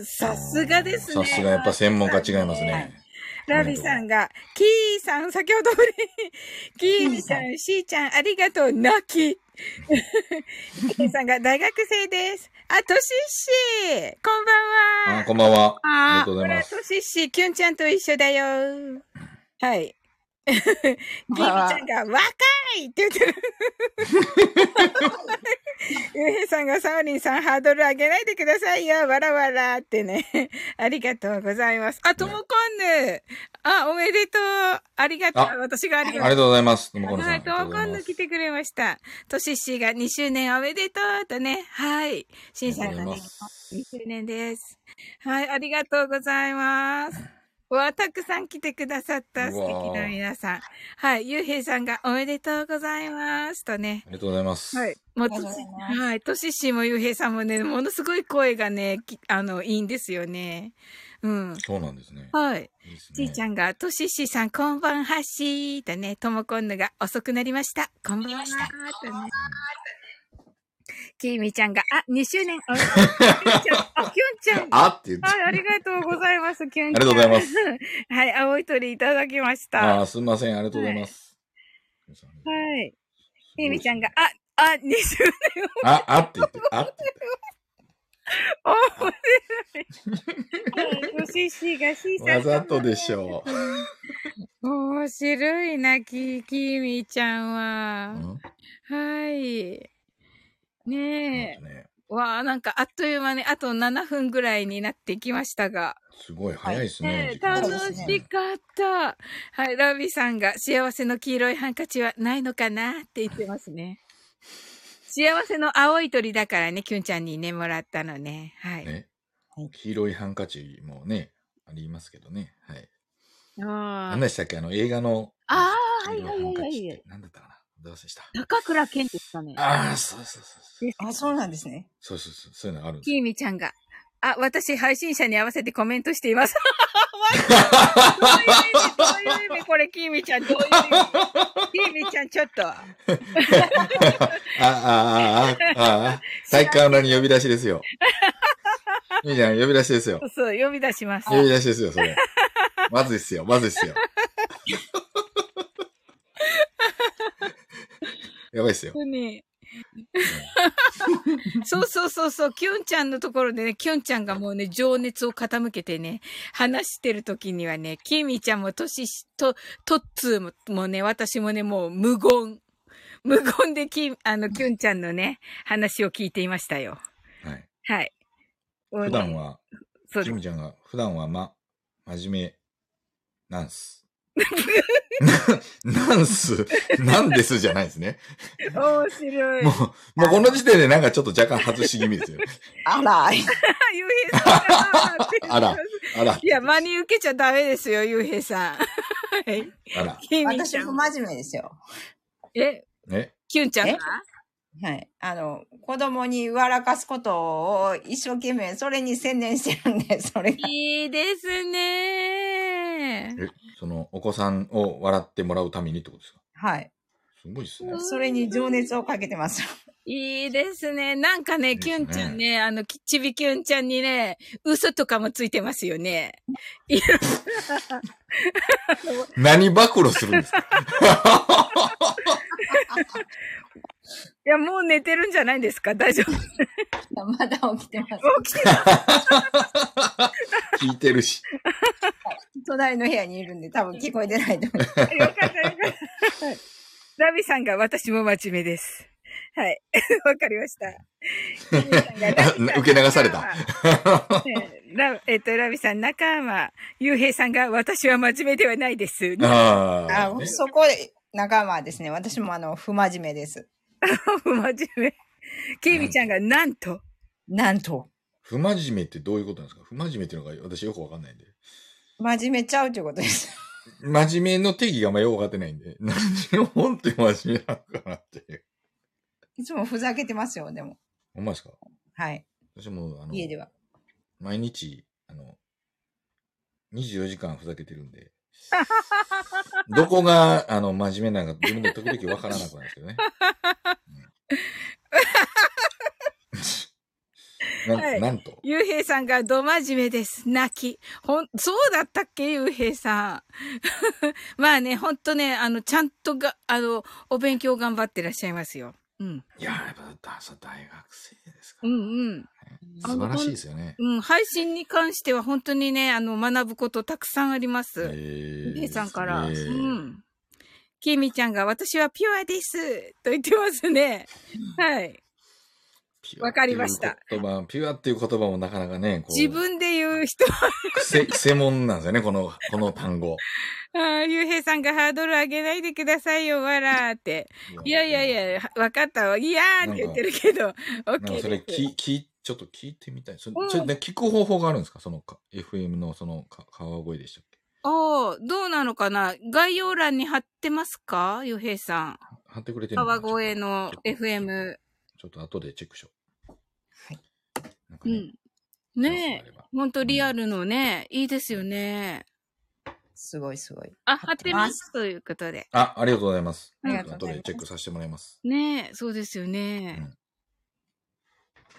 [SPEAKER 1] さすがですね。
[SPEAKER 2] さすがやっぱ専門家違います
[SPEAKER 3] は
[SPEAKER 2] ね
[SPEAKER 3] い。
[SPEAKER 1] ラビさんが、キーさん、先ほどぶり。キーミちゃ
[SPEAKER 3] キー
[SPEAKER 1] ん、シーちゃん、ありがとう、泣 <laughs> き。キーさんが、大学生です。あ、トシッシー、こんばん
[SPEAKER 2] あ
[SPEAKER 1] は。
[SPEAKER 2] こんばんは。あり
[SPEAKER 1] あ
[SPEAKER 2] がとうございます
[SPEAKER 1] ほ。ら、トシッシー、キュンちゃんと一緒だよ。 <laughs> はい。キーミちゃんが、若いって言ってる。 <laughs> ゆうへいさんが、サオリンさん、ハードル上げないでくださいよ。わらわらってね。 <laughs> ありがとうございます。あ、ともこんぬ。あ、おめでとう。ありがとう
[SPEAKER 2] あ。
[SPEAKER 1] 私があり
[SPEAKER 2] あり
[SPEAKER 1] が
[SPEAKER 2] が
[SPEAKER 1] とう。
[SPEAKER 2] とうございます。ともこのさん。
[SPEAKER 1] はい、ともこん
[SPEAKER 2] ありがとうございま
[SPEAKER 1] ぬ
[SPEAKER 2] す
[SPEAKER 1] 来てくれました。としっしーが2周年おめでとうとね。はい。しんさんが
[SPEAKER 2] ありがとうご
[SPEAKER 1] ね
[SPEAKER 2] ざいま、
[SPEAKER 1] 2周年です。はい、ありがとうございます。うわ、たくさん来てくださった
[SPEAKER 2] う
[SPEAKER 1] 素
[SPEAKER 2] わー
[SPEAKER 1] 敵な皆さん。はい、ゆうへいさんがおめでとうございますとね。
[SPEAKER 2] ありがとうございます。
[SPEAKER 1] はい。もう
[SPEAKER 3] あり
[SPEAKER 1] と
[SPEAKER 3] がとうございます
[SPEAKER 1] はい。としっしーもゆうへいさんもね、ものすごい声がね、きあの、いいんですよね。うん。
[SPEAKER 2] そうなんですね。
[SPEAKER 1] はい。
[SPEAKER 2] いいですね
[SPEAKER 1] ちいちゃんが、としっしーさん、こんばんはしーだね。ともこんぬが、遅くなりました。こんばんはーとね。きみちゃんが、あ、2周年。あ、きゅんちゃん。あ、きゅんちゃん。
[SPEAKER 2] あって言って。
[SPEAKER 1] はい、ありがとうございます、きゅんちゃん。
[SPEAKER 2] ありがとうございます。
[SPEAKER 1] <laughs> はい、青い鳥いただきました。
[SPEAKER 2] あ
[SPEAKER 1] は
[SPEAKER 2] ーすみません。ありがとうございます。
[SPEAKER 1] い。きみちゃんが、あ、あ、2周年。
[SPEAKER 2] あ、あって言って。あって
[SPEAKER 1] 面白
[SPEAKER 2] <laughs>
[SPEAKER 1] い。よししがし
[SPEAKER 2] 言
[SPEAKER 1] さ
[SPEAKER 2] っ
[SPEAKER 1] ん
[SPEAKER 2] て。わざとでしょ
[SPEAKER 1] 面白いな、き、きみちゃん
[SPEAKER 2] う。う
[SPEAKER 1] は。
[SPEAKER 2] ん
[SPEAKER 1] はい。ねえ。
[SPEAKER 2] ね
[SPEAKER 1] わあ、なんかあっという間にあと7分ぐらいになってきましたが。
[SPEAKER 2] すごい早いですね。
[SPEAKER 1] ねえ
[SPEAKER 2] 時間
[SPEAKER 1] 楽
[SPEAKER 3] そ
[SPEAKER 1] し
[SPEAKER 3] うですね
[SPEAKER 1] かった。はい、ラビさんが幸せの黄色いハンカチはないのかなって言ってます <laughs> ね。幸せの青い鳥だからね、きゅんちゃんにね、もらったのね。はい。
[SPEAKER 2] ね。黄色いハンカチもね、ありますけどね。はい。
[SPEAKER 1] あ
[SPEAKER 2] 何
[SPEAKER 1] ー
[SPEAKER 2] でしたっけあの映画の。
[SPEAKER 1] あー
[SPEAKER 2] 黄色ハンカ
[SPEAKER 1] はいはいは
[SPEAKER 2] チって
[SPEAKER 1] いはい
[SPEAKER 2] 何だったかなどうせした。
[SPEAKER 1] 高倉健ですかね。
[SPEAKER 2] ああ、そうそうそう
[SPEAKER 3] あ、そうなんですね。
[SPEAKER 2] そう。そうそうそう。そういうのあるん <laughs> です
[SPEAKER 1] きーみちゃんが。あ、私、配信者に合わせてコメントしています。どういう意味どういう意味これ、きーみちゃん、どういう意味きーみちゃん、ちょっと。
[SPEAKER 2] あ、あ、あ、あ、あ、体育館裏に呼び出しですよ。いいじゃん、呼び出しですよ。
[SPEAKER 1] そう、呼び出します。
[SPEAKER 2] 呼び出しですよ、それ。まずいっすよ、まずいっすよ。やばいっすよ。
[SPEAKER 1] 当に。
[SPEAKER 2] うん
[SPEAKER 1] そうそうそうそう、キュンちゃんのところでね、キュンちゃんがもうね、情熱を傾けてね、話してる時にはね、キミちゃんも、トシシ、と、トッツーももうね、私もね、もう無言。無言でキ、あの、キュンちゃんのね、話を聞いていましたよ。
[SPEAKER 2] はい。
[SPEAKER 1] はい。
[SPEAKER 2] 普段は、
[SPEAKER 1] そうで
[SPEAKER 2] ジ
[SPEAKER 1] す
[SPEAKER 2] ムちゃんが、普段はま、真面目、なん <laughs> す。ななんす、なんですじゃないですね。
[SPEAKER 1] 面白い。
[SPEAKER 2] も
[SPEAKER 1] あ
[SPEAKER 2] う、もうこの時点でなんかちょっと若干外し気味ですよ。
[SPEAKER 3] あ
[SPEAKER 1] <laughs>
[SPEAKER 3] ら、
[SPEAKER 1] ゆうへいさんだ
[SPEAKER 2] あら。あら、
[SPEAKER 1] いや、真に受けちゃダメですよ、ゆうへいさん。 <laughs> はい。
[SPEAKER 2] あら、
[SPEAKER 1] キミち
[SPEAKER 3] 私
[SPEAKER 1] ゃ
[SPEAKER 3] も
[SPEAKER 1] ん。
[SPEAKER 3] 真面目ですよ。
[SPEAKER 1] え、
[SPEAKER 2] ね。
[SPEAKER 1] キュンちゃんが
[SPEAKER 3] はい。あの、子供に笑かすことを一生懸命、それに専念してるんで、それが。
[SPEAKER 1] いいですね。
[SPEAKER 2] え、その、お子さんを笑ってもらうためにってことですか
[SPEAKER 3] はい。
[SPEAKER 2] すごいっすね。
[SPEAKER 3] それに情熱をかけてます。
[SPEAKER 1] いいですね。なんかね、
[SPEAKER 2] いいです
[SPEAKER 1] キ
[SPEAKER 2] ね
[SPEAKER 1] ュンちゃんね、あの、きちびキュンちゃんにね、嘘とかもついてますよね。いや
[SPEAKER 2] 何暴露するんですか
[SPEAKER 1] いや、もう寝てるんじゃないですか大丈夫。も
[SPEAKER 3] まだ起きてます。
[SPEAKER 1] う来てる。
[SPEAKER 2] 聞いてるし。
[SPEAKER 3] <laughs> 隣の部屋にいるんで、多分聞こえてないと思う。
[SPEAKER 1] よかったよかった。はいラビさんが私も真面目です。はい。 <laughs> わかりました。キミさんがラビさん
[SPEAKER 2] <laughs> あ受け流された。
[SPEAKER 1] ねラえっと、ラビさん、仲間。ゆうへいさんが私は真面目ではない
[SPEAKER 2] <laughs>
[SPEAKER 1] です。
[SPEAKER 2] <laughs> ああ、
[SPEAKER 3] あ
[SPEAKER 2] ね
[SPEAKER 3] そこで、仲間はですね、私もあの、不真面目です。
[SPEAKER 1] 真面目。ケイミちゃんがなんと。
[SPEAKER 3] なんと。
[SPEAKER 2] 不真面目ってどういうことなんですか不真面目っていうのが私よくわかんないんで。
[SPEAKER 3] 真面目ちゃうということです。 <laughs>
[SPEAKER 2] 真面目の定義があんまよくわかってないんで。 <laughs> 何を本って真面目なのかなっていう。
[SPEAKER 3] いつもふざけてますよ、でも。
[SPEAKER 2] ほんまですか
[SPEAKER 3] はい。
[SPEAKER 2] 私も、あの、
[SPEAKER 3] 家では。
[SPEAKER 2] 毎日、あの、24時間ふざけてる
[SPEAKER 1] <laughs>
[SPEAKER 2] んで。どこが、あの、真面目なのか、自分で時々わからなくなるんですけ
[SPEAKER 1] <laughs>
[SPEAKER 2] どね。
[SPEAKER 1] <laughs>
[SPEAKER 2] うん
[SPEAKER 1] はい
[SPEAKER 2] なんなんと。
[SPEAKER 1] ゆうへいさんがど真面目です。泣き。ほん、そうだったっけゆうへいさん。 <laughs> まあね、ほんとね、あの、ちゃんとが、あの、お勉強頑張ってらっしゃいますよ。うん。
[SPEAKER 2] いやー、やっぱ、だそう大学生ですか
[SPEAKER 1] う
[SPEAKER 2] ら、
[SPEAKER 1] んうん。
[SPEAKER 2] 素晴らしいですよね。
[SPEAKER 1] うん、配信に関しては本当にね、あの、学ぶことたくさんあります。
[SPEAKER 2] え
[SPEAKER 1] 姉さんから。
[SPEAKER 2] え
[SPEAKER 1] う
[SPEAKER 2] ー
[SPEAKER 1] ん。きみちゃんが、私はピュアです。と言ってますね。はい。
[SPEAKER 2] ピュア
[SPEAKER 1] わかりました
[SPEAKER 2] っていう言葉。ピュアっていう言葉もなかなかね、こう
[SPEAKER 1] 自
[SPEAKER 2] <laughs>
[SPEAKER 1] 分で言う人。 <laughs>
[SPEAKER 2] 癖、癖もんなんですよね、この、この単語。
[SPEAKER 1] ああ、ゆうへいさんがハードル上げないでくださいよ、わらーって。 <laughs> いやいやいや、わかったわ。いやーって言ってるけど、オッ
[SPEAKER 2] な
[SPEAKER 1] ケ
[SPEAKER 2] ん
[SPEAKER 1] ー
[SPEAKER 2] かそれ
[SPEAKER 1] です。
[SPEAKER 2] き、き、ちょっと聞いてみたい。それ
[SPEAKER 1] うん
[SPEAKER 2] それで聞く方法があるんですかそのか FM のそのか川越でしたっけ
[SPEAKER 1] おー、どうなのかな概要欄に貼ってますかゆうへいさん。
[SPEAKER 2] 貼ってくれてるの
[SPEAKER 1] 川
[SPEAKER 2] かな
[SPEAKER 1] 越の。FM。
[SPEAKER 2] ちょっとちょっと後でチェックしよう。
[SPEAKER 3] はい
[SPEAKER 2] なんか
[SPEAKER 1] う
[SPEAKER 2] ね。
[SPEAKER 1] ん。ねえ。ほんとリアルのね、いいですよね。
[SPEAKER 3] すごいすごい。
[SPEAKER 1] あ、貼ってます。ということで。
[SPEAKER 2] あ、ありがとうございます。
[SPEAKER 3] あ
[SPEAKER 2] ち
[SPEAKER 3] り
[SPEAKER 2] ょっ
[SPEAKER 3] がと
[SPEAKER 2] と後
[SPEAKER 3] うござい
[SPEAKER 2] で
[SPEAKER 3] ます
[SPEAKER 2] チェックさせてもらいます。
[SPEAKER 1] ねえ、そうですよね。
[SPEAKER 2] うん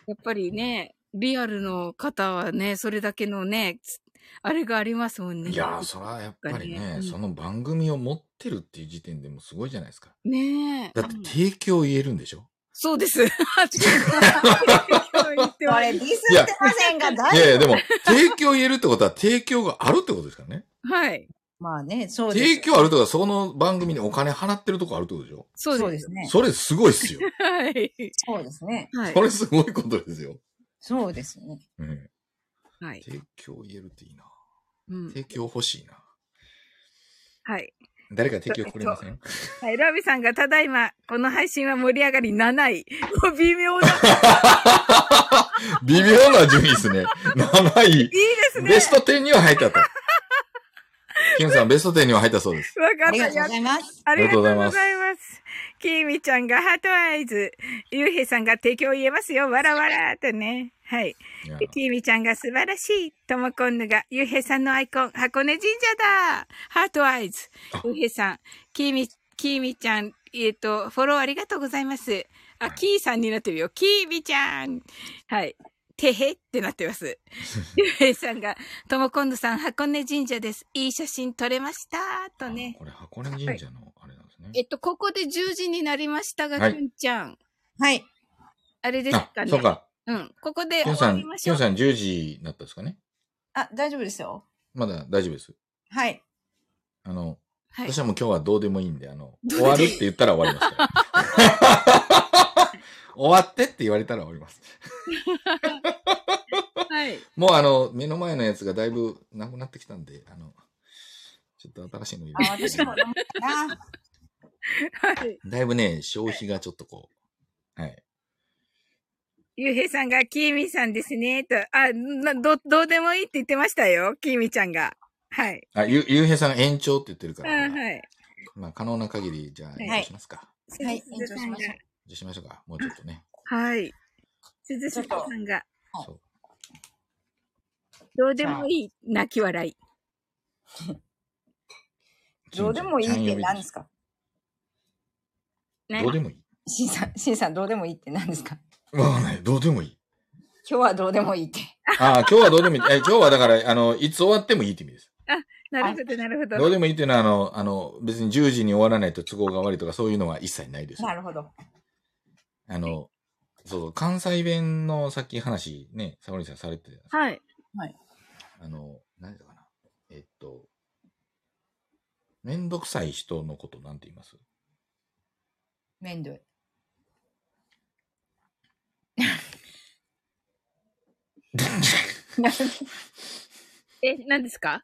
[SPEAKER 1] やっぱりね、リアルの方はね、それだけのね、つあれがありますもんね。
[SPEAKER 2] いやー、そらやっぱり
[SPEAKER 1] ね
[SPEAKER 2] ね、
[SPEAKER 1] うん
[SPEAKER 2] その番組を持ってるっていう時点でもうすごいじゃないですか。
[SPEAKER 1] ねえ。
[SPEAKER 2] だって
[SPEAKER 1] うん
[SPEAKER 2] 提供言えるんでしょ
[SPEAKER 1] そうです。今言って
[SPEAKER 3] こ
[SPEAKER 1] は
[SPEAKER 3] れ
[SPEAKER 1] い
[SPEAKER 3] ディスってませんが、
[SPEAKER 2] い
[SPEAKER 3] 大
[SPEAKER 2] やい
[SPEAKER 3] 丈
[SPEAKER 2] や、でも、 <laughs> 提供言えるってことは提供があるってことですからね。
[SPEAKER 1] はい。
[SPEAKER 3] 夫。まあね、そうです。
[SPEAKER 2] 提供あるとか、その番組にお金払ってるとこあるってことでしょ
[SPEAKER 1] そう
[SPEAKER 3] そう
[SPEAKER 1] で。
[SPEAKER 3] ですすね。
[SPEAKER 2] それすごいっすよ。
[SPEAKER 1] はい。
[SPEAKER 3] そうですね。
[SPEAKER 1] <laughs> はい
[SPEAKER 2] そ。れすごいことですよ。
[SPEAKER 3] そうですね。
[SPEAKER 2] うん。
[SPEAKER 1] はい。
[SPEAKER 2] 提供言えるっていいな。
[SPEAKER 1] うん
[SPEAKER 2] 提供欲しいな。
[SPEAKER 1] はい。
[SPEAKER 2] 誰か提供くれません
[SPEAKER 1] はい。ラビさんがただいま、この配信は盛り上がり7位。もう微妙な。いい
[SPEAKER 2] <laughs> 微妙な順位ですね。7位。
[SPEAKER 1] ですね。
[SPEAKER 2] ベスト10には入ったと。キムさん、ベスト10には入ったそうです。
[SPEAKER 1] わか
[SPEAKER 3] あ
[SPEAKER 1] っ
[SPEAKER 3] り
[SPEAKER 1] たや
[SPEAKER 3] がとう
[SPEAKER 1] っ
[SPEAKER 3] ございます。
[SPEAKER 1] ありがとうござい
[SPEAKER 2] ありがとう
[SPEAKER 1] ま
[SPEAKER 2] ござ
[SPEAKER 1] す。きみちゃんがハートアイズ。ゆうへいさんが提供言えますよ。わらわらとね。はい。
[SPEAKER 2] いや
[SPEAKER 1] できみちゃんが素晴らしい。ともこんぬが、ゆうへいさんのアイコン、箱根神社だハートアイズ。ゆうへいさん、きみ、きみちゃん、えっ、と、フォローありがとうございます。あ、きーさんになってるよ。きみちゃんはい。てへってなってます。ゆうへいさんが、ともこんぬさん、箱根神社です。いい写真撮れましたとね。
[SPEAKER 2] あこれ、箱根神社のあれなんですね。
[SPEAKER 1] えっと、ここで10時になりましたが、
[SPEAKER 2] はい
[SPEAKER 1] きゅんちゃん、
[SPEAKER 3] はい。
[SPEAKER 1] あれです
[SPEAKER 2] あ
[SPEAKER 1] か、ね。
[SPEAKER 2] そうか。
[SPEAKER 1] うん。ここで
[SPEAKER 2] キュ
[SPEAKER 1] 終
[SPEAKER 2] ンさ
[SPEAKER 1] わ
[SPEAKER 2] ん、
[SPEAKER 1] りまし
[SPEAKER 2] キ
[SPEAKER 1] ょ
[SPEAKER 2] ュ
[SPEAKER 1] う
[SPEAKER 2] ン。さん10時になったですかね。
[SPEAKER 3] あ、大丈夫ですよ。
[SPEAKER 2] まだ大丈夫です。
[SPEAKER 3] はい。
[SPEAKER 2] あの、
[SPEAKER 1] はい
[SPEAKER 2] 私。はもう今日はどうでもいいんで、あの、
[SPEAKER 1] どうで
[SPEAKER 2] 終
[SPEAKER 1] もいい
[SPEAKER 2] わるって言ったら終わりますから。
[SPEAKER 1] <laughs>
[SPEAKER 2] 終わってって言われたら終わります。
[SPEAKER 1] はい。
[SPEAKER 2] もうあの、目の前のやつがだいぶなくなってきたんで、あの、ちょっと新しいの入
[SPEAKER 3] あ、
[SPEAKER 2] れ
[SPEAKER 3] 私も
[SPEAKER 2] て。
[SPEAKER 3] 飲もうかな。
[SPEAKER 1] はい。
[SPEAKER 2] だいぶね、消費がちょっとこう、はい。
[SPEAKER 1] ゆうへいさんが、きーみさんですね、と。あ、な、ど、どうでもいいって言ってましたよ、きーみちゃんが。はい。
[SPEAKER 2] あ、ゆ、ゆうへいさんが延長って言ってるか
[SPEAKER 1] あ
[SPEAKER 2] ら、
[SPEAKER 1] はい。
[SPEAKER 2] まあ可能な限り、じゃあ
[SPEAKER 1] い
[SPEAKER 2] 延長しますか。
[SPEAKER 3] はい延長しましょう
[SPEAKER 2] じゃあしましょうか。もうちょっとね。
[SPEAKER 1] はい。鈴木さんが
[SPEAKER 3] はい、
[SPEAKER 2] そう
[SPEAKER 1] どうでもいい泣き笑い。
[SPEAKER 3] どうでもいいって何です
[SPEAKER 2] か
[SPEAKER 3] か
[SPEAKER 1] ね
[SPEAKER 2] どうでもいい
[SPEAKER 3] しんさん、しんさん、どうでもいいって何ですか
[SPEAKER 2] わかんない。どうでもい
[SPEAKER 3] <laughs>
[SPEAKER 2] い。
[SPEAKER 3] 今日はどうでもいいって。
[SPEAKER 2] ああ、今日はどうでもいい。え今日はだから、あの、いつ終わってもいいって意味です。
[SPEAKER 1] なるほど、なるほ
[SPEAKER 2] どう
[SPEAKER 1] ど。
[SPEAKER 2] でもいいっていうのは、あの、あの、別に10時に終わらないと都合が悪いとか、そういうのは一切ないです。
[SPEAKER 3] なるほど。
[SPEAKER 2] あの、そう、関西弁のさっき話ね、サボリンさんされてたじゃないですか
[SPEAKER 1] はい。
[SPEAKER 2] あの、何だかな。えっと、めんどくさい人のことなんて言います
[SPEAKER 3] めんどい。
[SPEAKER 1] え、何ですか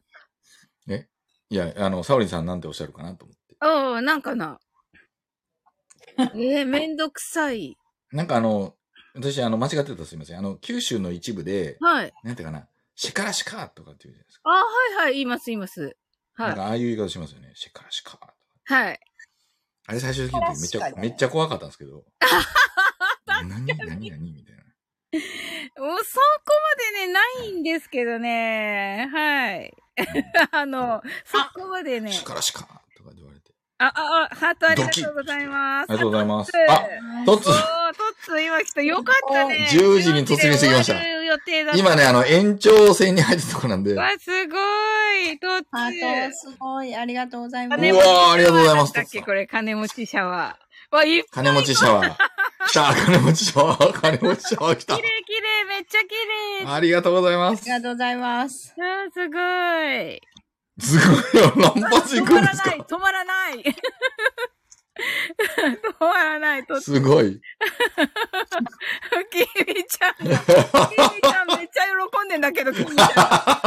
[SPEAKER 2] いや、あの、サボリンさんなんておっしゃるかなと思って。
[SPEAKER 1] ああ、なんかな。えー、めんどくさい。
[SPEAKER 2] なんかあの、私、あの、間違ってたらすいません。あの、九州の一部で、
[SPEAKER 1] はい。
[SPEAKER 2] なんていうかな、しからしかとかって言うじゃないですか。
[SPEAKER 1] ああ、はいはい、言います、言います。は
[SPEAKER 2] なん
[SPEAKER 1] い。
[SPEAKER 2] かああいう言い方しますよね。しからしかとか。
[SPEAKER 1] はい。
[SPEAKER 2] あれ最初聞いた時めっち
[SPEAKER 3] 確か
[SPEAKER 2] ゃ
[SPEAKER 3] に、
[SPEAKER 2] めっちゃ怖かったんですけど。何何何みたいな。
[SPEAKER 1] もうそこまでね、ないんですけどね。はい。 <laughs> あの、そこまでね。
[SPEAKER 2] しからしかとか言われて。
[SPEAKER 1] あ、あ、あ、ハートありがとうございま
[SPEAKER 2] あ
[SPEAKER 1] す。
[SPEAKER 2] りがとうございます。
[SPEAKER 1] あ
[SPEAKER 2] あ、トッ
[SPEAKER 1] お
[SPEAKER 2] ツ
[SPEAKER 1] ー、トッツ今来た。よかったね。
[SPEAKER 2] 10時に突入してきました
[SPEAKER 1] 10時で終わる予定だった
[SPEAKER 2] 今ね、あの、延長戦に入ったとこなんで。う
[SPEAKER 1] わ
[SPEAKER 2] わ、
[SPEAKER 1] すごい。トッツ
[SPEAKER 4] ハート、すごい、ありがとうございます。
[SPEAKER 1] 金
[SPEAKER 2] ー
[SPEAKER 1] 持ちシャワー
[SPEAKER 2] ありがとうございます、ト
[SPEAKER 1] だ
[SPEAKER 2] ッ
[SPEAKER 1] っ
[SPEAKER 2] ツ
[SPEAKER 1] け
[SPEAKER 2] さん
[SPEAKER 1] これ、金持ちシャワー。わ、いっ
[SPEAKER 2] 金持ちシャ
[SPEAKER 1] <laughs>
[SPEAKER 2] ワー。来た金持ちシャワー金持ちシャワー来た
[SPEAKER 1] 綺麗綺麗めっちゃ綺麗
[SPEAKER 2] ありがとうございま
[SPEAKER 4] あ
[SPEAKER 2] す
[SPEAKER 4] り。がとうございます。
[SPEAKER 1] あーすごい
[SPEAKER 2] すごいよ、乱発行
[SPEAKER 1] 止
[SPEAKER 2] く
[SPEAKER 1] ま
[SPEAKER 2] んで
[SPEAKER 1] ら
[SPEAKER 2] す
[SPEAKER 1] ない <laughs>
[SPEAKER 2] か
[SPEAKER 1] 止まらない止まらないと
[SPEAKER 2] すごい。
[SPEAKER 1] きみちゃんがきみちゃんめっちゃ喜んでんだけどきみちゃ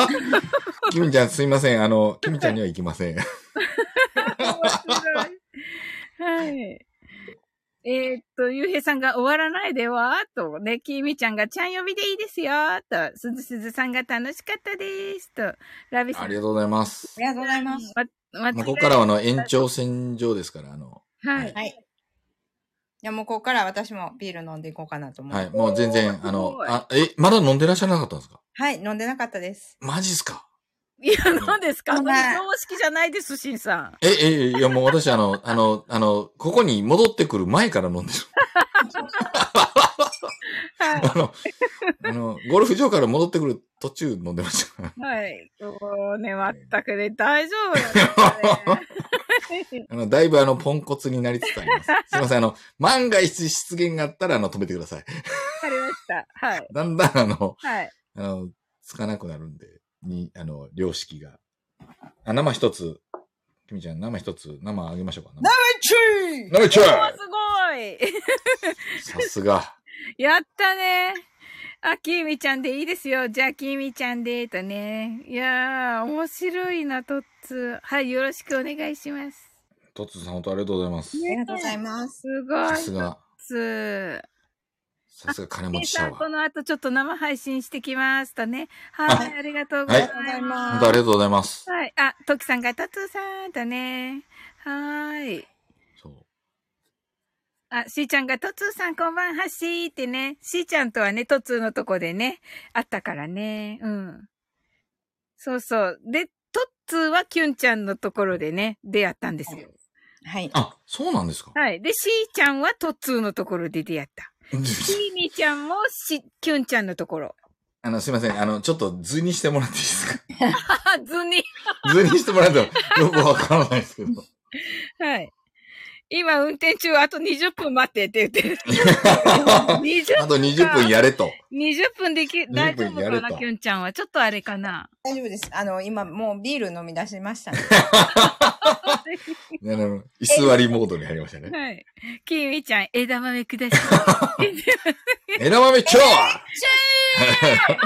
[SPEAKER 2] キムちゃんすいません。
[SPEAKER 1] <laughs>
[SPEAKER 2] あの、キムちゃんには行きません。
[SPEAKER 1] ん面白いはいえーっと、ゆうへいさんが終わらないではと、ね、きみちゃんがちゃん呼びでいいですよと、すずすずさんが楽しかったですと、ラビさ
[SPEAKER 2] あ
[SPEAKER 1] ん
[SPEAKER 2] りがとうございます
[SPEAKER 3] あ。りがとうございます。
[SPEAKER 1] ま、
[SPEAKER 2] <laughs> まあ、ここからはあの、延長線上ですから、あの、
[SPEAKER 1] はい。
[SPEAKER 3] はい。いや、もうここから私もビール飲んでいこうかなと思う。
[SPEAKER 2] は
[SPEAKER 3] はい
[SPEAKER 2] い、、もう全然、
[SPEAKER 1] おー
[SPEAKER 2] あ
[SPEAKER 1] す
[SPEAKER 2] の
[SPEAKER 1] ごい、
[SPEAKER 2] あ、え、まだ飲んでらっしゃらなかったんですか
[SPEAKER 3] 飲んでなかったです。
[SPEAKER 2] マジっすか
[SPEAKER 1] いや、何ですか
[SPEAKER 3] ご
[SPEAKER 1] そ
[SPEAKER 3] め
[SPEAKER 1] れ
[SPEAKER 3] ん
[SPEAKER 1] 常識じゃないです、しんさん。
[SPEAKER 2] え、え、いや、もう私、あの、あの、あの、ここに戻ってくる前から飲んでる。 <laughs>
[SPEAKER 1] はい。
[SPEAKER 2] あの、あの、ゴルフ場から戻ってくる途中飲んでました。 <laughs>
[SPEAKER 1] はい。もうね、まったくね、大丈夫よ、ね
[SPEAKER 2] あの、だいぶあの、ポンコツになりつつあります。すいません、あの、万が一出現があったら、あの、止めてください。
[SPEAKER 1] わかりました。はい。
[SPEAKER 2] だんだん、あの、
[SPEAKER 1] はい。
[SPEAKER 2] あの、つかなくなるんで、に、あの、良識が。あ、生一つ。きみちゃん、生一つ、生あげましょうか。
[SPEAKER 3] チ
[SPEAKER 2] 生一丁
[SPEAKER 1] あ、すごい
[SPEAKER 2] さすが。
[SPEAKER 1] やったねあ、きーみちゃんでいいですよ。じゃあ、きーみちゃんで、とね。いやー、面白いな、とっつ。はい、よろしくお願いします。
[SPEAKER 2] とつさん、本当ありがとうございます。
[SPEAKER 3] ありがとうございます。
[SPEAKER 1] すご
[SPEAKER 2] さ
[SPEAKER 1] い、
[SPEAKER 2] す
[SPEAKER 1] とっ
[SPEAKER 2] が。
[SPEAKER 1] つ。
[SPEAKER 2] さすが金持
[SPEAKER 1] ケイ
[SPEAKER 2] ちシャ
[SPEAKER 1] さ
[SPEAKER 2] ワ
[SPEAKER 1] ん、
[SPEAKER 2] ー。
[SPEAKER 1] こ
[SPEAKER 2] 本
[SPEAKER 1] の後ちょっと生配信してきますとね。はい、ありがとうございます。
[SPEAKER 2] 当ありがとうございます。
[SPEAKER 1] はい。あ、トキさんがタツーさんだね。はーい。
[SPEAKER 2] そ
[SPEAKER 1] あ、しーちゃんがトツーさんこんばんはしーってね。しーちゃんとはね、トツーのとこでね、あったからね。うん。そうそう。で、トッツーはキュンちゃんのところでね、出会ったんですよ。
[SPEAKER 3] はい。
[SPEAKER 2] う。あ、そうなんですか。 <laughs>
[SPEAKER 1] はい。で、しーちゃんはトッツーのところで出会った。しーみちゃんもし、キュンちゃんのところ。
[SPEAKER 2] あの、すいません。あの、ちょっと図にしてもらっていいですか <laughs>
[SPEAKER 1] はは、図に。
[SPEAKER 2] 図にしてもらうとよくわからないですけど。
[SPEAKER 1] はい。今運転中、あと20分待ってって言 <laughs> ってる。
[SPEAKER 2] <laughs> あ
[SPEAKER 1] 20分か。
[SPEAKER 2] と20分やれと。
[SPEAKER 1] 20分でき、
[SPEAKER 2] 分
[SPEAKER 1] 大丈夫
[SPEAKER 2] や
[SPEAKER 1] か
[SPEAKER 2] れ
[SPEAKER 1] な、
[SPEAKER 2] と
[SPEAKER 1] きゅんちゃんは。ちょっとあれかな。
[SPEAKER 3] 大丈夫です。あの、今もうビール飲み出しま <laughs> したね。
[SPEAKER 2] なるほど居座りモードに入りました
[SPEAKER 1] <laughs>
[SPEAKER 2] ね。
[SPEAKER 1] はい。きみちゃん、枝豆ください。
[SPEAKER 2] 枝豆今日は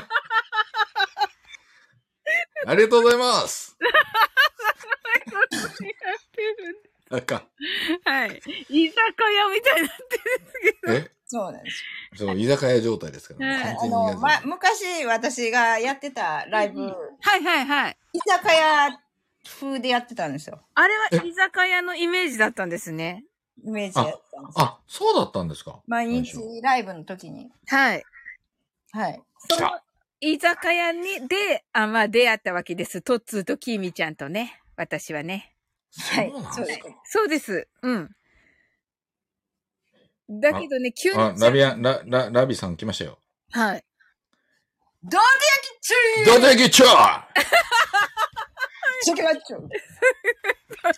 [SPEAKER 2] <laughs> ありがとうございますあかん。
[SPEAKER 1] <laughs> はい。居酒屋みたいになって
[SPEAKER 2] え <laughs>
[SPEAKER 3] そうなんです。
[SPEAKER 2] そう、居酒屋状態ですから、
[SPEAKER 1] はい
[SPEAKER 2] 完
[SPEAKER 3] あ
[SPEAKER 2] 全に居
[SPEAKER 3] の、
[SPEAKER 2] 酒
[SPEAKER 3] ま
[SPEAKER 2] 屋、
[SPEAKER 3] 昔私がやってたライブ、
[SPEAKER 1] うんはいはいはい。
[SPEAKER 3] 居酒屋風でやってたんですよ。
[SPEAKER 1] あれは居酒屋のイメージだったんですね。
[SPEAKER 3] イメージでやってたんですよ。
[SPEAKER 2] あ、そうだったんですか
[SPEAKER 3] 毎日
[SPEAKER 2] 最初
[SPEAKER 3] ライブの時に。
[SPEAKER 1] はい。
[SPEAKER 3] はい。
[SPEAKER 2] 来た
[SPEAKER 1] 居酒屋に、で、あ、まあ出会ったわけです。トッツーとキミちゃんとね。私はね。
[SPEAKER 3] はい
[SPEAKER 2] そうなん。
[SPEAKER 3] そう
[SPEAKER 2] で
[SPEAKER 3] で
[SPEAKER 2] す
[SPEAKER 3] す
[SPEAKER 2] か。
[SPEAKER 1] そうです。うん。だけどね、急に。
[SPEAKER 2] あ、ラビアン、ラ、ラ、ラビさん来ましたよ。
[SPEAKER 1] はい。
[SPEAKER 3] どうでやきっちゅ
[SPEAKER 2] どうできちょ
[SPEAKER 3] うちょけまっちゅう
[SPEAKER 1] <laughs> どうもこ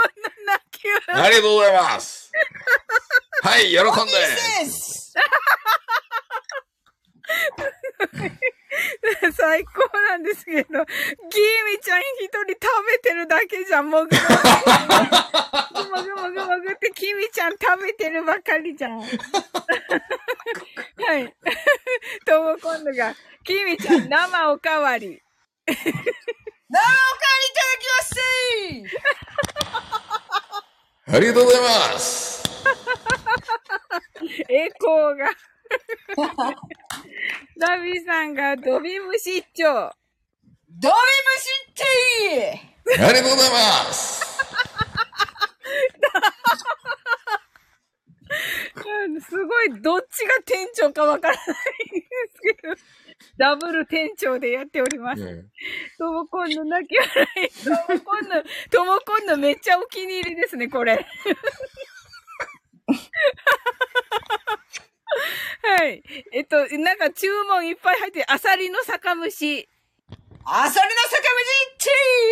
[SPEAKER 1] んな泣き笑
[SPEAKER 2] ありがとうございますはい、喜んで
[SPEAKER 3] です
[SPEAKER 1] い <laughs> 最高なんですけど、ギーミちゃん一人食べてるだけじゃん、もぐもぐ。もぐもぐもぐって、キミちゃん食べてるばかりじゃん。 <laughs> はい。トモコンドが、キミちゃん生おかわり。
[SPEAKER 3] どうもお帰りいただきまして
[SPEAKER 2] ありがとうございます
[SPEAKER 1] 栄光が。 <laughs> ラビさんがドビム出張。
[SPEAKER 3] ドビムシティ
[SPEAKER 2] ありがとうございます
[SPEAKER 1] うんすごい、どっちが店長かわからないんですけど、ダブル店長でやっておりま
[SPEAKER 2] い
[SPEAKER 1] す。
[SPEAKER 2] やいや
[SPEAKER 1] ともこんの泣き笑い、ともこんの、ともこんのめっちゃお気に入りですね、これ。はい。えっと、なんか注文いっぱい入ってる、アサリの酒蒸し。
[SPEAKER 3] アサ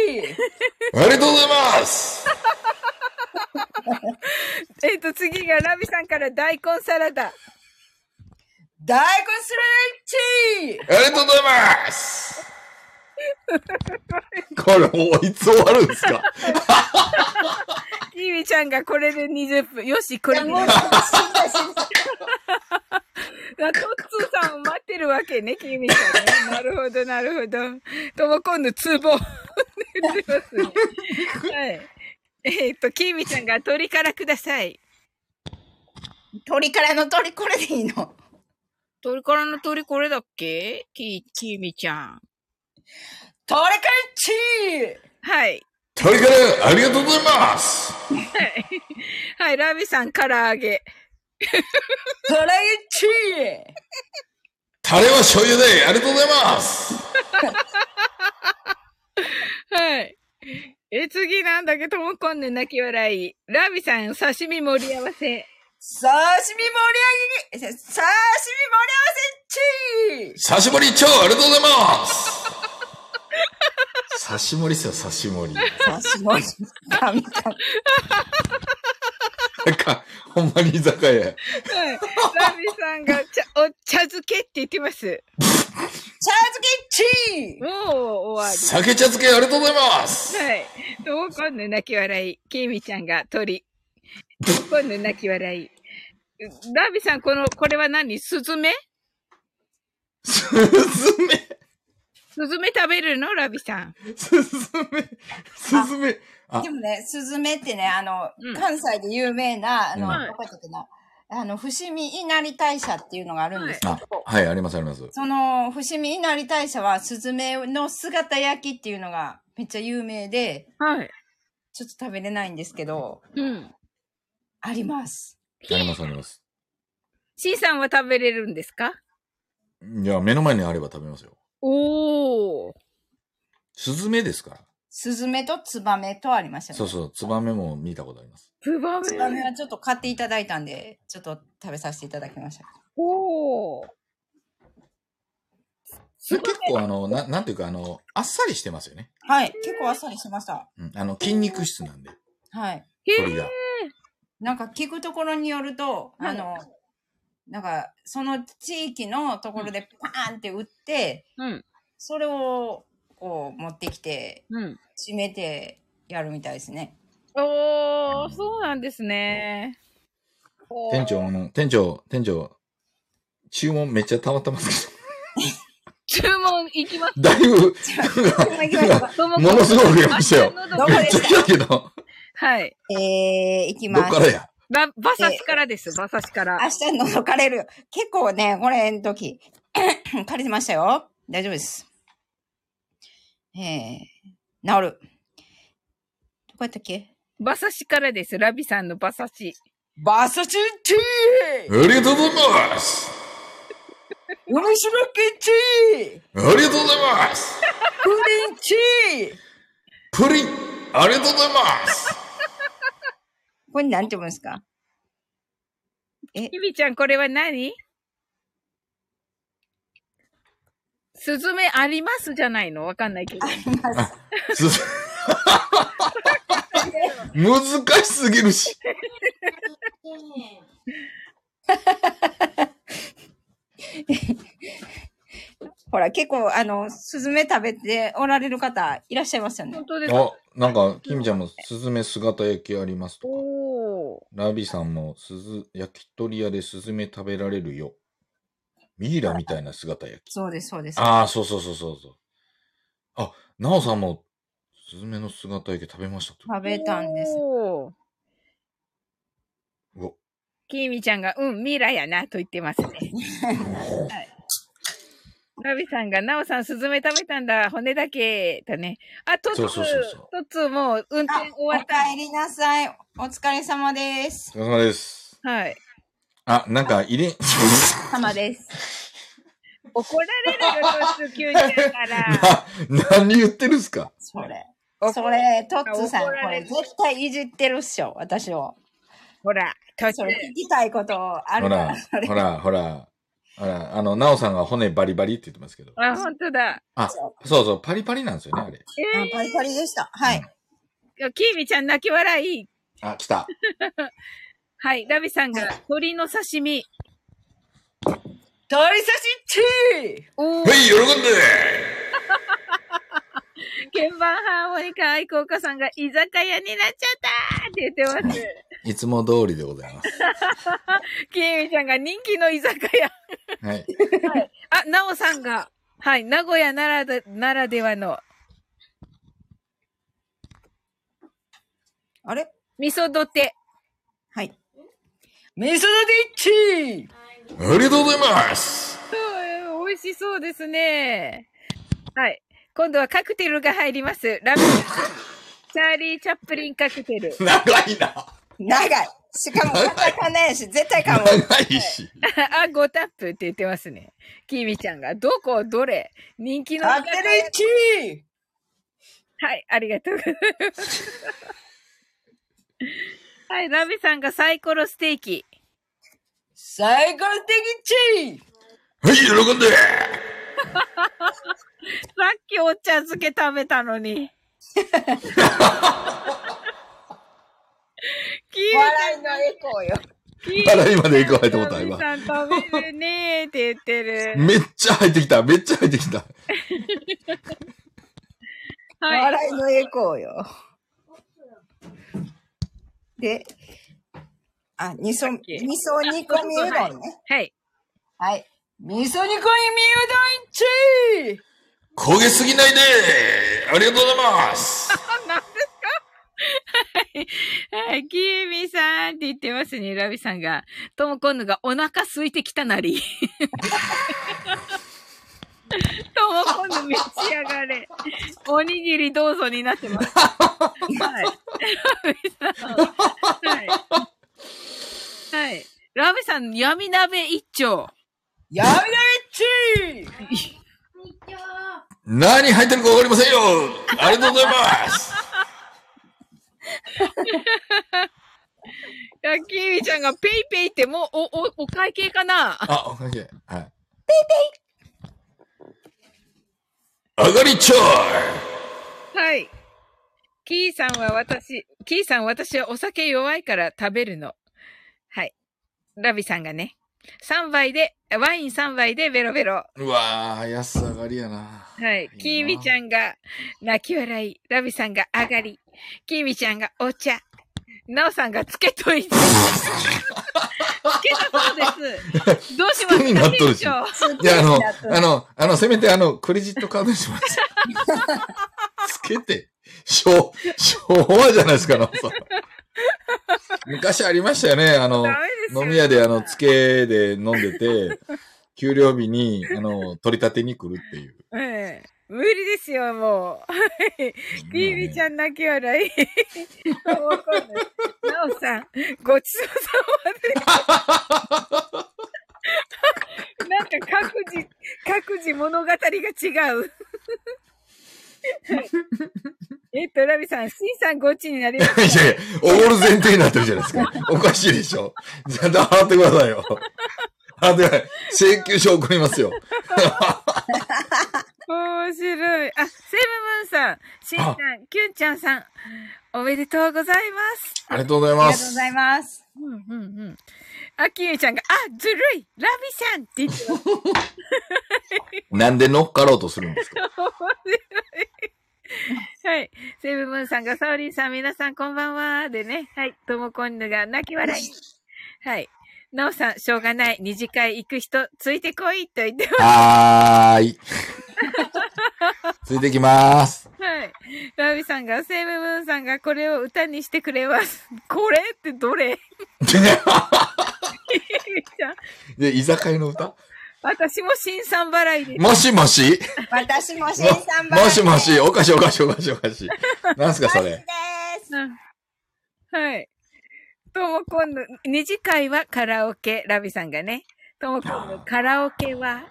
[SPEAKER 3] リの坂道ティー
[SPEAKER 2] ありがとうございます
[SPEAKER 1] えっと、次がラビさんから大根サラダ。
[SPEAKER 3] 大根スライティー
[SPEAKER 2] ありがとうございますこれもういつ終わるんですか
[SPEAKER 1] キミちゃんがこれで20分。よし、これで。
[SPEAKER 3] もう死んだ死んだ
[SPEAKER 1] あ、トッツーさんを待ってるわけね、君みた <laughs> いな。なるほど、なるほど。とも今度、ツボ。出てますねはい。えっ、と、キミちゃんが鳥からください。
[SPEAKER 3] <laughs> 鳥からの鳥これでいいの
[SPEAKER 1] 鳥からの鳥これだっけキ、キミちゃん。
[SPEAKER 3] 鳥からチー
[SPEAKER 1] はい。
[SPEAKER 2] 鳥からありがとうございます
[SPEAKER 1] はい、ラビさん、唐揚げ。
[SPEAKER 3] 唐揚げ <laughs> チー
[SPEAKER 2] タレは醤油でありがとうございます
[SPEAKER 1] はい。え、次なんだっけともこんの泣き笑い。ラビさん、刺身盛り合わせ。
[SPEAKER 3] 刺身盛り上げ、刺身盛り合わせチー
[SPEAKER 2] 刺し盛り超ありがとうござい <laughs> ます刺し盛りっすよ、刺し盛り。
[SPEAKER 3] 刺身盛り上げ。
[SPEAKER 2] なんか、ほんまに居酒屋。
[SPEAKER 1] はい。ラビさんが、茶、お茶漬けって言ってます。
[SPEAKER 3] 茶漬けチー
[SPEAKER 1] もう終わり。
[SPEAKER 2] 酒茶漬けありがとうございます
[SPEAKER 1] はい。ともこんの泣き笑い。きみちゃんが鳥。ともこんの泣き笑い。ラビさん、この、これは何スズメ
[SPEAKER 2] すずめ
[SPEAKER 1] スズメ食べるのラビさん。
[SPEAKER 2] すずめすずめあ
[SPEAKER 3] で、もね、スズメってね、あの、
[SPEAKER 1] うん
[SPEAKER 3] 関西で有名な、あの、
[SPEAKER 2] うん
[SPEAKER 3] どこやったっけな、あの、伏見稲荷大社っていうのがあるんですけど、
[SPEAKER 2] あ、はい、ありますあります。
[SPEAKER 3] その、伏見稲荷大社は、スズメの姿焼きっていうのがめっちゃ有名で、
[SPEAKER 1] はい。
[SPEAKER 3] ちょっと食べれないんですけど、
[SPEAKER 1] うん。
[SPEAKER 3] あります。
[SPEAKER 2] ありますあります。
[SPEAKER 1] シンさんは食べれるんですか
[SPEAKER 2] いや、目の前にあれば食べますよ。
[SPEAKER 1] おー。
[SPEAKER 2] すずめですから。
[SPEAKER 3] スズメとツバメとありましたね。
[SPEAKER 2] そうそう、ツバメも見たことあります。
[SPEAKER 1] ツバ
[SPEAKER 3] ツバ
[SPEAKER 1] メ。
[SPEAKER 3] メはちょっと買っていただいたんで、ちょっと食べさせていただきました。
[SPEAKER 1] おー。
[SPEAKER 2] 結構あの、ななんていうか、あの、あっさりしてますよね。
[SPEAKER 3] はい。結構あっさりしました。
[SPEAKER 2] うん、あの、筋肉質なんで、
[SPEAKER 3] はい。
[SPEAKER 1] へ
[SPEAKER 2] 鳥
[SPEAKER 1] ー。
[SPEAKER 2] が。
[SPEAKER 3] なんか聞くところによると、
[SPEAKER 1] はい
[SPEAKER 3] あの、なんかその地域のところでパーンって打って、
[SPEAKER 1] うん。
[SPEAKER 3] それをこう持ってきて、
[SPEAKER 1] うん。
[SPEAKER 3] 締めてやるみたいですね。
[SPEAKER 1] おー、そうなんですね。
[SPEAKER 2] 店長、あの店長、店長、注文めっちゃ溜まってますけ
[SPEAKER 1] 注文いきます。
[SPEAKER 2] ど。だいぶ、
[SPEAKER 3] 行きましょうか
[SPEAKER 1] とも
[SPEAKER 2] ものすごく来ましたよ
[SPEAKER 1] 明日
[SPEAKER 3] ど
[SPEAKER 1] の
[SPEAKER 3] こ
[SPEAKER 1] どこ
[SPEAKER 2] めっちゃ来たけど、ど
[SPEAKER 1] はい。
[SPEAKER 3] <laughs> えー、行き
[SPEAKER 2] っ
[SPEAKER 3] ま
[SPEAKER 2] か
[SPEAKER 3] す
[SPEAKER 2] ら。や。
[SPEAKER 1] ば、馬刺しからです、馬刺しから。
[SPEAKER 3] 明日のぞかれるよ。結構ね、これの時、 <coughs> 枯れてましたよ。大丈夫です。えー、治る。どこやったっけ
[SPEAKER 1] 馬刺しからです、ラビさんの馬刺し。
[SPEAKER 3] バーサチンチー
[SPEAKER 2] ありがとうございます
[SPEAKER 3] 梅島ケチー
[SPEAKER 2] ありがとうございます
[SPEAKER 3] プリンチー
[SPEAKER 2] プリンありがとうございます
[SPEAKER 3] これなんて思うんですか
[SPEAKER 1] ひびちゃん、これは何スズメありますじゃないのわかんないけど。
[SPEAKER 2] <laughs> す難しすぎるし。
[SPEAKER 3] ほら、結構、あの、スズメ食べておられる方いらっしゃいますよね
[SPEAKER 1] 本。当ですか
[SPEAKER 2] あ、なんか、キミちゃんもスズメ姿焼きありますとか。
[SPEAKER 1] おー。
[SPEAKER 2] ラビさんもすず焼き鳥屋でスズメ食べられるよ。ミイラみたいな姿焼き。
[SPEAKER 3] そうです、そうです。
[SPEAKER 2] ああ、そうそうそうそうそう。あ、ナオさんもスズメの姿焼き食べましたと。
[SPEAKER 3] 食べたんです。
[SPEAKER 1] おー
[SPEAKER 2] うわ
[SPEAKER 1] キーミちゃんが、うん、ミイラやな、と言ってますね。はい。ラビさんが、ナオさん、スズメ食べたんだ、骨だけ、とね。あ、トツ
[SPEAKER 2] そうそうそうそう、
[SPEAKER 1] トツもう運転
[SPEAKER 3] お
[SPEAKER 1] 終わっ
[SPEAKER 3] 帰りなさい。お疲れ様です。
[SPEAKER 2] お疲れ様です。
[SPEAKER 1] た。はい。
[SPEAKER 2] あ、なんか、入 <laughs> れ、
[SPEAKER 3] 様です。
[SPEAKER 1] 怒られるよ、トツ、急にだから。
[SPEAKER 2] な、何言ってるんすか
[SPEAKER 3] それ。
[SPEAKER 1] <laughs> 怒
[SPEAKER 3] それ、トッ
[SPEAKER 1] ら
[SPEAKER 3] ツさん、こ
[SPEAKER 1] 怒られ
[SPEAKER 3] れ
[SPEAKER 1] る
[SPEAKER 3] 絶対いじってるっしょ、私を。
[SPEAKER 1] ほら、トツ
[SPEAKER 3] そ。れ聞きたいことあ
[SPEAKER 2] ほ
[SPEAKER 3] るから
[SPEAKER 2] ら。、ほら、ほら、ほら、あの、ナオさんが骨バリバリって言ってますけど。
[SPEAKER 1] あ、本当だ。
[SPEAKER 2] あ、そうそう、パリパリなんですよね、あれ。
[SPEAKER 3] あパリパリでした。はい。
[SPEAKER 1] えー、キーミちゃん、泣き笑い。
[SPEAKER 2] あ、来た。
[SPEAKER 1] はい、ラビさんが、鳥の刺身。
[SPEAKER 3] 鳥刺しチー
[SPEAKER 1] おー
[SPEAKER 2] はい、喜んで
[SPEAKER 1] 鍵盤ハーモニカ愛好家さんが居酒屋になっちゃったって言ってます。
[SPEAKER 2] いつも通りでございます。
[SPEAKER 1] キーミちゃんが人気の居酒屋。
[SPEAKER 2] はい。
[SPEAKER 1] あ、ナオさんが、はい、名古屋ならでならではの
[SPEAKER 3] あれ
[SPEAKER 1] 味噌どて。
[SPEAKER 3] はい。メソドディッチ
[SPEAKER 2] ありがとうございます
[SPEAKER 1] うん美味しそうですね。はい。今度はカクテルが入ります。ラムネチャーリー・チャップリンカクテル。
[SPEAKER 2] 長いな
[SPEAKER 3] 長いしかも、カタカナ <laughs> やし、絶対かも。
[SPEAKER 2] 長いし。
[SPEAKER 1] <laughs> あ、5タップって言ってますね。キーミちゃんが、どこ、どれ、人気の
[SPEAKER 3] ア
[SPEAKER 1] 居
[SPEAKER 3] テ
[SPEAKER 1] 酒
[SPEAKER 3] レ
[SPEAKER 1] 屋。
[SPEAKER 3] ッチ
[SPEAKER 1] はい、ありがとうございます。はい、ラビさんがサイコロステーキ。
[SPEAKER 3] 最高的チ
[SPEAKER 2] はい、喜んで
[SPEAKER 1] さっきお茶漬け食べたのに。キー
[SPEAKER 3] 笑いのエコーよ。
[SPEAKER 2] 笑いまで行こうと思った、
[SPEAKER 1] ミ
[SPEAKER 2] 今。
[SPEAKER 1] さん食べるねーって言ってる。
[SPEAKER 2] めっちゃ入ってきた、めっちゃ入ってきた。
[SPEAKER 1] はい。
[SPEAKER 3] 笑いのエコーよ。で、あ、味噌、味噌煮込みうどんね。
[SPEAKER 1] はい。
[SPEAKER 3] はい。味噌煮込みうどんチー
[SPEAKER 2] 焦げすぎないでありがとうございます
[SPEAKER 1] はい。キーミさんって言ってますね、ラビさんが。ともこんぬがお腹空いてきたなり。ともこんぬ召し上がれ。おにぎりどうぞになってます。はい。ラビさん。はい。はい。ラビさん、闇鍋一丁。
[SPEAKER 3] やめれっち
[SPEAKER 2] 何入ってるかわかりませんよありがとうございます
[SPEAKER 1] いやキーミちゃんがペイペイってもうお、お、お会計かな
[SPEAKER 2] あ、おかげ。はい。ペイペイ上がりちょ
[SPEAKER 1] はい。キキーさんは私、キーさん私はお酒弱いから食べるの。はい。ラビさんがね。3杯で、ワイン3杯でベロベロ。
[SPEAKER 2] うわー、安上がりやな。
[SPEAKER 1] はい。キーミちゃ
[SPEAKER 2] ん。
[SPEAKER 1] んが泣き笑い。ラビさんが上がり。キーミちゃんがお茶。ナオさんがつけといて。つけたそうです。 <laughs> どうします
[SPEAKER 2] つけになっとるし
[SPEAKER 1] 大変でょ
[SPEAKER 2] いや、あの、あの、あの、せめてあの、クレジットカードにします。つけて、昭、昭和じゃないですか、なおさん。昔ありましたよね、あの、
[SPEAKER 1] ダメですよ
[SPEAKER 2] 飲み屋であの、つけで飲んでて、給料日に、あの、取り立てに来るって
[SPEAKER 1] <laughs>
[SPEAKER 2] いう。
[SPEAKER 1] ええ無理ですよ、もう。はいキーミちゃん泣き笑い。もうわかんないなおさん、ごちそうさまで。なんか各自、各自物語が違う。えっと、ラビさん、シンさんごちになりま
[SPEAKER 2] <laughs> いや
[SPEAKER 1] す。
[SPEAKER 2] いや、おごる前提になってるじゃないですか。おかしいでしょ。ちゃんと払ってくださいよ。払ってください。請求書送りますよ。
[SPEAKER 1] 面白い。あ、セブムーンさん、シンさん
[SPEAKER 2] あ、
[SPEAKER 1] キュンちゃんさん、おめでとうございます。
[SPEAKER 2] ありがとうござい
[SPEAKER 4] あり
[SPEAKER 2] ま
[SPEAKER 4] がとう
[SPEAKER 2] す
[SPEAKER 4] ご。ざいます。
[SPEAKER 1] うんうんうん。あきえちゃんが、あ、ずるいラビさんって言ってます。
[SPEAKER 2] なんで乗っかろうとするんで
[SPEAKER 4] <laughs>
[SPEAKER 2] すか
[SPEAKER 1] 面白い。はい。セブブンさんが、サオリンさん、皆さんこんばんは。でね。はい。ともこんぬが泣き笑い。はい。なおさん、しょうがない。二次会行く人、ついてこいと言ってま
[SPEAKER 2] はーい。ついてきます。 <laughs>
[SPEAKER 1] す。はい。ラビさんが、セブブンさんが、これを歌にしてくれます。これってどれ <laughs>
[SPEAKER 2] で、居酒屋の歌
[SPEAKER 1] 私も新さん払いです。
[SPEAKER 2] もしもし
[SPEAKER 3] 私も新さん
[SPEAKER 2] もしもしおかしいおかしいおかしいおかしい。なんすかそれ。
[SPEAKER 3] です。
[SPEAKER 1] うんはい。ともこんの、二次会はカラオケ、ラビさんがね。ともこんのカラオケは、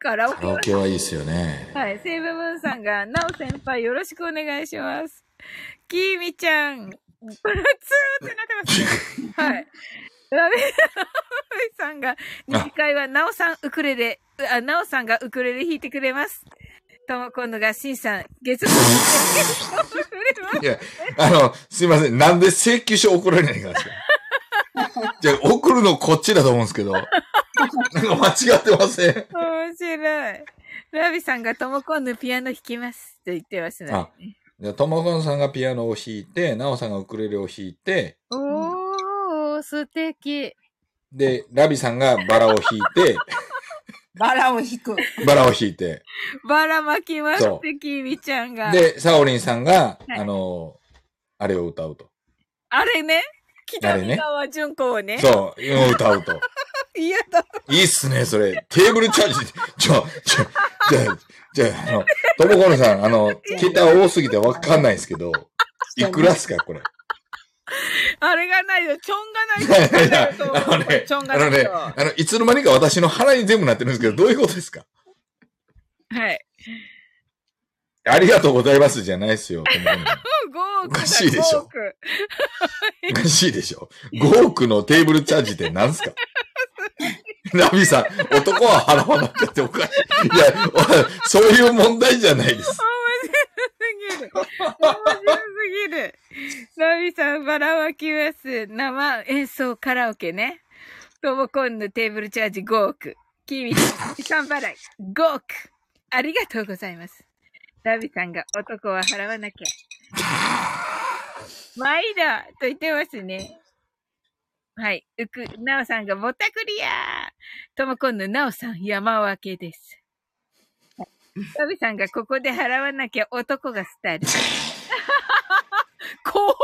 [SPEAKER 1] カラオ
[SPEAKER 2] カ
[SPEAKER 1] ケ
[SPEAKER 2] ラオ
[SPEAKER 1] は、
[SPEAKER 2] ケはいいっすよね。
[SPEAKER 1] はい。セイブムーンさんが、なお先輩よろしくお願いします。きーみちゃん、プルツーってなってます。はい。ラビラビさんが、二次会はなおさんウクレレ、あ、なおさんがウクレレ弾いてくれます。ともこんのがしんさん、月曜日、ウクレレはい
[SPEAKER 2] や、あの、すいません。なんで請求書送られないかなんですかじゃあ、送るのこっちだと思うんですけど。なんか間違ってません。
[SPEAKER 1] 面白い。ラビさんがトモコンヌピアノ弾きますと言ってますね。
[SPEAKER 2] あじゃあ、ともこんさんがピアノを弾いて、なおさんがウクレレを弾いて、
[SPEAKER 1] おー、素敵。
[SPEAKER 2] で、ラビさんがバラを弾いて、
[SPEAKER 3] バラを引く。
[SPEAKER 2] バラを弾いて、
[SPEAKER 1] ばらまきます
[SPEAKER 2] そ
[SPEAKER 1] っ
[SPEAKER 2] う
[SPEAKER 1] て、キミちゃんが。
[SPEAKER 2] で、サオリンさんが、
[SPEAKER 1] はい
[SPEAKER 2] あの、あれを歌うと。
[SPEAKER 1] あれね、
[SPEAKER 2] あ
[SPEAKER 1] 北
[SPEAKER 2] れね
[SPEAKER 1] 見川純子をね。
[SPEAKER 2] そう、うん歌うと。
[SPEAKER 1] いやだ。
[SPEAKER 2] いいっすね、それ。テーブルチャージ。ちょ、ちょ、じゃあ、じゃあ、あの、ともころさん、あの、桁多すぎてわかんないですけど、いくらっすか、これ。
[SPEAKER 1] あれがないよ。ちょん
[SPEAKER 2] い
[SPEAKER 1] が
[SPEAKER 2] や
[SPEAKER 1] ない
[SPEAKER 2] いや
[SPEAKER 1] と。
[SPEAKER 2] <laughs> あのね、
[SPEAKER 1] ちょんが
[SPEAKER 2] あ
[SPEAKER 1] な
[SPEAKER 2] の
[SPEAKER 1] い
[SPEAKER 2] ね、
[SPEAKER 1] と。
[SPEAKER 2] あの、いつの間にか私の腹に全部なってるんですけど、どういうことですか
[SPEAKER 1] はい。
[SPEAKER 2] ありがとうございますじゃないですよ、ともころ
[SPEAKER 1] 5
[SPEAKER 2] さん
[SPEAKER 1] 億
[SPEAKER 2] お
[SPEAKER 1] だ、
[SPEAKER 2] かしいでしょ
[SPEAKER 1] 5億。
[SPEAKER 2] おかしいでしょ。5億のテーブルチャージって
[SPEAKER 1] <laughs>
[SPEAKER 2] 何すかラビさん、男は払わなくておかしい。いや、おそういう問題じゃないです。
[SPEAKER 1] 面白すぎる。面白すぎる。ナビさん、バラワキウス、生演奏カラオケね。トモコンヌテーブルチャージ5億。キミさん、3払い5億。ありがとうございます。ナビさんが男は払わなきゃ。 <laughs> 毎だと言ってますね。はい。うく、なおさんがぼったくりやー。ともこんぬなおさん、山分けです。サビさんがここで払わなきゃ男がスタイル。怖っ <laughs>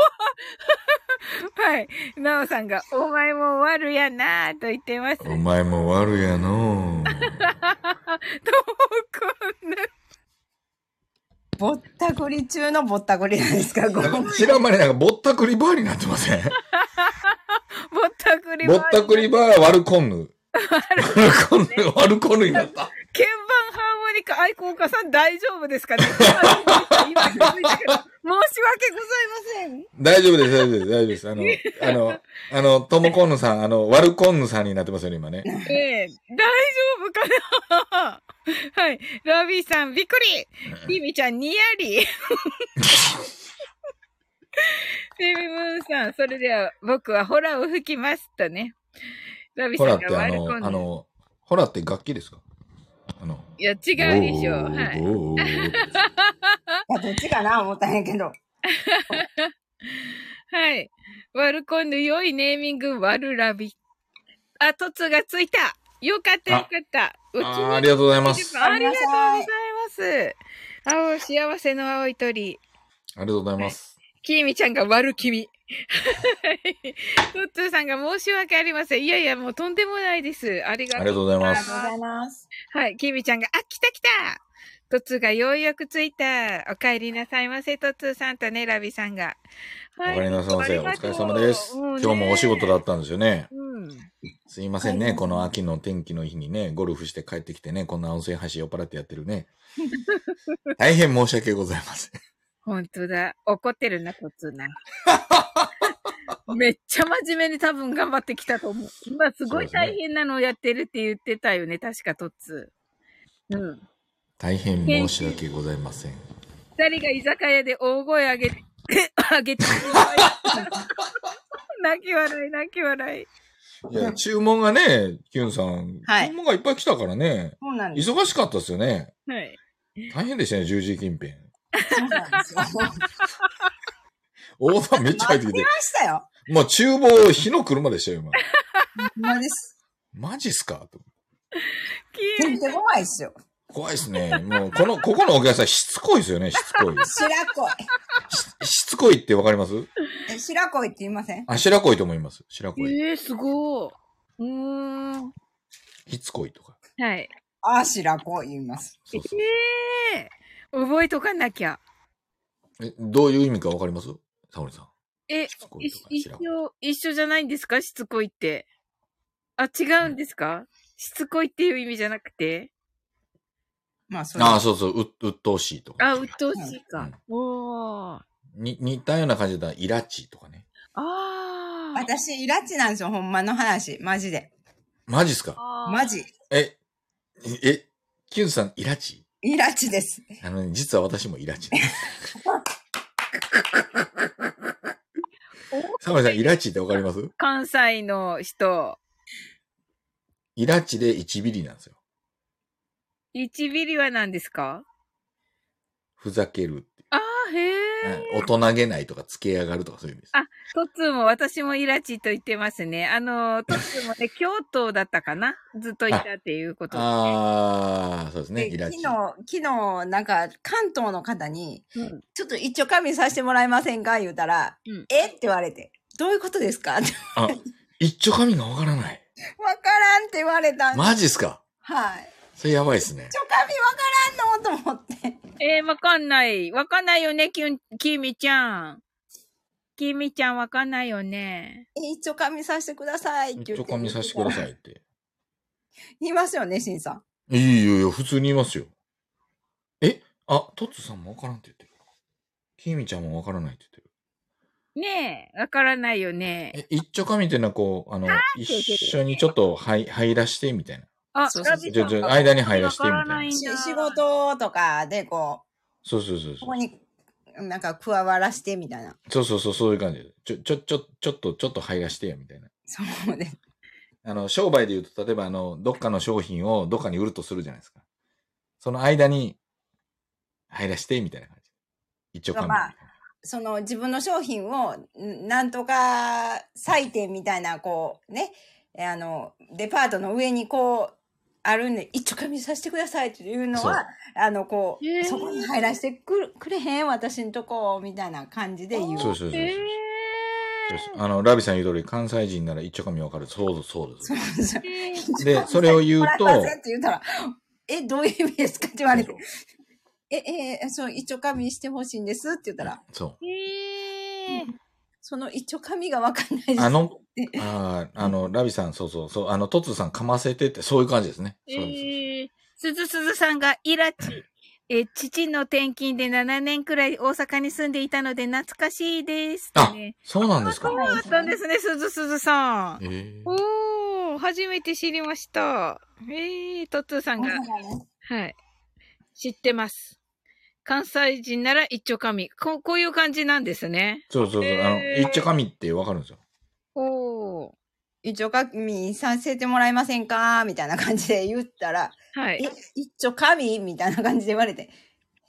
[SPEAKER 1] はい。なおさんが、お前も終わるやなぁと言ってます。と
[SPEAKER 2] お前も悪やの
[SPEAKER 1] <laughs> こんな
[SPEAKER 3] ぼったくり中のぼったくりなんですか、ごめん
[SPEAKER 2] う知らん間になんかぼったくりバーになってません
[SPEAKER 1] ぼったくり
[SPEAKER 2] ぼ
[SPEAKER 1] は
[SPEAKER 2] ったくりバーワルコンヌ。ワルコンヌ、ワルコンヌになった。
[SPEAKER 1] 鍵盤ハーモニカ愛好家さん大丈夫ですかね <laughs> 今気づいたけど申し訳ございません。
[SPEAKER 2] 大丈夫です、大丈夫です、大丈夫です。あの、あの、あの、ともこんぬさん、あの、ワルコンヌさんになってますよね、今ね。
[SPEAKER 1] ええ大丈夫かな <laughs> はい。 <laughs> ラビーさん、びっくり。ビビちゃん、にやり。さん、それでは僕はホラを吹きますとね。ラビ
[SPEAKER 2] ホ
[SPEAKER 1] さん
[SPEAKER 2] ラって
[SPEAKER 1] が
[SPEAKER 2] あ
[SPEAKER 1] 割り込ん
[SPEAKER 2] の、
[SPEAKER 1] で。
[SPEAKER 2] あの、ホラって楽器ですかあの、
[SPEAKER 1] いや、違うでしょう。
[SPEAKER 2] おー
[SPEAKER 1] はい。
[SPEAKER 2] <laughs> おーおーって
[SPEAKER 3] あどっちかな思ったんやけど。
[SPEAKER 1] はい。ワルコンの良いネーミング、ワルラビ。あ、トツがついた。よかった、
[SPEAKER 2] あ
[SPEAKER 1] よかった。うち
[SPEAKER 2] あー
[SPEAKER 1] の
[SPEAKER 2] ありがとうございます。あ
[SPEAKER 1] ありがとうございます。青、幸せの青い鳥。
[SPEAKER 2] りがとうございます。
[SPEAKER 1] きみちゃんが悪きみ。トッツーさんが申し訳ありません。いやいや、もうとんでもないです。あり
[SPEAKER 2] あ
[SPEAKER 1] がと
[SPEAKER 2] りが
[SPEAKER 1] う。
[SPEAKER 2] とうござい
[SPEAKER 4] あ
[SPEAKER 2] ま
[SPEAKER 4] りがと
[SPEAKER 2] す
[SPEAKER 4] う。ございます。
[SPEAKER 1] はい。きみちゃんが、あ、来た来たトッツーがようやく着いた。お帰りなさいませ、トッツーさんとね、ラビさんが。
[SPEAKER 2] お
[SPEAKER 1] はい
[SPEAKER 2] かえりなさいませ。お疲れ様です。今日もお仕事だ。ったんですよね。
[SPEAKER 1] うんね
[SPEAKER 2] すいませんね。この秋の天気の日にね、ゴルフして帰ってきてね、こんな音声配信酔っ払ってやってるね。 <laughs> 大変申し訳ございません。
[SPEAKER 1] 本当だ。怒ってるな、こっ <laughs> つな。めっちゃ真面目に多分頑張ってきたと思う。今すごい大変なのをやってるって言ってたよね、確かトッツー。うん。
[SPEAKER 2] 大変申し訳ございません。
[SPEAKER 1] 二人が居酒屋で大声上げて、 <laughs> 上げて。泣き笑い、泣き笑い。
[SPEAKER 2] いや、注文がね、キュンさん、
[SPEAKER 3] はい
[SPEAKER 2] 注文がいっぱい来たからね、
[SPEAKER 3] そうなんです。
[SPEAKER 2] 忙しかったですよね。
[SPEAKER 1] はい。
[SPEAKER 2] 大変でしたね、十字近辺。
[SPEAKER 3] そうなんですよ。
[SPEAKER 2] オーダーめっちゃ入ってき
[SPEAKER 3] 待って
[SPEAKER 2] て
[SPEAKER 3] ま。したよ。
[SPEAKER 2] もう厨房、火の車でしたよ、今。
[SPEAKER 3] ほんまです。
[SPEAKER 2] マジっすかと
[SPEAKER 1] き
[SPEAKER 3] 全然怖いっすよ。
[SPEAKER 2] 怖いですね。もう、この、ここのお客さん、しつこいですよね、しつこい。
[SPEAKER 3] 白恋。
[SPEAKER 2] ししつこいってわかります
[SPEAKER 3] え、白恋って言いません
[SPEAKER 2] あ、白恋と思います。白
[SPEAKER 1] え
[SPEAKER 2] 恋。
[SPEAKER 1] えー、すごい。うーん。
[SPEAKER 2] ひつこいとか。
[SPEAKER 1] はい。
[SPEAKER 3] あ、白恋言います。
[SPEAKER 2] そうそう
[SPEAKER 1] ええー、覚えとかなきゃ。
[SPEAKER 2] えどういう意味かわかりますタモリさん。
[SPEAKER 1] え
[SPEAKER 2] しつこ、い
[SPEAKER 1] 一
[SPEAKER 2] とか
[SPEAKER 1] 一
[SPEAKER 2] 白
[SPEAKER 1] 緒、一緒じゃないんですかしつこいって。あ、違うんですかしつこいっていう意味じゃなくて
[SPEAKER 3] まあ、それ
[SPEAKER 2] ああ、そうそう、う、鬱陶しいとか。
[SPEAKER 1] あ、鬱陶しいか。おー。
[SPEAKER 2] に、似たような感じだったら、イラチとかね。
[SPEAKER 1] あー。
[SPEAKER 3] 私、イラッチなんですよ、ほんまの話。マジで。
[SPEAKER 2] マジっすか
[SPEAKER 3] マジ。
[SPEAKER 2] え、え、キュンさん、イラチ
[SPEAKER 3] イラッチです。
[SPEAKER 2] あのね、実は私もイラチ。タモリさん、イラチってわかります
[SPEAKER 1] 関西の人。
[SPEAKER 2] イラチで1ビリなんですよ。
[SPEAKER 1] 1ビリは何ですか
[SPEAKER 2] ふざけるって
[SPEAKER 1] あー、へえ。
[SPEAKER 2] いう。うん大人げないとか、つけ上がるとか、そういう意味です。
[SPEAKER 1] あトッツーも私もイラチと言ってますね。あの、トッツーもね、京都だったかなずっといたっていうこと。
[SPEAKER 2] ああ、そうですね、
[SPEAKER 3] で
[SPEAKER 2] イラ
[SPEAKER 3] 昨
[SPEAKER 2] チ。
[SPEAKER 3] 日、昨日、なんか、関東の方に、
[SPEAKER 1] うん
[SPEAKER 3] ちょっと一応加味させてもらえませんか言うたら、
[SPEAKER 1] うん
[SPEAKER 3] えって言われて、どういうことですかって
[SPEAKER 2] あ、一丁紙がわからない。
[SPEAKER 3] わからんって言われたんです。
[SPEAKER 2] マジっすか
[SPEAKER 3] はい。
[SPEAKER 2] それやばいっすね。
[SPEAKER 3] 一応加味わからんのと思って。
[SPEAKER 1] えー、わかんない。わかんないよね、きゅん、きみちゃん。きみちゃんわかんないよね。
[SPEAKER 3] え、一応加味させてくださいって言
[SPEAKER 2] 一
[SPEAKER 3] って。
[SPEAKER 2] 丁紙させてくださいって。
[SPEAKER 3] 言いますよね、しんさん。
[SPEAKER 2] いいよいよ、普通に言いますよ。えあ、トッツさんもわからんって言ってる。キミちゃんもわからないって言ってる。
[SPEAKER 1] ねえ、わからないよね。
[SPEAKER 2] え、一丁紙っていうのはこう、あの、
[SPEAKER 1] って言ってる
[SPEAKER 2] 一緒にちょっと入入らしてみたいな。
[SPEAKER 1] あ、
[SPEAKER 3] そうそう
[SPEAKER 1] ラ
[SPEAKER 3] そう
[SPEAKER 1] ビ
[SPEAKER 2] ち
[SPEAKER 1] さ
[SPEAKER 2] ょ、
[SPEAKER 1] ん
[SPEAKER 2] ちょ、
[SPEAKER 1] が
[SPEAKER 2] 間に入らしてみた
[SPEAKER 1] わ
[SPEAKER 2] い
[SPEAKER 1] からな。
[SPEAKER 2] ない
[SPEAKER 1] ん
[SPEAKER 3] し
[SPEAKER 1] だ
[SPEAKER 3] 仕事とかで、こ
[SPEAKER 2] そうそうそう
[SPEAKER 3] う、こ
[SPEAKER 2] そ
[SPEAKER 3] こ
[SPEAKER 2] う。
[SPEAKER 3] に、なんか加わらしてみたいな。
[SPEAKER 2] そうそうそう、そういう感じで。ちょ、ちょ、ちょ、ちょっと、ちょっと入らしてや、みたいな。
[SPEAKER 3] そうです。
[SPEAKER 2] あの、商売で言うと、例えば、あの、どっかの商品をどっかに売るとするじゃないですか。その間に、入らして、みたいな感じ。一応看板みたいな。
[SPEAKER 3] その自分の商品をんなんとか採点みたいなこうねえあのデパートの上にこうあるんで一丁紙させてくださいっていうの
[SPEAKER 2] そう
[SPEAKER 3] はあのこう、
[SPEAKER 1] へえ
[SPEAKER 3] そこに入らせてくるくれへん私のとこみたいな感じで言う <laughs>
[SPEAKER 2] そうそうそうそう。
[SPEAKER 1] え
[SPEAKER 2] そうですあの、ラビさん言う通り、関西人なら一丁紙わかる。そうです、そうです。
[SPEAKER 3] そう
[SPEAKER 1] えー。
[SPEAKER 3] そ
[SPEAKER 2] <laughs>
[SPEAKER 3] う
[SPEAKER 2] で、それを言うと
[SPEAKER 3] も、らえませんって言ったら「えどういう意味ですか?」って言われて
[SPEAKER 2] そ
[SPEAKER 3] 「ええそう一丁紙してほしいんです」って言ったら
[SPEAKER 2] う。
[SPEAKER 1] えー。
[SPEAKER 3] 「その一丁紙がわかんないです」
[SPEAKER 2] あの、あーあの、ラビさん、そうそう、そう、あの、トツさんかませてって、そういう感じですね。そうです。
[SPEAKER 1] えー、すずすずさんがイラチ。えー父の転勤で7年くらい大阪に住んでいたので懐かしいです。
[SPEAKER 2] あ
[SPEAKER 1] ね、
[SPEAKER 2] そうなんですか
[SPEAKER 1] そう。だったんですね、すずすずさん。
[SPEAKER 2] えー
[SPEAKER 1] おー、初めて知りました。えー、トッツーさんが、はい、知ってます。関西人なら一丁神。こう、こういう感じなんですね。
[SPEAKER 2] そうそうそう。あの、
[SPEAKER 1] へー
[SPEAKER 2] 一丁神ってわかるんですよ。
[SPEAKER 1] おお。
[SPEAKER 3] 一応神させてもらえませんかみたいな感じで言ったら、
[SPEAKER 1] は
[SPEAKER 3] え
[SPEAKER 1] い。、
[SPEAKER 3] 一応神みたいな感じで言われて、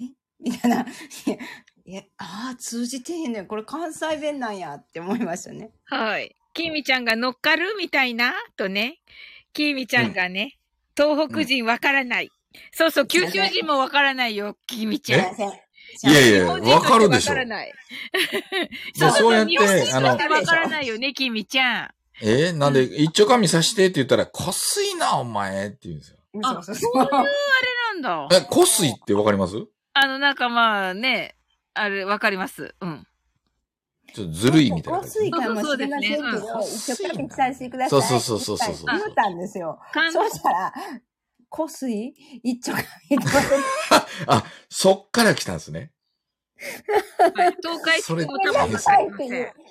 [SPEAKER 3] えみたいな。いやいや、ああ、通じてへんねん。これ関西弁なんやって思いましたね。
[SPEAKER 1] はい。きみちゃんが乗っかるみたいな、とね。きみちゃんがね、東北人わからない。そうそう、九州人もわからないよ、きみち
[SPEAKER 3] すい
[SPEAKER 1] ゃん
[SPEAKER 3] ま。せん。
[SPEAKER 2] いやい
[SPEAKER 1] 日
[SPEAKER 2] や、
[SPEAKER 1] 本人
[SPEAKER 2] わかるでしょ
[SPEAKER 1] わから。ない。
[SPEAKER 2] で、そうやっ
[SPEAKER 1] 日本人
[SPEAKER 2] て、
[SPEAKER 1] と
[SPEAKER 2] あ
[SPEAKER 1] し
[SPEAKER 2] の
[SPEAKER 1] て、わからないよね、きみちゃん。
[SPEAKER 2] えーなんで、一丁神さしてって言ったら、こすいな、お前って言うんですよ。
[SPEAKER 1] あ
[SPEAKER 3] そうそう
[SPEAKER 1] そういうあれなんだ。
[SPEAKER 2] え、こすいってわかります
[SPEAKER 1] あの、なんかまあね、あれ、わかります。うん。
[SPEAKER 2] ちょっとずるいみたいな
[SPEAKER 3] ご
[SPEAKER 2] 感じ。
[SPEAKER 3] 水かもしれませんけど、
[SPEAKER 2] そう
[SPEAKER 3] 一
[SPEAKER 2] そう
[SPEAKER 3] 応
[SPEAKER 2] そう
[SPEAKER 3] 神させてください。
[SPEAKER 2] そうそうそうそうそう
[SPEAKER 3] 言ったんですよ。
[SPEAKER 1] 関
[SPEAKER 3] そうしたら、こすい一丁神って言
[SPEAKER 2] <laughs>
[SPEAKER 3] われて
[SPEAKER 2] <laughs> あ、そっから来たんですね。
[SPEAKER 1] はい東海地
[SPEAKER 2] それ
[SPEAKER 1] 区も多分わかりませ
[SPEAKER 3] それ
[SPEAKER 1] ん。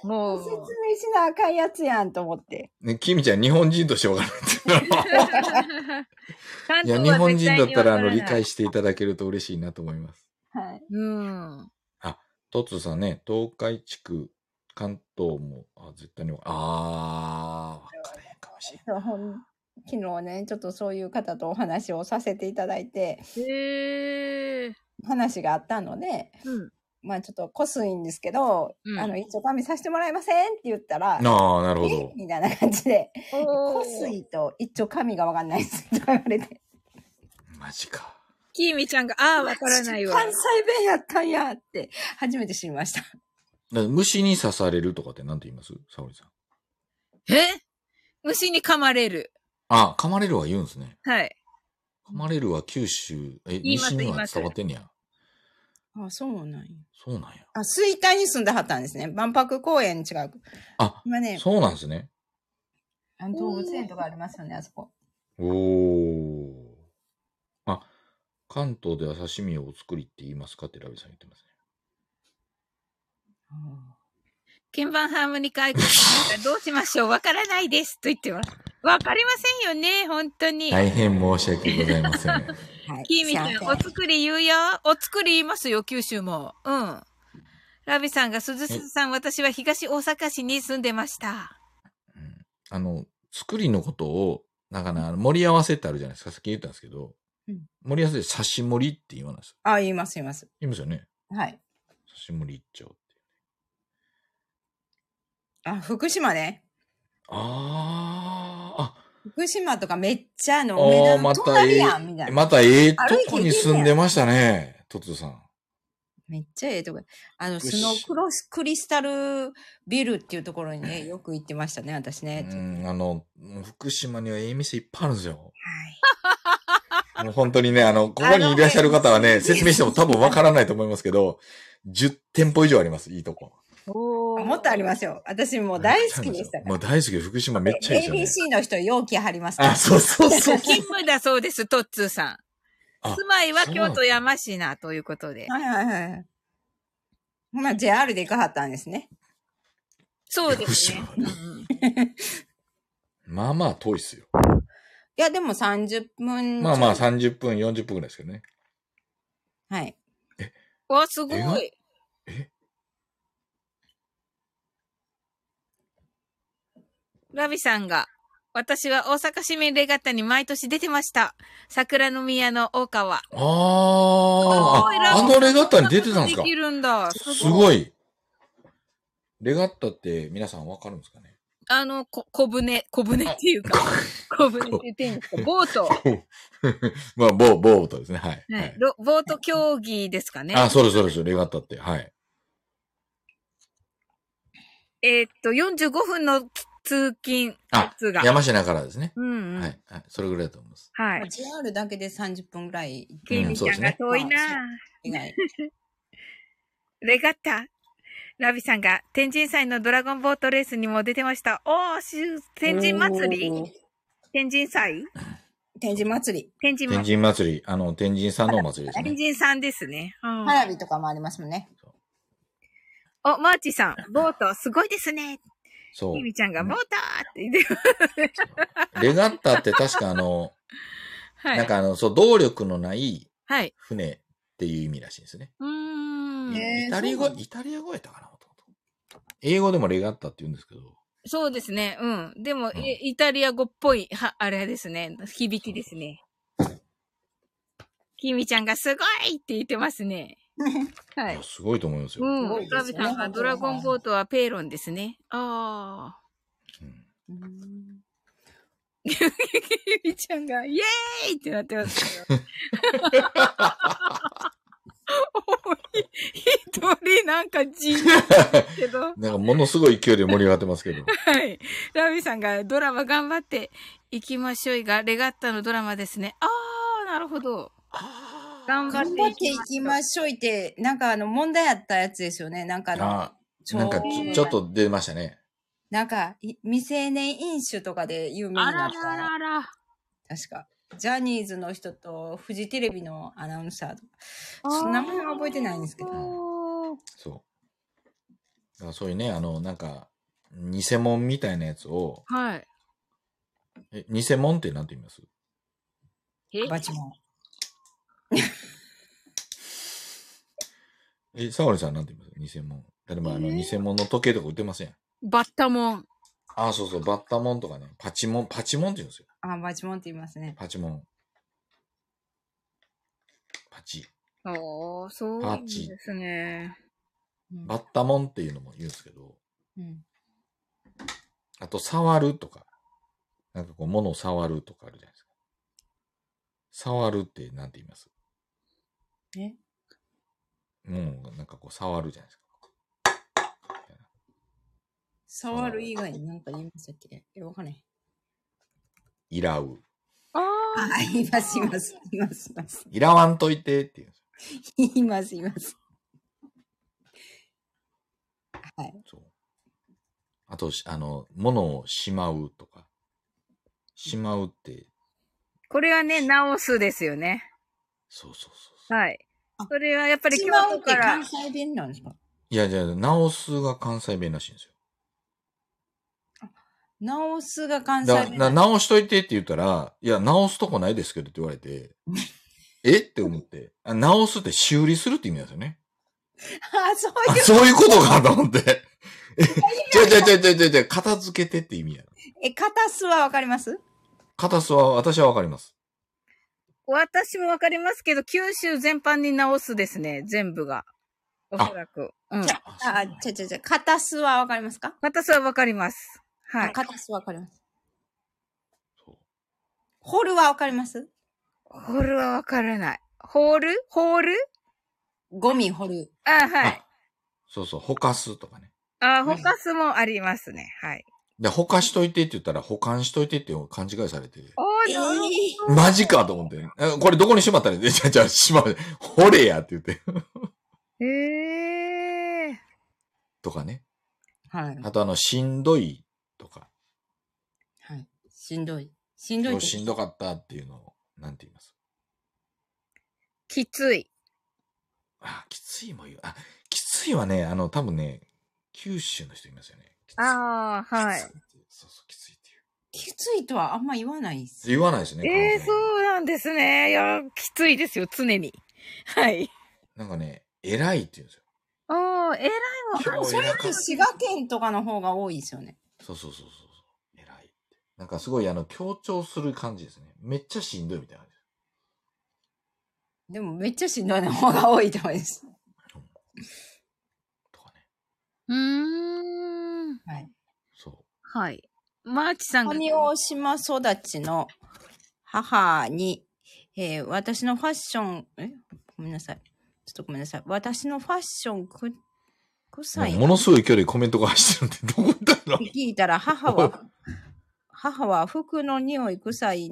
[SPEAKER 1] も
[SPEAKER 3] 説
[SPEAKER 1] う。
[SPEAKER 3] 明しなあかんやつやんと思って。
[SPEAKER 2] ね、キミちゃん、日本人としてわからないっていうのは
[SPEAKER 1] 関
[SPEAKER 2] いや、
[SPEAKER 1] 東
[SPEAKER 2] 日
[SPEAKER 1] は
[SPEAKER 2] 本
[SPEAKER 1] 絶
[SPEAKER 2] 人
[SPEAKER 1] 対
[SPEAKER 2] だっ
[SPEAKER 1] に
[SPEAKER 2] た、
[SPEAKER 1] わからら
[SPEAKER 2] あ
[SPEAKER 1] ない
[SPEAKER 2] の、理解していただけると嬉しいなと思います。
[SPEAKER 3] はい。
[SPEAKER 1] うん。
[SPEAKER 2] トッツーさんね、東海地区、関東も、あ、絶対にわ、あー、わからへんかもしれん。
[SPEAKER 3] <laughs> そうほん昨日ね、ちょっとそういう方とお話をさせていただいて、
[SPEAKER 1] へえ。
[SPEAKER 3] 話があったので、
[SPEAKER 1] うん。
[SPEAKER 3] まあちょっとこすいんですけど、
[SPEAKER 1] うん
[SPEAKER 3] あの、一応神させてもらえませんって言ったら、
[SPEAKER 2] あー、なるほ
[SPEAKER 3] え
[SPEAKER 2] ど。
[SPEAKER 3] みたいな感じで、
[SPEAKER 1] お
[SPEAKER 3] こすいと一丁神がわかんないですとか言われて。
[SPEAKER 2] マジか。
[SPEAKER 1] きみちゃんが、ああ、わからないわ。
[SPEAKER 3] 関西弁やったんやって、初めて知りました。
[SPEAKER 2] だから虫に刺されるとかって何て言います沙織さん。
[SPEAKER 1] え虫に噛まれる。
[SPEAKER 2] あ、噛まれるは言うんですね。
[SPEAKER 1] はい。
[SPEAKER 2] 噛まれるは九州、え、
[SPEAKER 1] 言います
[SPEAKER 2] 西に
[SPEAKER 1] 言い
[SPEAKER 2] は
[SPEAKER 1] ます
[SPEAKER 2] 伝わってんねや。
[SPEAKER 3] あ、そうなんや。
[SPEAKER 2] そうなんや。
[SPEAKER 3] あ、水田に住んではったんですね。万博公園違う。
[SPEAKER 2] あ、
[SPEAKER 3] 今ね、
[SPEAKER 2] そうなんですね。
[SPEAKER 3] あの動物園とかありますよね、あそこ。
[SPEAKER 2] おー。あ、関東では刺身をお作りって言いますかってラビさん言ってますね。
[SPEAKER 1] 鍵盤ハーモニカアイコンさんがどうしましょうわからないですと言ってます。わかりませんよね、本当に。
[SPEAKER 2] 大変申し訳ございません。
[SPEAKER 3] はい
[SPEAKER 1] キミちゃん、お作り言うよ。お作り言いますよ、九州も。うん。ラビさんが、鈴鈴さん、私は東大阪市に住んでました。
[SPEAKER 2] うんあの、作りのことを、だからあの盛り合わせってあるじゃないですか。さっき言ったんですけど、
[SPEAKER 3] うん
[SPEAKER 2] 盛り合わせで刺し盛りって言わないです。
[SPEAKER 3] あ、言います、言います。
[SPEAKER 2] 言いますよね。
[SPEAKER 3] はい。
[SPEAKER 2] 刺し盛り一丁って。
[SPEAKER 3] あ、福島ね。
[SPEAKER 2] あー、あ、
[SPEAKER 3] 福島とかめっちゃあの、
[SPEAKER 2] おー
[SPEAKER 3] 梅田の
[SPEAKER 2] また
[SPEAKER 3] 隣やん、みたいな。
[SPEAKER 2] またええと
[SPEAKER 3] 歩い
[SPEAKER 2] こ
[SPEAKER 3] て行けんね
[SPEAKER 2] に
[SPEAKER 3] や
[SPEAKER 2] 住んでましたね、トッツーさん。
[SPEAKER 3] めっちゃええとこ。あの、
[SPEAKER 2] 福
[SPEAKER 3] ス
[SPEAKER 2] 島
[SPEAKER 3] ノークロスクリスタルビルっていうところにね、よく行ってましたね、私ね。
[SPEAKER 2] うん、あの、福島にはええ店いっぱいあるんですよ。
[SPEAKER 3] はい。
[SPEAKER 2] もう本当にね、
[SPEAKER 3] <laughs>
[SPEAKER 2] あの、ここにいらっしゃる方はね、説明しても多分わからないと思いますけど、10店舗以上あります、いいとこ。
[SPEAKER 1] お
[SPEAKER 3] もっとありますよ。私もう大好きでしたから
[SPEAKER 2] もう大好き、福島めっちゃいいですよ、ね。
[SPEAKER 3] ABC の人、容器張りますから
[SPEAKER 2] あ、そうそうそう。
[SPEAKER 1] 勤務だそうです、トッツーさん。
[SPEAKER 2] あ
[SPEAKER 1] 住まいは
[SPEAKER 2] そうな
[SPEAKER 1] 京
[SPEAKER 2] んだ
[SPEAKER 1] 都山科ということで。
[SPEAKER 3] はいはいはい。まあ、JR で行かはったんですね。
[SPEAKER 1] そうですね。
[SPEAKER 2] 福島はねまあまあ遠いっすよ。
[SPEAKER 3] いや、でも30分。
[SPEAKER 2] まあまあ30分、40分ぐらいですけどね。
[SPEAKER 3] あ。はい。
[SPEAKER 1] うん、わ、すごい。
[SPEAKER 2] え
[SPEAKER 1] ラビさんが、私は大阪市民レガタに毎年出てました。桜の宮の大川。
[SPEAKER 2] ああ
[SPEAKER 1] すごい
[SPEAKER 2] あ、
[SPEAKER 1] ラ
[SPEAKER 2] あ
[SPEAKER 1] ビ
[SPEAKER 2] のレガッタに出てたんで
[SPEAKER 1] で
[SPEAKER 2] すか
[SPEAKER 1] きるんだ。
[SPEAKER 2] すごい。レガッタって皆さんわかるんですかね
[SPEAKER 1] あの、こ小舟、小舟っていう
[SPEAKER 2] <laughs>
[SPEAKER 1] か、小舟って言っていいんですかボート。
[SPEAKER 2] まあ、ボー、ボートですね。はい。
[SPEAKER 1] は
[SPEAKER 2] はいい、、
[SPEAKER 1] ロボート競技ですかね。
[SPEAKER 2] あ、そうです、そうです。レガッタって。はい。
[SPEAKER 1] えーっと、45分の通勤、
[SPEAKER 2] あ
[SPEAKER 1] 通が。
[SPEAKER 2] 山科からですね。
[SPEAKER 1] うんうん。
[SPEAKER 2] はい。はい。それぐらいだと思います。
[SPEAKER 1] は
[SPEAKER 3] まあ
[SPEAKER 1] い。
[SPEAKER 3] JR だけで30分ぐらい行っ
[SPEAKER 1] ケイ
[SPEAKER 3] て
[SPEAKER 1] ミ
[SPEAKER 2] うん
[SPEAKER 1] ち
[SPEAKER 2] そう
[SPEAKER 1] ゃ
[SPEAKER 2] で
[SPEAKER 1] ん
[SPEAKER 2] す
[SPEAKER 1] が
[SPEAKER 2] ね
[SPEAKER 1] 遠いな、
[SPEAKER 3] 以外。
[SPEAKER 1] レガッタ。ラビさんが、天神祭のドラゴンボートレースにも出てました。おー、しゅ <laughs> 天神祭り天神祭
[SPEAKER 3] 天神祭り。
[SPEAKER 1] 天神
[SPEAKER 2] 天
[SPEAKER 1] 祭り。
[SPEAKER 2] 神祭り、あの、天神さんのお祭りです
[SPEAKER 1] 天
[SPEAKER 2] ね。
[SPEAKER 1] 神さんですね。うん
[SPEAKER 3] 花火とかもありますもんね。
[SPEAKER 1] お、マーチさん、ボート、すごいですね。
[SPEAKER 2] そう
[SPEAKER 1] キ。ミちゃんが、ボートーって言って、
[SPEAKER 2] レガッタって確かあの、
[SPEAKER 1] <laughs> はい。
[SPEAKER 2] なんかあの、そう、動力のない
[SPEAKER 1] はい。
[SPEAKER 2] 船っっていう意味らしいんですね。
[SPEAKER 1] うーん。
[SPEAKER 2] イタリア語、イタリア語やったかな、もともと。英語でもレガッタって言うんですけど。
[SPEAKER 1] そうですね。うん。でも、
[SPEAKER 2] うん
[SPEAKER 1] えイタリア語っぽい、は、あれですね。響きですね。きみちゃんがすごいって言ってますね。はい
[SPEAKER 2] いや、。すごいと思いますよ。
[SPEAKER 1] うん。
[SPEAKER 3] すごいですね
[SPEAKER 1] 岡部さんがドラゴンボートはペーロンですね。ああ。
[SPEAKER 2] うん
[SPEAKER 3] うん
[SPEAKER 1] きみちゃんが、イエーイってなってますけど。 <laughs> おい一人なんかじーっとけど。
[SPEAKER 2] なんかものすごい勢いで盛り上がってます
[SPEAKER 1] <laughs>
[SPEAKER 2] けど。
[SPEAKER 1] はい。ラビさんがドラマ頑張っていきましょいが、レガッタのドラマですね。あー、なるほど。頑張っ
[SPEAKER 3] 頑
[SPEAKER 1] て
[SPEAKER 3] 張っ
[SPEAKER 1] い
[SPEAKER 3] て
[SPEAKER 1] き
[SPEAKER 3] い
[SPEAKER 1] まし
[SPEAKER 3] き
[SPEAKER 1] ょう
[SPEAKER 3] ましょいって、なんかあの問題あったやつですよね。なんかあの、
[SPEAKER 2] あ
[SPEAKER 3] ちょ
[SPEAKER 2] なんかちょちょっと出ましたね。
[SPEAKER 3] なんかい未成年飲酒とかで有名に
[SPEAKER 1] あ
[SPEAKER 3] な
[SPEAKER 1] ら
[SPEAKER 3] っ
[SPEAKER 1] ら
[SPEAKER 3] た。
[SPEAKER 1] らら。
[SPEAKER 3] 確か。ジャニーズの人とフジテレビのアナウンサーとか。
[SPEAKER 1] あ
[SPEAKER 3] ちょっと
[SPEAKER 1] ー
[SPEAKER 3] 名前は覚えてないんですけど。
[SPEAKER 2] そう。だからそういうね、あの、なんか、偽物みたいなやつを、
[SPEAKER 1] はい。
[SPEAKER 2] え、偽物って何て言います
[SPEAKER 1] え
[SPEAKER 3] バチモン。
[SPEAKER 2] え、沙織さん何て言います偽物。例えば、あの、偽物の時計とか売ってません。
[SPEAKER 1] バッタモン。
[SPEAKER 2] ああ、そうそう、バッタモンとかね、パチモン、パチモンって言うんですよ。
[SPEAKER 3] あ、バチモンって言いますね。
[SPEAKER 2] パチモン。パチ。
[SPEAKER 1] おー、そうなんですね。
[SPEAKER 3] うん
[SPEAKER 2] バッタモンっていうのも言うんですけど、
[SPEAKER 3] うん
[SPEAKER 2] あと、触るとか、なんかこう、物を触るとかあるじゃないですか。触るって何て言います
[SPEAKER 3] え
[SPEAKER 2] もう、なんかこう、触るじゃないですか。
[SPEAKER 3] 触る以外に何か言いましたっけえ、わかんない。
[SPEAKER 2] いらう。
[SPEAKER 1] あ
[SPEAKER 3] あ、 <laughs> 言います、言います、言います、言います。
[SPEAKER 2] いらわんといてっていうんです
[SPEAKER 3] 言います、言います。はい。
[SPEAKER 2] よ。そう。あと、しあの、物をしまうとか。しまうって、
[SPEAKER 1] ー。これはね、直すですよね。
[SPEAKER 2] そうそうそうそう。
[SPEAKER 1] はい
[SPEAKER 3] あ。
[SPEAKER 1] それはやっぱり
[SPEAKER 3] し
[SPEAKER 1] 京
[SPEAKER 3] ま
[SPEAKER 1] 都
[SPEAKER 3] うっ
[SPEAKER 1] か
[SPEAKER 3] て
[SPEAKER 1] ら
[SPEAKER 3] 関。西弁なんですか
[SPEAKER 2] いやいや、直すが関西弁らしいんですよ。
[SPEAKER 3] 直すが関西
[SPEAKER 2] だ
[SPEAKER 3] 弁
[SPEAKER 2] な直しといてって言ったら、いや、直すとこないですけどって言われて、えって思って、あ直すって修理するって意味なんですよね。
[SPEAKER 3] あ、そう
[SPEAKER 2] あ
[SPEAKER 3] いう。
[SPEAKER 2] そういうことかと思って。えちょいちょいちょいちょいちょいちょい、片付けてって意味や。
[SPEAKER 3] え、片すはわかります
[SPEAKER 2] 片すは私はわかります。
[SPEAKER 1] 私もわかりますけど、九州全般に直すですね。全部が。おそらく。うん。
[SPEAKER 3] あ、ちゃちゃちゃ、片すはわかりますか
[SPEAKER 1] 私はわかります。は
[SPEAKER 3] あ
[SPEAKER 1] い。
[SPEAKER 3] 片すはわかります。
[SPEAKER 2] そう
[SPEAKER 3] ホルはわかります
[SPEAKER 1] ホールはわからない。ホールホール
[SPEAKER 3] ゴミホル。
[SPEAKER 1] あ、はい。
[SPEAKER 2] そうそう、ほかすとかね。
[SPEAKER 1] あ、ほかすもありますね。はい。
[SPEAKER 2] で、ほかしといてって言ったら、保管しといてって勘違いされて、
[SPEAKER 1] お
[SPEAKER 3] え
[SPEAKER 1] ー、なるほど
[SPEAKER 3] ー
[SPEAKER 2] マジかと思って、えこれどこにしまったらいい、じゃあじゃあしまう、掘れやって言って、
[SPEAKER 1] へえ。
[SPEAKER 2] とかね。
[SPEAKER 3] はい。
[SPEAKER 2] あと、あの、しんどいとか、
[SPEAKER 3] はい。しんどい。しんどい
[SPEAKER 2] 今
[SPEAKER 3] で
[SPEAKER 2] 日
[SPEAKER 3] す。
[SPEAKER 2] しんどかったっていうのを、なんて言います
[SPEAKER 1] きつい。
[SPEAKER 2] あ、きついも言う。あ、きついはね、あの、多分ね、九州の人いますよね。きつい
[SPEAKER 1] ああ、はい
[SPEAKER 2] きつ。ってそうそう、きついっていう。
[SPEAKER 3] きついとはあんま言わないです。
[SPEAKER 2] 言わないですね。
[SPEAKER 1] ええ
[SPEAKER 2] 関西
[SPEAKER 1] そ
[SPEAKER 2] 弁
[SPEAKER 1] うなんですね。いや、きついですよ、常に。はい。
[SPEAKER 2] なんかね、偉いって言うんですよ。
[SPEAKER 1] おー、えらい
[SPEAKER 2] 今日
[SPEAKER 3] それ
[SPEAKER 2] 偉
[SPEAKER 3] っ
[SPEAKER 2] か
[SPEAKER 3] て
[SPEAKER 2] っ
[SPEAKER 3] 滋賀県とかの方が多いですよね。
[SPEAKER 2] たそうそうそうそうそう。偉いって。なんかすごい、あの、強調する感じですね。めっちゃしんどいみたいな感じ。
[SPEAKER 3] でもめっちゃしんどいの方が多いと思います。
[SPEAKER 2] とかね。
[SPEAKER 1] うーん。
[SPEAKER 3] はい。
[SPEAKER 2] そ
[SPEAKER 1] はい。マーチさんが。
[SPEAKER 3] 神尾島育ちの母に、えー私のファッション、えごめんなさい。ちょっとごめんなさい。私のファッションく、
[SPEAKER 2] う。
[SPEAKER 3] 臭い
[SPEAKER 2] もうものすごい距離でコメントが走ってるんで、どこ行ったの
[SPEAKER 3] って聞いたら母は、母は服の匂い臭い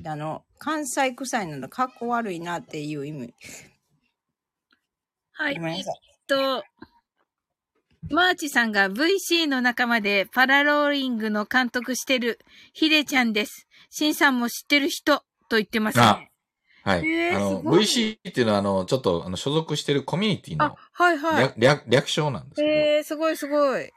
[SPEAKER 3] だの、関西臭いなの、かっこ悪いなっていう意味。
[SPEAKER 1] は。
[SPEAKER 3] ごめんないさい。
[SPEAKER 1] と、マーチさんが VC の仲間でパラローリングの監督してるヒデちゃんです。シンさんも知ってる人と言ってますね。
[SPEAKER 2] はい。
[SPEAKER 1] えー
[SPEAKER 2] あ
[SPEAKER 1] す
[SPEAKER 2] の、
[SPEAKER 1] ごい
[SPEAKER 2] VC っていうのは、あの、ちょっと、あの、所属してるコミュニティ
[SPEAKER 1] あ
[SPEAKER 2] の、
[SPEAKER 1] はいはい
[SPEAKER 2] 略、。略略称なんですけど。
[SPEAKER 1] えー、すごいすごい。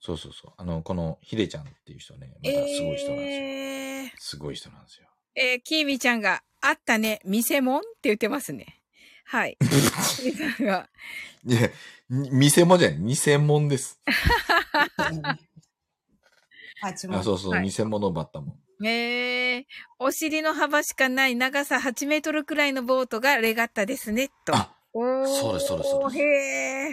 [SPEAKER 2] そうそうそう。あの、このヒデちゃんっていう人ね、またすごい人なんですよ。
[SPEAKER 1] えー、
[SPEAKER 2] すごい人なんですよ。
[SPEAKER 1] えー、キーミちゃんが、あったね、店もんって言ってますね。
[SPEAKER 2] <laughs>
[SPEAKER 1] はい。みさんが、
[SPEAKER 2] いや、に偽物じゃない、偽物です。
[SPEAKER 5] 八
[SPEAKER 2] あ、そうそう、
[SPEAKER 1] はい
[SPEAKER 2] 偽物バッタモン。
[SPEAKER 1] えー、お尻の幅しかない長さ8メートルくらいのボートがレガッタですね、と。
[SPEAKER 2] あ、
[SPEAKER 1] おー
[SPEAKER 2] そうですそうですそうです
[SPEAKER 1] へー。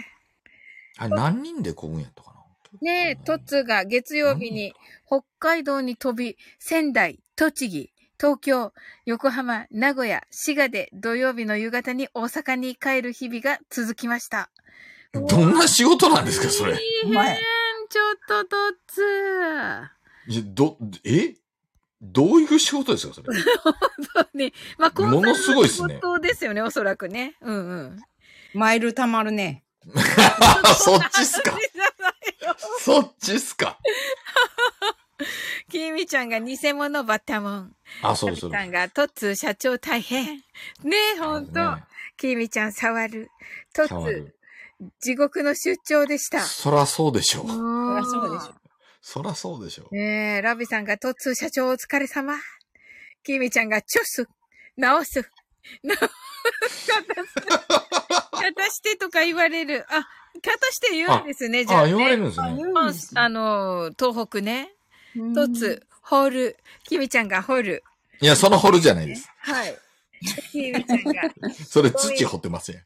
[SPEAKER 2] あれ何人でこぐんやったかな
[SPEAKER 1] ねえ、トッツーが月曜日に北海道に飛び、仙台、栃木、東京、横浜、名古屋、滋賀で土曜日の夕方に大阪に帰る日々が続きました。
[SPEAKER 2] どんな仕事なんですか、それ。
[SPEAKER 1] <laughs> 大変ちょっとトッツー。
[SPEAKER 2] いやど、えどういう仕事ですか、それ。
[SPEAKER 1] <laughs> 本当に。まあ、
[SPEAKER 2] ものすごいっす
[SPEAKER 1] コンサ
[SPEAKER 2] ね
[SPEAKER 1] ルの仕事ですよね、おそらくね。うんうん。
[SPEAKER 5] マイル貯まるね。
[SPEAKER 2] そっち
[SPEAKER 1] <laughs>
[SPEAKER 2] っすかそっちっすか
[SPEAKER 1] きみちゃんが偽物バッタモン。
[SPEAKER 2] あ、そ
[SPEAKER 1] たび
[SPEAKER 2] うですそう
[SPEAKER 1] さん
[SPEAKER 2] で
[SPEAKER 1] がトッツー社長大変。ねえ、
[SPEAKER 2] す。
[SPEAKER 1] ほんと。きみちゃん触る。トッ
[SPEAKER 2] 触
[SPEAKER 1] ツー、
[SPEAKER 2] る。
[SPEAKER 1] 地獄の出張でした。
[SPEAKER 2] そらそうでし
[SPEAKER 1] そ
[SPEAKER 2] ょ。
[SPEAKER 1] うり
[SPEAKER 5] ゃそうでしょ。
[SPEAKER 2] そらそうでしょう。
[SPEAKER 1] ねえ、ラビさんがトッツー社長お疲れ様。キミちゃんがチョス、直す。直す。片してとか言われる。あ、片して言うんですね、じゃあ、
[SPEAKER 2] あ、
[SPEAKER 1] ね。
[SPEAKER 2] 言われるんですね。
[SPEAKER 1] ああのー、東北ね。トッツー、ホール。キミちゃんがホール。
[SPEAKER 2] いや、その掘るじゃないです。
[SPEAKER 1] はい。キミちゃんが、
[SPEAKER 2] それ土掘ってません。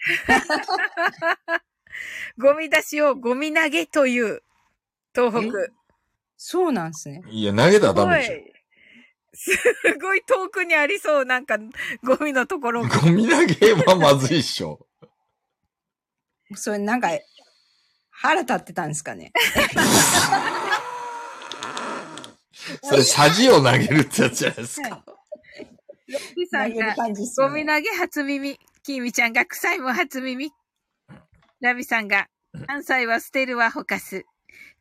[SPEAKER 1] ゴミ出しをゴミ投げという、東北。
[SPEAKER 5] そうなんですね。
[SPEAKER 2] いや、投げたら
[SPEAKER 1] す
[SPEAKER 2] ダ
[SPEAKER 1] ご
[SPEAKER 2] メ
[SPEAKER 1] い
[SPEAKER 2] でしょ。。
[SPEAKER 1] すごい遠くにありそう、なんか、ゴミのとこ
[SPEAKER 5] <laughs>
[SPEAKER 1] ろが。
[SPEAKER 2] ゴミ投げはまずいっ
[SPEAKER 1] <laughs>
[SPEAKER 2] しょ。
[SPEAKER 5] それなんか、腹立ってたんですかね。
[SPEAKER 2] <laughs> それ、サジを投げるってやつじゃないですか。
[SPEAKER 1] 富士
[SPEAKER 5] 投
[SPEAKER 1] 山
[SPEAKER 5] げる
[SPEAKER 1] が、
[SPEAKER 5] 感じっす
[SPEAKER 1] ゴ
[SPEAKER 5] よ
[SPEAKER 1] ミ
[SPEAKER 5] ね。
[SPEAKER 1] 投げ初耳。キミちゃんが、臭いも初耳。ラビさんが、関西は捨てるはほかす。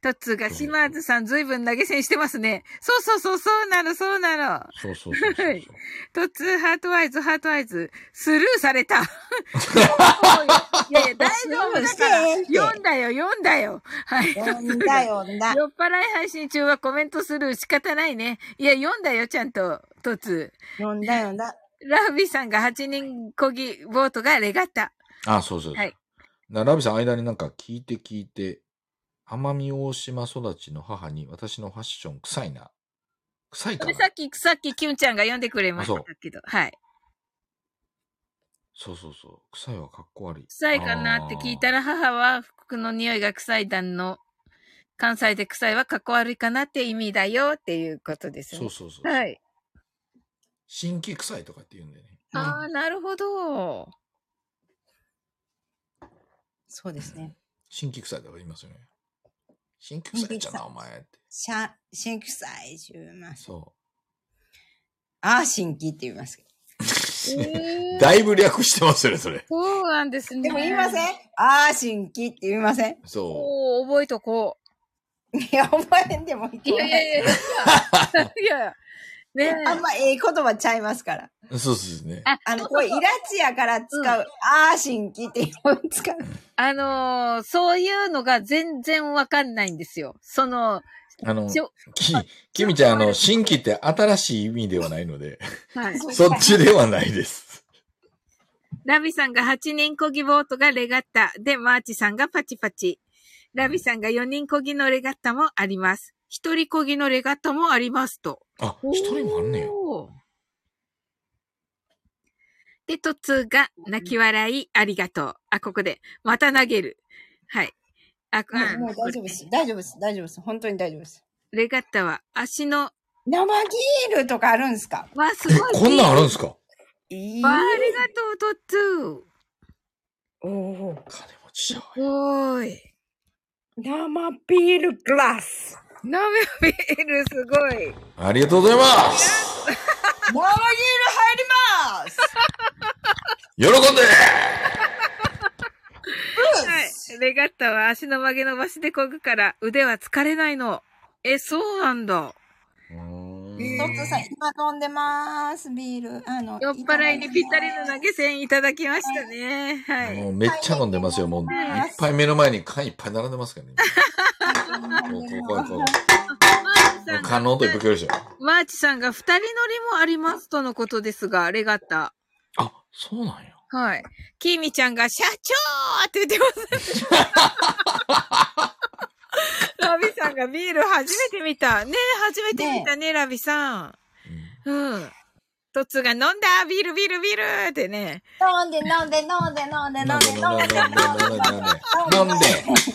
[SPEAKER 1] トッツーが、島津さんずいぶん投げ銭してますね。そうそうそう、そうなの、そうなの。
[SPEAKER 2] そうそうそうそうそう。
[SPEAKER 1] トッツーハートアイズ、ハートアイズ。スルーさ
[SPEAKER 5] <laughs>
[SPEAKER 1] れた。いやいや、大丈夫だから。
[SPEAKER 5] スルーして
[SPEAKER 1] 読んだよ、読んだよ。はい。
[SPEAKER 5] 呼んだよ、呼んだ。
[SPEAKER 1] 酔っ払い配信中はコメントする仕方ないね。いや、読んだよ、ちゃんと、トッツー。
[SPEAKER 5] 呼んだよ、呼んだ。
[SPEAKER 1] ラビさんが8人こぎボートがレガッタ。
[SPEAKER 2] あ、そうそうそう。
[SPEAKER 1] はい
[SPEAKER 2] なラビさん、間になんか聞いて聞いて、奄美大島育ちの母に私のファッション臭いな。臭い
[SPEAKER 1] そ
[SPEAKER 2] か
[SPEAKER 1] れ
[SPEAKER 2] な
[SPEAKER 1] さっき、さっきキュンちゃんが読んでくれまし
[SPEAKER 2] あ
[SPEAKER 1] た
[SPEAKER 2] そ
[SPEAKER 1] けど、はい。
[SPEAKER 2] そうそうそう。臭いはかっこ悪い。
[SPEAKER 1] 臭いかなって聞いた
[SPEAKER 2] ら。
[SPEAKER 1] ら母は服の匂いが臭いだの。関西で臭いはかっこ悪いかなって意味だよっていうことです
[SPEAKER 2] そ
[SPEAKER 1] ね
[SPEAKER 2] う。そうそう。
[SPEAKER 1] はい。
[SPEAKER 2] 新規臭いとかって言うんだよね。
[SPEAKER 1] ああ、なるほ
[SPEAKER 2] <laughs>
[SPEAKER 1] ど。
[SPEAKER 5] そうですね。
[SPEAKER 2] 新規臭いとか言いますよね。新規臭いじゃな、お前って。
[SPEAKER 5] しゃ、新規祭します。
[SPEAKER 2] そ
[SPEAKER 5] あー、新規って言いますけど。
[SPEAKER 2] う。だいぶ略してますよね、それ。
[SPEAKER 1] そうなんですね。
[SPEAKER 5] でも言いません
[SPEAKER 1] ん
[SPEAKER 5] あー、新規って言いません
[SPEAKER 2] そ
[SPEAKER 1] おー覚えとこ。
[SPEAKER 5] いや、覚えんでもいいう
[SPEAKER 1] いやい <laughs> やいやいや。いやねえ。
[SPEAKER 5] あんまええ言葉ちゃいますから。
[SPEAKER 2] う。そうですね。
[SPEAKER 1] あ
[SPEAKER 5] あの、これ、イラチやから使う、あー、新規って今使う。
[SPEAKER 1] あのーそういうのが全然わかんないんですよ。その、
[SPEAKER 2] あの、
[SPEAKER 1] ちょ
[SPEAKER 2] き、きみちゃん、あの、新規って新しい意味ではないので、
[SPEAKER 1] はい、
[SPEAKER 2] そっちではないです。
[SPEAKER 1] ラビさんが8人こぎボートがレガッタ。で、マーチさんがパチパチ。ラビさんが4人こぎのレガッタもあります。1人こぎのレガッタもありますと。
[SPEAKER 2] あ、一人もあんねや。
[SPEAKER 1] おーで、トツが泣き笑いありがとう。あ、ここで。また投げる。はい。あ、
[SPEAKER 5] も
[SPEAKER 1] あ
[SPEAKER 5] うもう大丈夫です。大丈夫です。大丈夫です。本当に大丈夫です。
[SPEAKER 1] レガッタは足の、
[SPEAKER 5] 生ギールとかあるんですか
[SPEAKER 1] わ、す
[SPEAKER 2] え、
[SPEAKER 1] ごい。
[SPEAKER 2] こんなんあるんですか
[SPEAKER 5] いい
[SPEAKER 1] わありがとう、トッツー。
[SPEAKER 5] おー
[SPEAKER 2] 金持ちじゃん。
[SPEAKER 1] おーい。
[SPEAKER 5] 生ビールグラス。
[SPEAKER 1] ナメビールすごい。
[SPEAKER 2] ありがとうございます
[SPEAKER 5] 生ギール入ります
[SPEAKER 2] 喜んで
[SPEAKER 1] はい。レガッタは足の曲げ伸ばしでこぐから腕は疲れないの。え、そうなんだ。
[SPEAKER 5] トッツさん、今飲んでます。ビール。あの、
[SPEAKER 1] 酔っ払いにぴったりの投げ銭いただきましたね。は
[SPEAKER 2] も
[SPEAKER 1] い。
[SPEAKER 2] うめっちゃ飲んでますよ。もういっぱい目の前に缶いっぱい並んでますからね。もうここここここ。缶の音いっぱい聞こえるでしょ。
[SPEAKER 1] マーチさんが二人乗りもありますとのことですが、レガッタ。
[SPEAKER 2] あ、そうなんや。
[SPEAKER 1] はい。きみちゃんが、社長って言ってます。ラビさんがビール初めて見た。ねえ初めて見たね、ラビさん。うん。トツが飲んだビールビールビールってね。
[SPEAKER 4] 飲んで飲んで飲んで飲んで飲んで飲んで飲んで
[SPEAKER 2] 飲んで、飲んで、飲んで、飲んで、飲んで、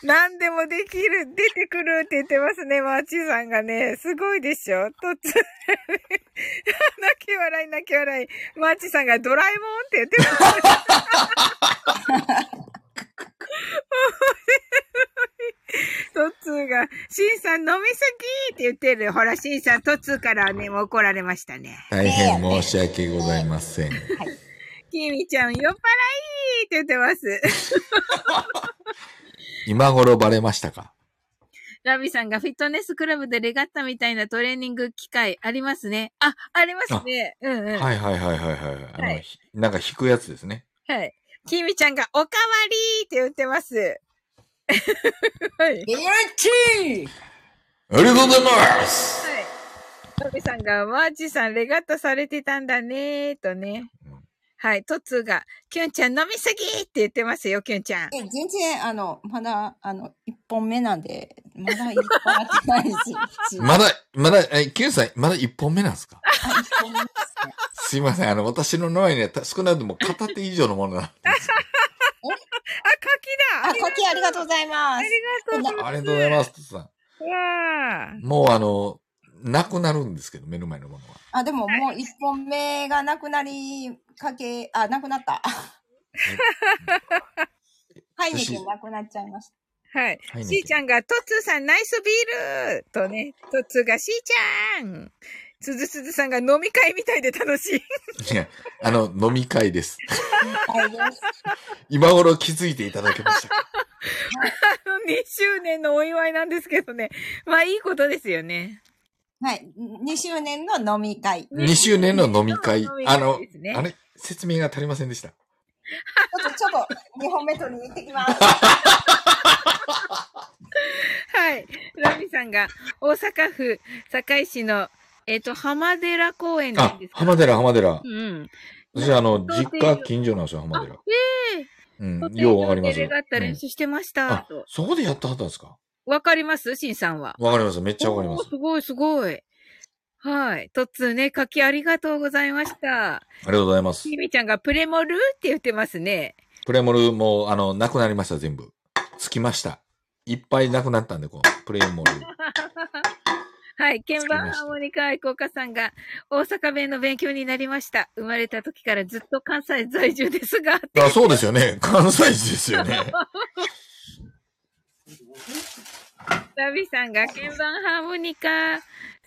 [SPEAKER 1] 何でもできる、出てくるって言ってますね、マーチーさんがね。すごいでしょトツ。泣き笑 <laughs> い泣き笑い。マーチーさんがドラえもんって言ってます。トツーが、シンさん飲みすぎって言ってる。ほら、シンさん、トツーからね、もう怒られましたね。
[SPEAKER 2] 大変申し訳ございません。
[SPEAKER 1] キミちゃん、酔っ払いって言ってます。
[SPEAKER 2] 今頃バレましたか
[SPEAKER 1] ラビさんがフィットネスクラブでレガッタみたいなトレーニング機会ありますね。あ、ありますね。うんうん。
[SPEAKER 2] はいはいはいはいはい。あ
[SPEAKER 1] は
[SPEAKER 2] の
[SPEAKER 1] い、
[SPEAKER 2] ひなんか引くやつですね。
[SPEAKER 1] はい。キミちゃんが、おかわりって言ってます。 <laughs> はい。
[SPEAKER 3] ビルチー
[SPEAKER 2] ありがとうございます
[SPEAKER 1] はい。のびさんが、マーチさん、レガッタされてたんだねーとね
[SPEAKER 2] うん。
[SPEAKER 1] はい。トツーが、キュンちゃん飲みすぎって言ってますよ、キュンちゃん。
[SPEAKER 5] え全然、あの、まだ、あの、一本目なんで、まだ一本あってないし、普通。
[SPEAKER 2] まだ、まだ、え、9歳、まだ1本目なんですか
[SPEAKER 5] あ一本目ですね
[SPEAKER 2] すいません。あの、私の脳にはた少なくとも片手以上のものだ。
[SPEAKER 1] あ、
[SPEAKER 5] あ、
[SPEAKER 1] 柿だ
[SPEAKER 5] コキありがとうございます。
[SPEAKER 1] ありがとうございます。
[SPEAKER 2] ありがとうございます、とつさ
[SPEAKER 1] わー
[SPEAKER 2] ん。もうあの、なくなるんですけど、目の前のもの
[SPEAKER 1] <laughs>
[SPEAKER 2] は。
[SPEAKER 5] あ、でももう一本目がなくなりかけ、あ、なくな <laughs> った。はい、
[SPEAKER 2] 寿司
[SPEAKER 5] なくなっちゃいました。
[SPEAKER 1] はい。
[SPEAKER 2] はい
[SPEAKER 1] しーちゃんが、トッツーさんナイスビールとね、トッツーがしーちゃんすずすずさんが飲み会みたいで楽しい。 <laughs>
[SPEAKER 2] いや、あの、飲み会です。
[SPEAKER 5] はいです。
[SPEAKER 2] 今頃気づいていただけましたか。
[SPEAKER 1] <laughs> あの2周年のお祝いなんですけどね。まあいいことですよね。
[SPEAKER 5] はい、2周年の飲み会。ち
[SPEAKER 2] 2周年の飲み会
[SPEAKER 1] 飲み。
[SPEAKER 2] あ
[SPEAKER 1] 会
[SPEAKER 2] の
[SPEAKER 1] ですね、
[SPEAKER 2] あれ説明が足りませんでした。
[SPEAKER 5] ょっと、ちょっと、2本目取りに行ってき <laughs> ます。
[SPEAKER 1] はい。ラミさんが、大阪府堺市の、えっ、と、浜寺公園な
[SPEAKER 2] あ
[SPEAKER 1] んです、か
[SPEAKER 2] 浜寺、浜寺
[SPEAKER 1] う。ん。
[SPEAKER 2] 私、あの、実家近所なんですよ、浜寺。
[SPEAKER 1] ええ
[SPEAKER 2] うん、
[SPEAKER 1] ー、
[SPEAKER 2] ようありま
[SPEAKER 1] ですレ
[SPEAKER 2] よ。
[SPEAKER 1] ガッタ
[SPEAKER 2] う
[SPEAKER 1] 練
[SPEAKER 2] ん
[SPEAKER 1] 習してました。
[SPEAKER 2] あ
[SPEAKER 1] と、
[SPEAKER 2] そこでやったはったんですか
[SPEAKER 1] わかりますしんさんは。
[SPEAKER 2] わかります。めっちゃわかりま
[SPEAKER 1] お
[SPEAKER 2] す
[SPEAKER 1] ー。すごい、すごい。はい。とっつーね、柿ありがとうございました。
[SPEAKER 2] ありがとうございます
[SPEAKER 1] き。みちゃんがプレモルって言ってますね。
[SPEAKER 2] プレモルも、あの、なくなりました、全部。つきました。いっぱいなくなったんで、こう、プレモル。
[SPEAKER 1] <laughs> はい。鍵
[SPEAKER 2] 作り
[SPEAKER 1] 盤
[SPEAKER 2] ました
[SPEAKER 1] ハーモニカ愛好家さんが大阪弁の勉強になりました。生まれた時からずっと関西在住ですが、
[SPEAKER 2] あ、そうですよね。関西人です
[SPEAKER 1] <laughs>
[SPEAKER 2] よね。
[SPEAKER 1] ラビさんが鍵盤ハーモニカ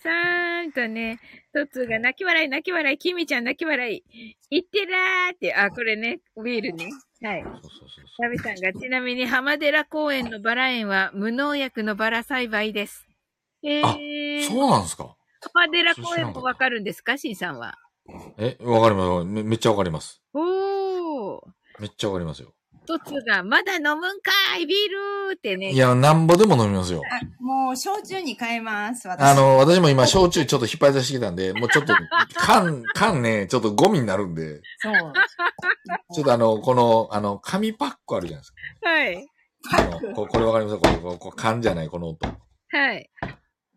[SPEAKER 1] さんとね、トツが泣き笑い泣き笑い、キミちゃん泣き笑い、いってらーって、あ、これね、ビールね。はい。
[SPEAKER 2] そうそうそうそ
[SPEAKER 1] ラビさんが、ちなみに浜寺公園のバラ園は無農薬のバラ栽培です。え
[SPEAKER 2] う。
[SPEAKER 1] ー、
[SPEAKER 2] そうなんですか
[SPEAKER 1] 浜寺公園もわかるんですかシンさんは。
[SPEAKER 2] え、わかりますめ。めっちゃわかります。
[SPEAKER 1] おー。
[SPEAKER 2] めっちゃわかりますよ。
[SPEAKER 1] トツが、まだ飲むんかいビールってね。
[SPEAKER 2] いや、なんぼでも飲みますよ。
[SPEAKER 5] もう、焼酎に変えます、私。
[SPEAKER 2] あの、私も今、焼酎ちょっと引っ張り出してきたんで、もうちょっと、缶、缶ね、ちょっとゴミになるんで、
[SPEAKER 5] そう。
[SPEAKER 2] ちょっとあの、この、あの、紙パックあるじゃないです
[SPEAKER 1] はい。
[SPEAKER 2] か。あのここれわかりますこれ、これこれ缶じゃない、この音。
[SPEAKER 1] はい。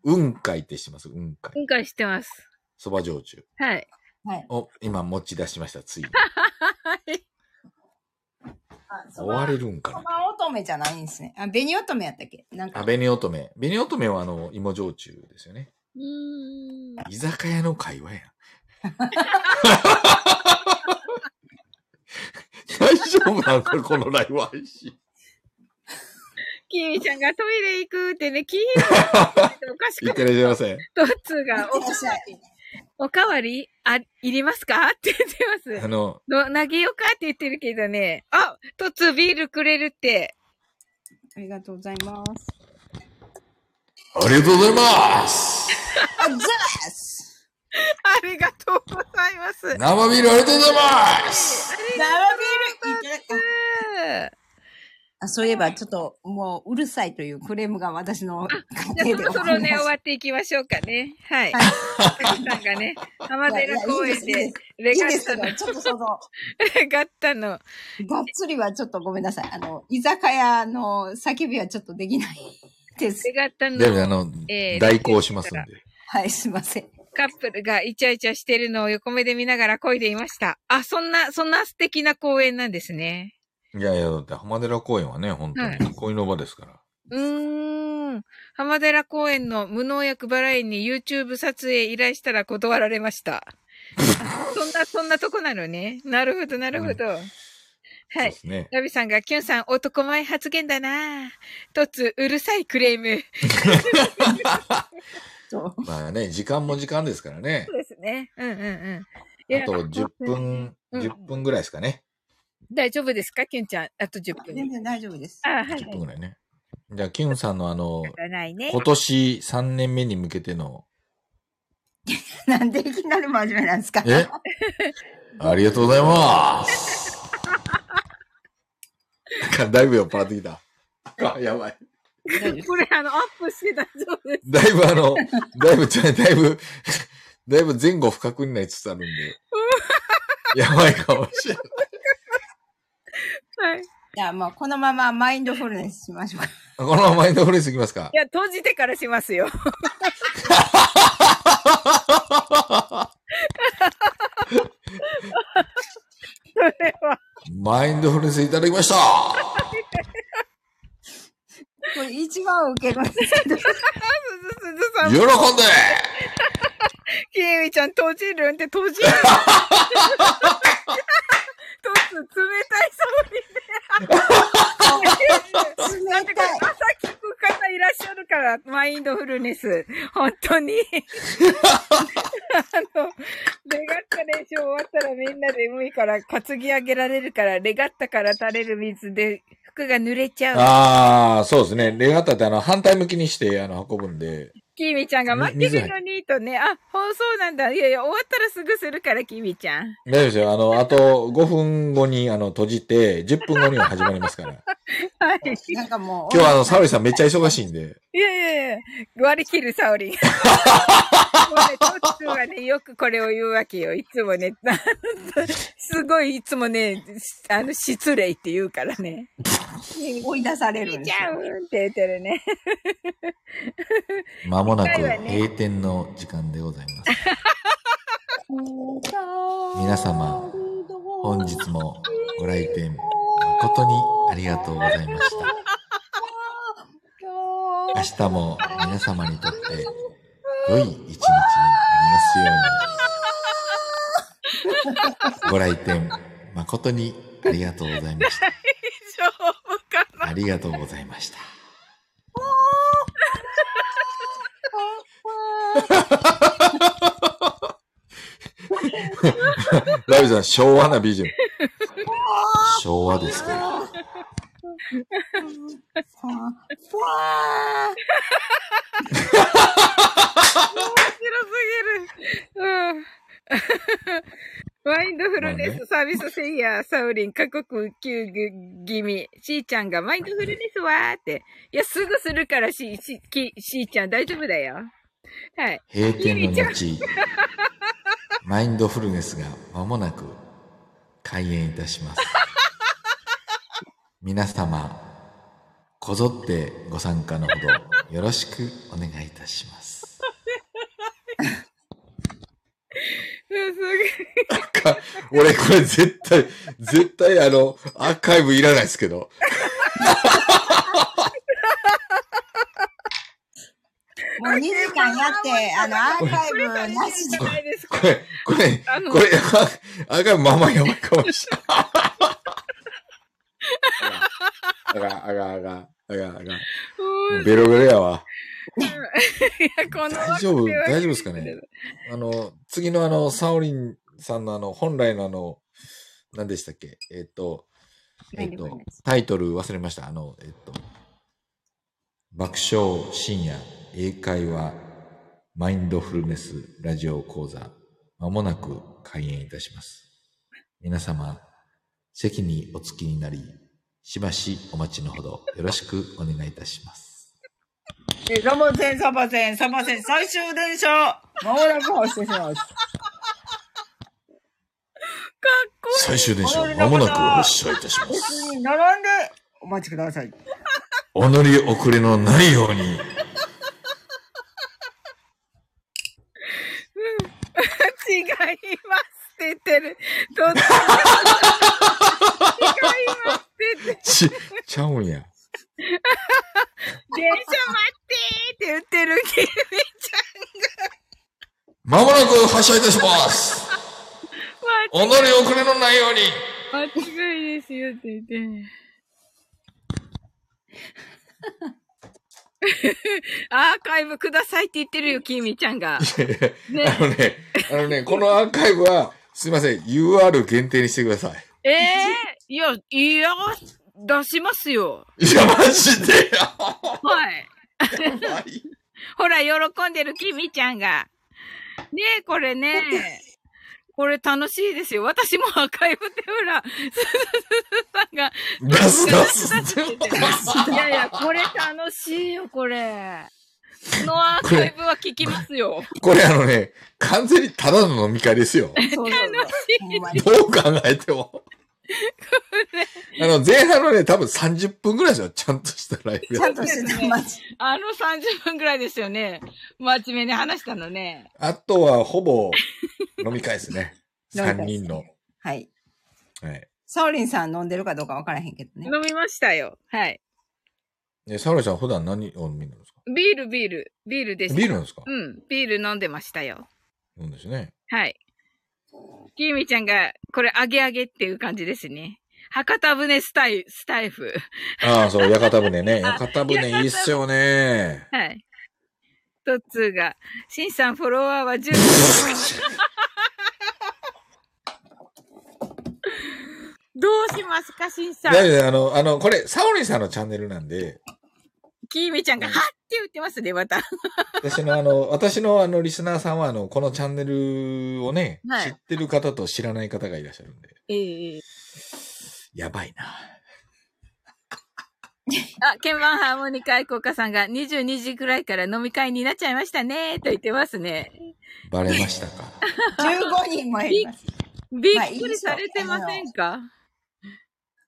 [SPEAKER 2] 雲海って知ってます雲海。
[SPEAKER 1] 今回知ってます。
[SPEAKER 2] そば焼酎
[SPEAKER 1] はい。
[SPEAKER 5] はい。
[SPEAKER 2] を今持ち出しました、ついに。
[SPEAKER 1] はい。
[SPEAKER 5] あそ
[SPEAKER 2] 終
[SPEAKER 5] ば
[SPEAKER 2] われるんかな。
[SPEAKER 5] 乙女じゃないんですね。あ、紅乙女やったっけなん
[SPEAKER 2] あ、
[SPEAKER 5] か、
[SPEAKER 2] 紅乙女。紅乙女はあの、芋焼酎ですよね。
[SPEAKER 1] うーん。
[SPEAKER 2] 居酒屋の会話やん。大丈夫なんかこのライブ配信。
[SPEAKER 1] キミちゃんがトイレ行くってね、キミちゃんっておかし
[SPEAKER 2] いっ
[SPEAKER 1] く
[SPEAKER 2] <laughs> て
[SPEAKER 1] ない
[SPEAKER 2] らっしゃいませ。
[SPEAKER 1] トッツーが
[SPEAKER 5] いってらっしゃい。
[SPEAKER 1] お、おかわりあ、いりますかって言って
[SPEAKER 2] あ
[SPEAKER 1] ます。
[SPEAKER 2] の、
[SPEAKER 1] の、投げようかって言ってるけどね。あ、トッツービールくれるって。
[SPEAKER 5] ありがとうございます。
[SPEAKER 2] ありがとうございます
[SPEAKER 5] あ、ザース
[SPEAKER 1] ありがとうございます。う
[SPEAKER 2] 生ビールありがとうございます
[SPEAKER 5] 生ビールいただき
[SPEAKER 1] ー
[SPEAKER 5] あそういえば、ちょっと、もう、うるさいというクレームが私の
[SPEAKER 1] じゃ
[SPEAKER 5] 家庭
[SPEAKER 1] あそ
[SPEAKER 5] で
[SPEAKER 1] ろ
[SPEAKER 5] 起
[SPEAKER 1] そ
[SPEAKER 5] こ
[SPEAKER 1] ろ
[SPEAKER 5] りま
[SPEAKER 1] ね、
[SPEAKER 5] し
[SPEAKER 1] 終
[SPEAKER 5] た
[SPEAKER 1] わっていきましょうかね。はい。
[SPEAKER 5] は
[SPEAKER 1] たくさんがね、浜寺公園
[SPEAKER 5] いやいいで
[SPEAKER 1] で
[SPEAKER 5] すいいです
[SPEAKER 1] レ
[SPEAKER 5] いい
[SPEAKER 1] ガ
[SPEAKER 5] で
[SPEAKER 1] ッ
[SPEAKER 5] すけ
[SPEAKER 1] タ
[SPEAKER 5] ど
[SPEAKER 1] の、、
[SPEAKER 5] ちょっとその、が
[SPEAKER 1] レガッタの、
[SPEAKER 5] っつりはちょっとごめんなさい。あの、居酒屋の叫びはちょっとできないです
[SPEAKER 1] レ。ガッタ
[SPEAKER 2] でも、あ
[SPEAKER 1] の
[SPEAKER 2] の、
[SPEAKER 1] えー
[SPEAKER 2] 代行しますんで。
[SPEAKER 5] はい、すいません。
[SPEAKER 1] カップルがイチャイチャしてるのを横目で見ながら漕いでいました。あ、そんな、そんな素敵な公園なんですね。
[SPEAKER 2] いやいや、だって浜寺公園はね、本当に憩いの場ですから。
[SPEAKER 1] うーん。浜寺公園の無農薬バラ園に YouTube 撮影依頼したら断られました。あそんな、そんなとこなのね。なるほど、なるほど。は
[SPEAKER 2] そう
[SPEAKER 1] い
[SPEAKER 2] で。すね。
[SPEAKER 1] ラビさんが、キュンさん男前発言だなぁ。とつ、うるさいクレーム。
[SPEAKER 5] そう。
[SPEAKER 2] まあね、時間も時間ですからね。
[SPEAKER 1] そうですね。うんうんうん。いや
[SPEAKER 2] あと10分、
[SPEAKER 1] うん
[SPEAKER 2] 10分ぐらいですかね。
[SPEAKER 1] 大丈夫ですかキュンちゃん。あと10分
[SPEAKER 5] 全。然大丈夫です。
[SPEAKER 1] あ、はい。
[SPEAKER 2] 10分ぐらいね。じゃあ、キュンさんのあの、
[SPEAKER 1] がないね。
[SPEAKER 2] 今年3年目に向けての、
[SPEAKER 5] なんでいきなり真面目なんですか
[SPEAKER 2] えありがとうござ
[SPEAKER 1] <laughs>
[SPEAKER 2] います。なんかだいぶ酔っ払ってきた。 <laughs> あ、やばい。
[SPEAKER 1] これ、あの、アップして大丈夫 <laughs> です。
[SPEAKER 2] だいぶあの、だいぶ、ちょだいぶ、だいぶ前後不覚になりつつあるんで。やばいかもしれない。
[SPEAKER 1] はい。い
[SPEAKER 5] じゃあもうこのままマインドフルネスし
[SPEAKER 1] <laughs>
[SPEAKER 5] ましょうか。
[SPEAKER 2] このままマインドフルネスいきますか。
[SPEAKER 1] や、閉じてからします <laughs> よ。それは。
[SPEAKER 2] マインドフルネスいただきました
[SPEAKER 5] これ一番受けるんですけど。
[SPEAKER 1] すずずさ
[SPEAKER 2] 喜
[SPEAKER 1] ん
[SPEAKER 2] んで
[SPEAKER 1] キエミちゃん閉じるんで閉じる。
[SPEAKER 2] <laughs>
[SPEAKER 1] とつ冷たいそうにね。
[SPEAKER 5] 冷
[SPEAKER 1] 冷
[SPEAKER 5] たい
[SPEAKER 1] 朝聞く方いらっしゃるから、マインドフルネス。本当に。あの、レガッタ練習終わったらみんなで海から担ぎ上げられるから、レガッタから垂れる水で服が濡れちゃう。
[SPEAKER 2] ああ、そうですね。レガタってあの、反対向きにして、あの、運ぶんで。
[SPEAKER 1] キミちゃんが待ってるのにとね、あ、放送なんだ。いやいや、終わったらすぐするから、キミちゃん。
[SPEAKER 2] 大丈夫ですよ。あの、あと5分後に、あの、閉じて、10分後には始まりますから。
[SPEAKER 1] はい。
[SPEAKER 5] なんかもう、
[SPEAKER 2] 今日はあの、サオリさんめっちゃ忙しいんで。
[SPEAKER 1] いやいやいや、割り切る、サオリン。もうね、トッツーはね、よくこれを言うわけよ。いつもね、なんすごい、いつもね、あの、失礼って言うからね。
[SPEAKER 5] 追い出されるんです
[SPEAKER 1] じゃ
[SPEAKER 5] よ
[SPEAKER 1] んって言ってるね。
[SPEAKER 2] まもなく
[SPEAKER 1] 今回はね
[SPEAKER 2] 閉店の時間でございます。皆様、本日もご来店誠にありがとうございました。明日も皆様にとって良い一日になりますように。ご来店誠にありがとうございま <laughs> した。
[SPEAKER 1] 丈夫かな
[SPEAKER 2] ありがとうございました。ラビさん、昭和な BGM。昭和ですから。
[SPEAKER 5] ふわふわ
[SPEAKER 1] 面白すぎる。うん。マインドフルネスサービスセイヤー、サウリン、過酷急気味。しーちゃんがマインドフルネスはーって。いや、すぐするからし、し、き、しーちゃん大丈夫だよ。はい。
[SPEAKER 2] 閉店の後、マインドフルネスが間もなく開演いたします。皆様、こぞってご参加のほどよろしくお願いいたします。
[SPEAKER 1] うんすごい。
[SPEAKER 2] か俺これ絶対、絶対あの、アーカイブいらないですけど。
[SPEAKER 5] もう2時間やって、あの、アーカイブなし
[SPEAKER 1] じ
[SPEAKER 5] で
[SPEAKER 1] ゃ。ないです
[SPEAKER 2] こ
[SPEAKER 1] か。
[SPEAKER 2] れ、これ、
[SPEAKER 1] あの
[SPEAKER 2] これ、あ、あがまあまあやばいかもしれ <laughs> ない。あが、あが、あが、あが、あが。
[SPEAKER 1] うん
[SPEAKER 2] ベロベロやわ。
[SPEAKER 1] いや、この
[SPEAKER 2] 大丈夫、大丈夫ですかね。あの、次のあの、サオリンさんのあの、本来のあの、何でしたっけえっ、と、えっ、と、タイトル忘れました。あの、えっ、と、爆笑深夜英会話マインドフルネスラジオ講座、まもなく開演いたします。皆様、席にお着きになり、しばしお待ちのほどよろしく <laughs> お願いいたします。
[SPEAKER 6] えサボテン、サボテン、サボテン、最終電車まもなく発車します。
[SPEAKER 2] 最終電
[SPEAKER 6] 車間もなく発
[SPEAKER 2] 車いたしま
[SPEAKER 6] 列。に並んでお待ちください。
[SPEAKER 2] お乗り遅れのないように。
[SPEAKER 1] 違いますって言ってる。どっちも
[SPEAKER 2] <laughs>
[SPEAKER 1] 違いますって言ってる。
[SPEAKER 2] ち、ちゃうんや。
[SPEAKER 1] 電車待ってーって言ってるキ
[SPEAKER 2] <laughs>
[SPEAKER 1] ミちゃ
[SPEAKER 2] まもなく発車いたします。お乗り遅れのないように。
[SPEAKER 1] ん。間違いですよって言ってね。アーカイブくださいって言ってるよ、キミちゃんが。ね
[SPEAKER 2] あのね、あのね、このアーカイブは、すいません、UR 限定にしてください。
[SPEAKER 1] ええいや、いや、出しますよ。
[SPEAKER 2] いや、マ
[SPEAKER 5] <laughs>
[SPEAKER 2] ジで。
[SPEAKER 1] はい。 <laughs> ほら、喜んでるキミちゃんが。ねえ、これね。これ楽しいですよ。私もアーカイブでほら、すずさんが、
[SPEAKER 2] 出す出す。
[SPEAKER 1] いやいや、これ楽しいよ、これ。このアーカイブは聞きますよ。
[SPEAKER 2] これあのね、完全にただの飲み会ですよ。
[SPEAKER 5] そうそうそう。ほんまに。
[SPEAKER 2] どう考えても。あの、前半のね、多分30分ぐらいですよ。ちゃんとしたライブ
[SPEAKER 5] ち
[SPEAKER 2] や
[SPEAKER 5] ゃんとしてた、マジ。
[SPEAKER 1] あの30分ぐらいですよね。真面目に話したのね。
[SPEAKER 2] あとは、ほぼ、飲み会ですね。
[SPEAKER 5] 飲み会ですね
[SPEAKER 2] 3人の。
[SPEAKER 5] はい。
[SPEAKER 2] はい。
[SPEAKER 5] サオリンさん飲んでるかどうかわからへんけ <laughs> どね。
[SPEAKER 1] 飲みましたよ。はい。
[SPEAKER 2] え、サウラちゃん、普段何を飲みになるんですか
[SPEAKER 1] ビール、ビール、ビールでした。
[SPEAKER 2] ビールなんですか
[SPEAKER 1] うん、ビール飲んでましたよ。
[SPEAKER 2] 飲んですね。
[SPEAKER 1] はい。キミちゃんが、これ、あげあげっていう感じですね。博多船スタイ、スタイフ。
[SPEAKER 2] ああ、そう、屋形船ね。屋形船いいっす
[SPEAKER 1] <laughs>
[SPEAKER 2] よね。
[SPEAKER 1] はい。トッツーが、シンさんフォロワーは10人。どうしますか、シンさん。
[SPEAKER 2] だあの、あの、これ、サオリンさんのチャンネルなんで、
[SPEAKER 1] キミちゃんが、はっって言ってますね、また。
[SPEAKER 2] 私のあの、私のあの、リスナーさんは、あの、このチャンネルをね、
[SPEAKER 1] はい
[SPEAKER 2] 知ってる方と知らない方がいらっしゃるんで、
[SPEAKER 1] ええ
[SPEAKER 2] やばいな。
[SPEAKER 1] あ、鍵盤ハーモニカ愛好家さんが、22時くらいから飲み会になっちゃいましたね、と言ってますね。
[SPEAKER 2] バレましたか。 <laughs>
[SPEAKER 5] 15人も減ります。
[SPEAKER 1] びっくりされてませんか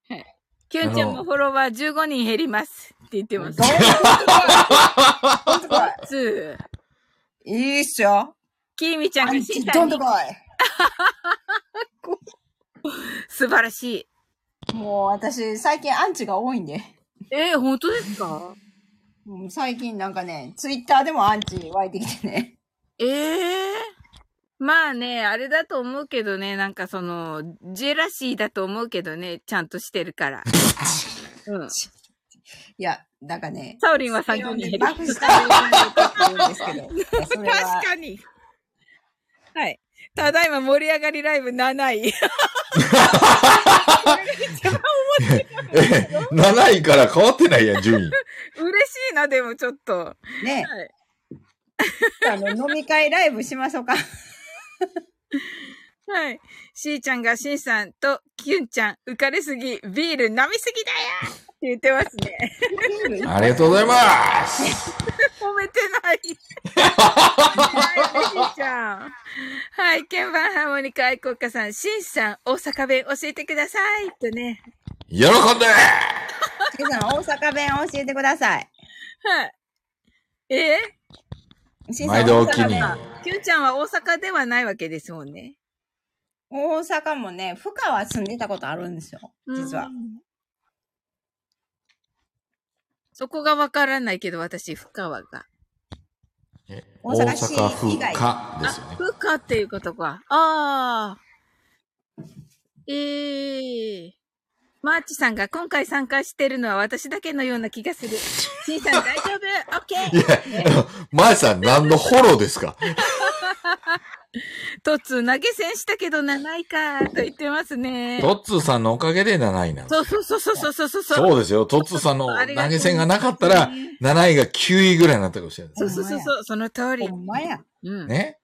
[SPEAKER 1] はいキュンちゃんもフォロワー15人減りますって言ってます。
[SPEAKER 5] どんとこ
[SPEAKER 1] つー
[SPEAKER 5] い。いいっすよ。
[SPEAKER 1] キーミちゃん
[SPEAKER 5] ア
[SPEAKER 1] が
[SPEAKER 5] ン
[SPEAKER 1] シ
[SPEAKER 5] チ
[SPEAKER 1] ンさ
[SPEAKER 5] ど
[SPEAKER 1] ん
[SPEAKER 5] んと
[SPEAKER 1] に
[SPEAKER 5] こ
[SPEAKER 1] 素晴らし
[SPEAKER 5] い。もう私、最近アンチが多いんで。
[SPEAKER 1] い。えー、本当ですか
[SPEAKER 5] うん最近なんかね、ツイッターでもアンチ湧いてきてね。 <laughs>
[SPEAKER 1] ええまあね、あれだと思うけどね、なんかその、ジェラシーだと思うけどね、ちゃんとしてる <laughs> から。うん。
[SPEAKER 5] いや、なんかね、
[SPEAKER 1] サオリンは
[SPEAKER 5] 爆
[SPEAKER 1] 30人減る。
[SPEAKER 5] したいって言うんですけどいや、それは
[SPEAKER 1] 確、かに。はい。ただいま盛り上がりライブ7位。 <laughs>
[SPEAKER 2] え、7位から変わってないやん、順位。
[SPEAKER 1] 嬉しいな、でもちょっと。
[SPEAKER 5] ね、
[SPEAKER 1] はい
[SPEAKER 5] あの、飲み会ライブしましょうか。
[SPEAKER 1] はい。しーちゃんがしんさんときゅんちゃん、浮かれすぎ、ビール飲みすぎだよって言ってますね。
[SPEAKER 2] ありがとうございます。
[SPEAKER 1] 褒めてない。はい、しーちゃん。はい、鍵盤ハーモニカ愛好家さん、しんさん、大阪弁教えてくださいとね。
[SPEAKER 2] 喜んで
[SPEAKER 5] 竹さん、大阪弁教えてください。
[SPEAKER 1] はい。え
[SPEAKER 5] 新さん
[SPEAKER 2] 毎度お気に。
[SPEAKER 5] 大阪弁
[SPEAKER 1] ー、きゅんちゃんは大阪ではないわけですもんね。
[SPEAKER 5] 大阪もね、深川住んでたことあるんですよ。実は
[SPEAKER 1] う。ん。そこがわからないけど、私、深川が。
[SPEAKER 2] え
[SPEAKER 5] 大
[SPEAKER 2] 大
[SPEAKER 5] 阪市
[SPEAKER 2] 阪
[SPEAKER 5] 以外
[SPEAKER 2] 府かですよ
[SPEAKER 1] あ、
[SPEAKER 2] ね。
[SPEAKER 1] ふかっていうことか。ああ。ええマーチさんが今回参加してるのは私だけのような気がする。しんさん大丈夫オッケ
[SPEAKER 2] い
[SPEAKER 1] ー
[SPEAKER 2] や、マイさん何のフォローですか
[SPEAKER 1] トッツー投げ銭したけど7位かと言ってますね。
[SPEAKER 2] トッツーさんのおかげで7位なんです。
[SPEAKER 1] そうそうそうそうそうそうそう。
[SPEAKER 2] そうですよ。トッツーさんの
[SPEAKER 1] ありがとう
[SPEAKER 2] 投げ銭がなかったら、7位が9位ぐらいになったかもしれない。
[SPEAKER 1] そうそうそうそう、その通り
[SPEAKER 5] ほ。んまや。
[SPEAKER 1] うん。
[SPEAKER 2] ね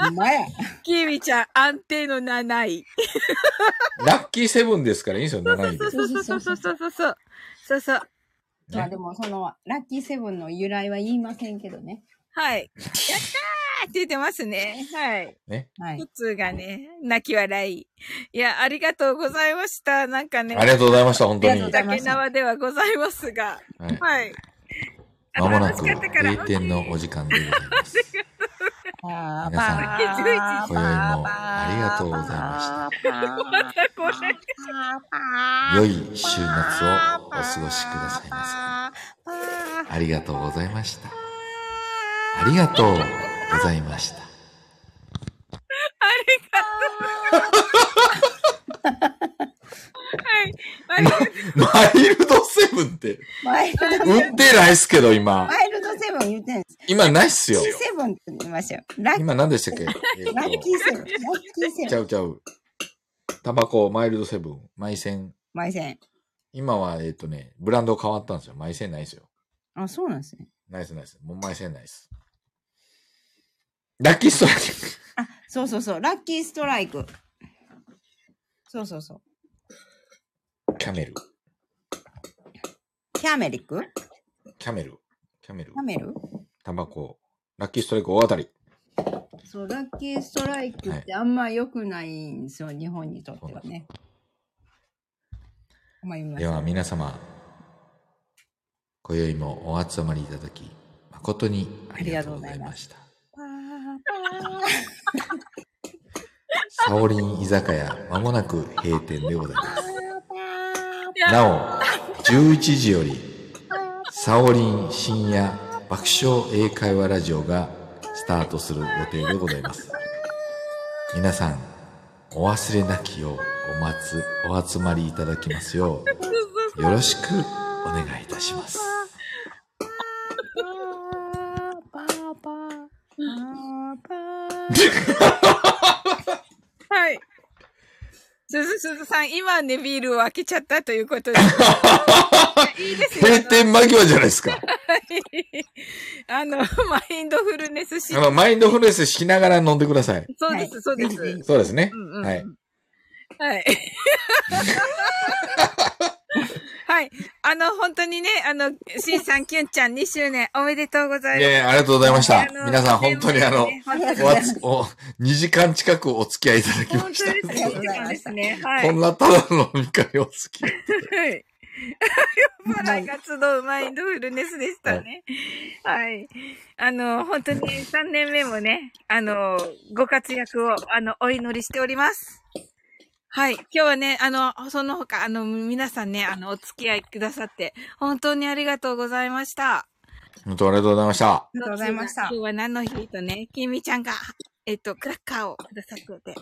[SPEAKER 6] ほんまや。
[SPEAKER 1] キミちゃん、安定の7位。
[SPEAKER 2] ラッキーセブンですからいいんですよ、7位で。
[SPEAKER 1] そうそうそうそうそうそうそう。そうそう。
[SPEAKER 5] まあでもその、ラッキーセブンの由来は言いませんけどね。
[SPEAKER 1] はい。やったーって言ってますね。はい。
[SPEAKER 5] はい
[SPEAKER 1] 普。通がね、泣き笑い。いや、ありがとうございました。なんかね、
[SPEAKER 2] ありがとうございました、本当
[SPEAKER 5] あ
[SPEAKER 2] に
[SPEAKER 5] りがとうご。ざいま
[SPEAKER 1] 竹縄ではございますが。
[SPEAKER 2] はい
[SPEAKER 1] はい。
[SPEAKER 2] まもなく
[SPEAKER 1] 楽しかったから
[SPEAKER 2] 閉店のお時間でございます。
[SPEAKER 6] あ
[SPEAKER 2] 皆さん今宵もありがとうございました。
[SPEAKER 6] ま
[SPEAKER 1] またこれ。
[SPEAKER 2] 良い週末をお過ごしくださいませ。ありがとうございました。ありがとうございました。
[SPEAKER 1] はい。ありがとう
[SPEAKER 2] マイルドセブンって、
[SPEAKER 5] マイルド、
[SPEAKER 2] 売ってないっすけど、今。
[SPEAKER 5] マイルドセブン言ってんです。
[SPEAKER 2] 今ないっすよ
[SPEAKER 5] ラッ。キーセブンって言いましたよ。ラッ
[SPEAKER 2] 今何でしたっけえ
[SPEAKER 5] ラッ
[SPEAKER 2] ー
[SPEAKER 5] キーセブン。ラッキーセ
[SPEAKER 2] とち
[SPEAKER 5] ブン。
[SPEAKER 2] ゃうちゃう。タバコ、マイルドセブン、マイセン。
[SPEAKER 5] マイセン。
[SPEAKER 2] 今は、えっ、とね、ブランド変わったんですよ。マイセンないっすよ。
[SPEAKER 5] あ、そうなんですね。
[SPEAKER 2] ナイスナイス。もうマイセンないっす。ラッキーストライク。
[SPEAKER 5] あ、そうそうそう。ラッキーストライク。そうそうそう。
[SPEAKER 2] キャメル。
[SPEAKER 5] キャメリックキ
[SPEAKER 2] キャメル。キャメル
[SPEAKER 5] ャ。メル
[SPEAKER 2] タバコ。ラッキーストライク大当たり。
[SPEAKER 5] そう、ラッキーストライクってあんま良くないんですよ、日本にとってはね。まあ、言いま
[SPEAKER 2] では皆様、今宵もお集まりいただき、誠にありがとうございました。サオリン居酒屋、まもなく閉店でございます。なお、11時より、サオリン深夜爆笑英会話ラジオがスタートする予定でございます。皆さん、お忘れなきよう、お待つ、お集まりいただきますよう、よろしくお願いいたします。
[SPEAKER 5] <laughs>
[SPEAKER 1] はい。すずすずさん、今ね、ビールを開けちゃったということ
[SPEAKER 2] <laughs>
[SPEAKER 1] です。いいですよ。
[SPEAKER 2] 閉店間際じゃないですか。
[SPEAKER 1] あの、マインドフルネスし
[SPEAKER 2] あ、の、マインドフルネスしながら飲んでください。
[SPEAKER 1] そうです、そうです。
[SPEAKER 5] ぜひぜ
[SPEAKER 2] そうですね。
[SPEAKER 1] うんうん
[SPEAKER 2] はい。
[SPEAKER 1] はい。 <laughs> はい。あの、本当にね、あの、しんさん、きゅんちゃん、2周年おめでとうござい
[SPEAKER 2] いや
[SPEAKER 1] ま
[SPEAKER 2] い
[SPEAKER 1] す。
[SPEAKER 2] や、ありがとうございました
[SPEAKER 1] あの。
[SPEAKER 2] 皆さん、本当にあの、
[SPEAKER 1] 本当に
[SPEAKER 2] おわつ、お、2時間近くお付き合いいただきま
[SPEAKER 1] 本
[SPEAKER 2] し
[SPEAKER 1] 当です
[SPEAKER 2] た。
[SPEAKER 1] ね。本当ですね。はい。
[SPEAKER 2] こんなただの飲み会お付き合い。 <laughs>
[SPEAKER 1] はい。酔っ払いが集うマインドフルネスでしたね。はい。あの、本当に3年目もね、あの、ご活躍を、あの、お祈りしております。はい。今日はね、あの、その他、あの、皆さんね、あの、お付き合いくださって、本当にありがとうございました。
[SPEAKER 2] 本当ありがとうございました。
[SPEAKER 5] りがとうございました <laughs>
[SPEAKER 1] 今日は何の日とね、きみちゃんが、えっと、クラッカーをくださってて。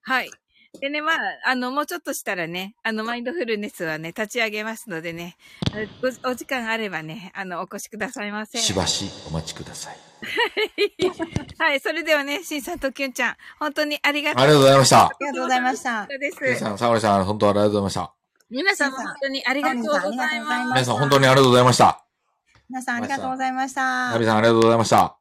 [SPEAKER 1] はい。でね、まあ、あの、もうちょっとしたらね、あの、マインドフルネスはね、立ち上げますのでね、えごお時間あればね、あの、お越しくださいませ。
[SPEAKER 2] しばしお待ちください。
[SPEAKER 1] はい、それではね、しんさんときゅんちゃん、本当にありが
[SPEAKER 2] あ
[SPEAKER 1] とう
[SPEAKER 2] りがとうございました。
[SPEAKER 5] ありがとうございました。
[SPEAKER 1] です。
[SPEAKER 2] 皆さん、沙織さん、本当ありがとうございました。
[SPEAKER 1] 皆さんも本当にありがとうございます。
[SPEAKER 2] 皆さん、本当にありがとうございました。
[SPEAKER 5] 皆さんありがとうございました。
[SPEAKER 2] ナビさん、ありがとうございました。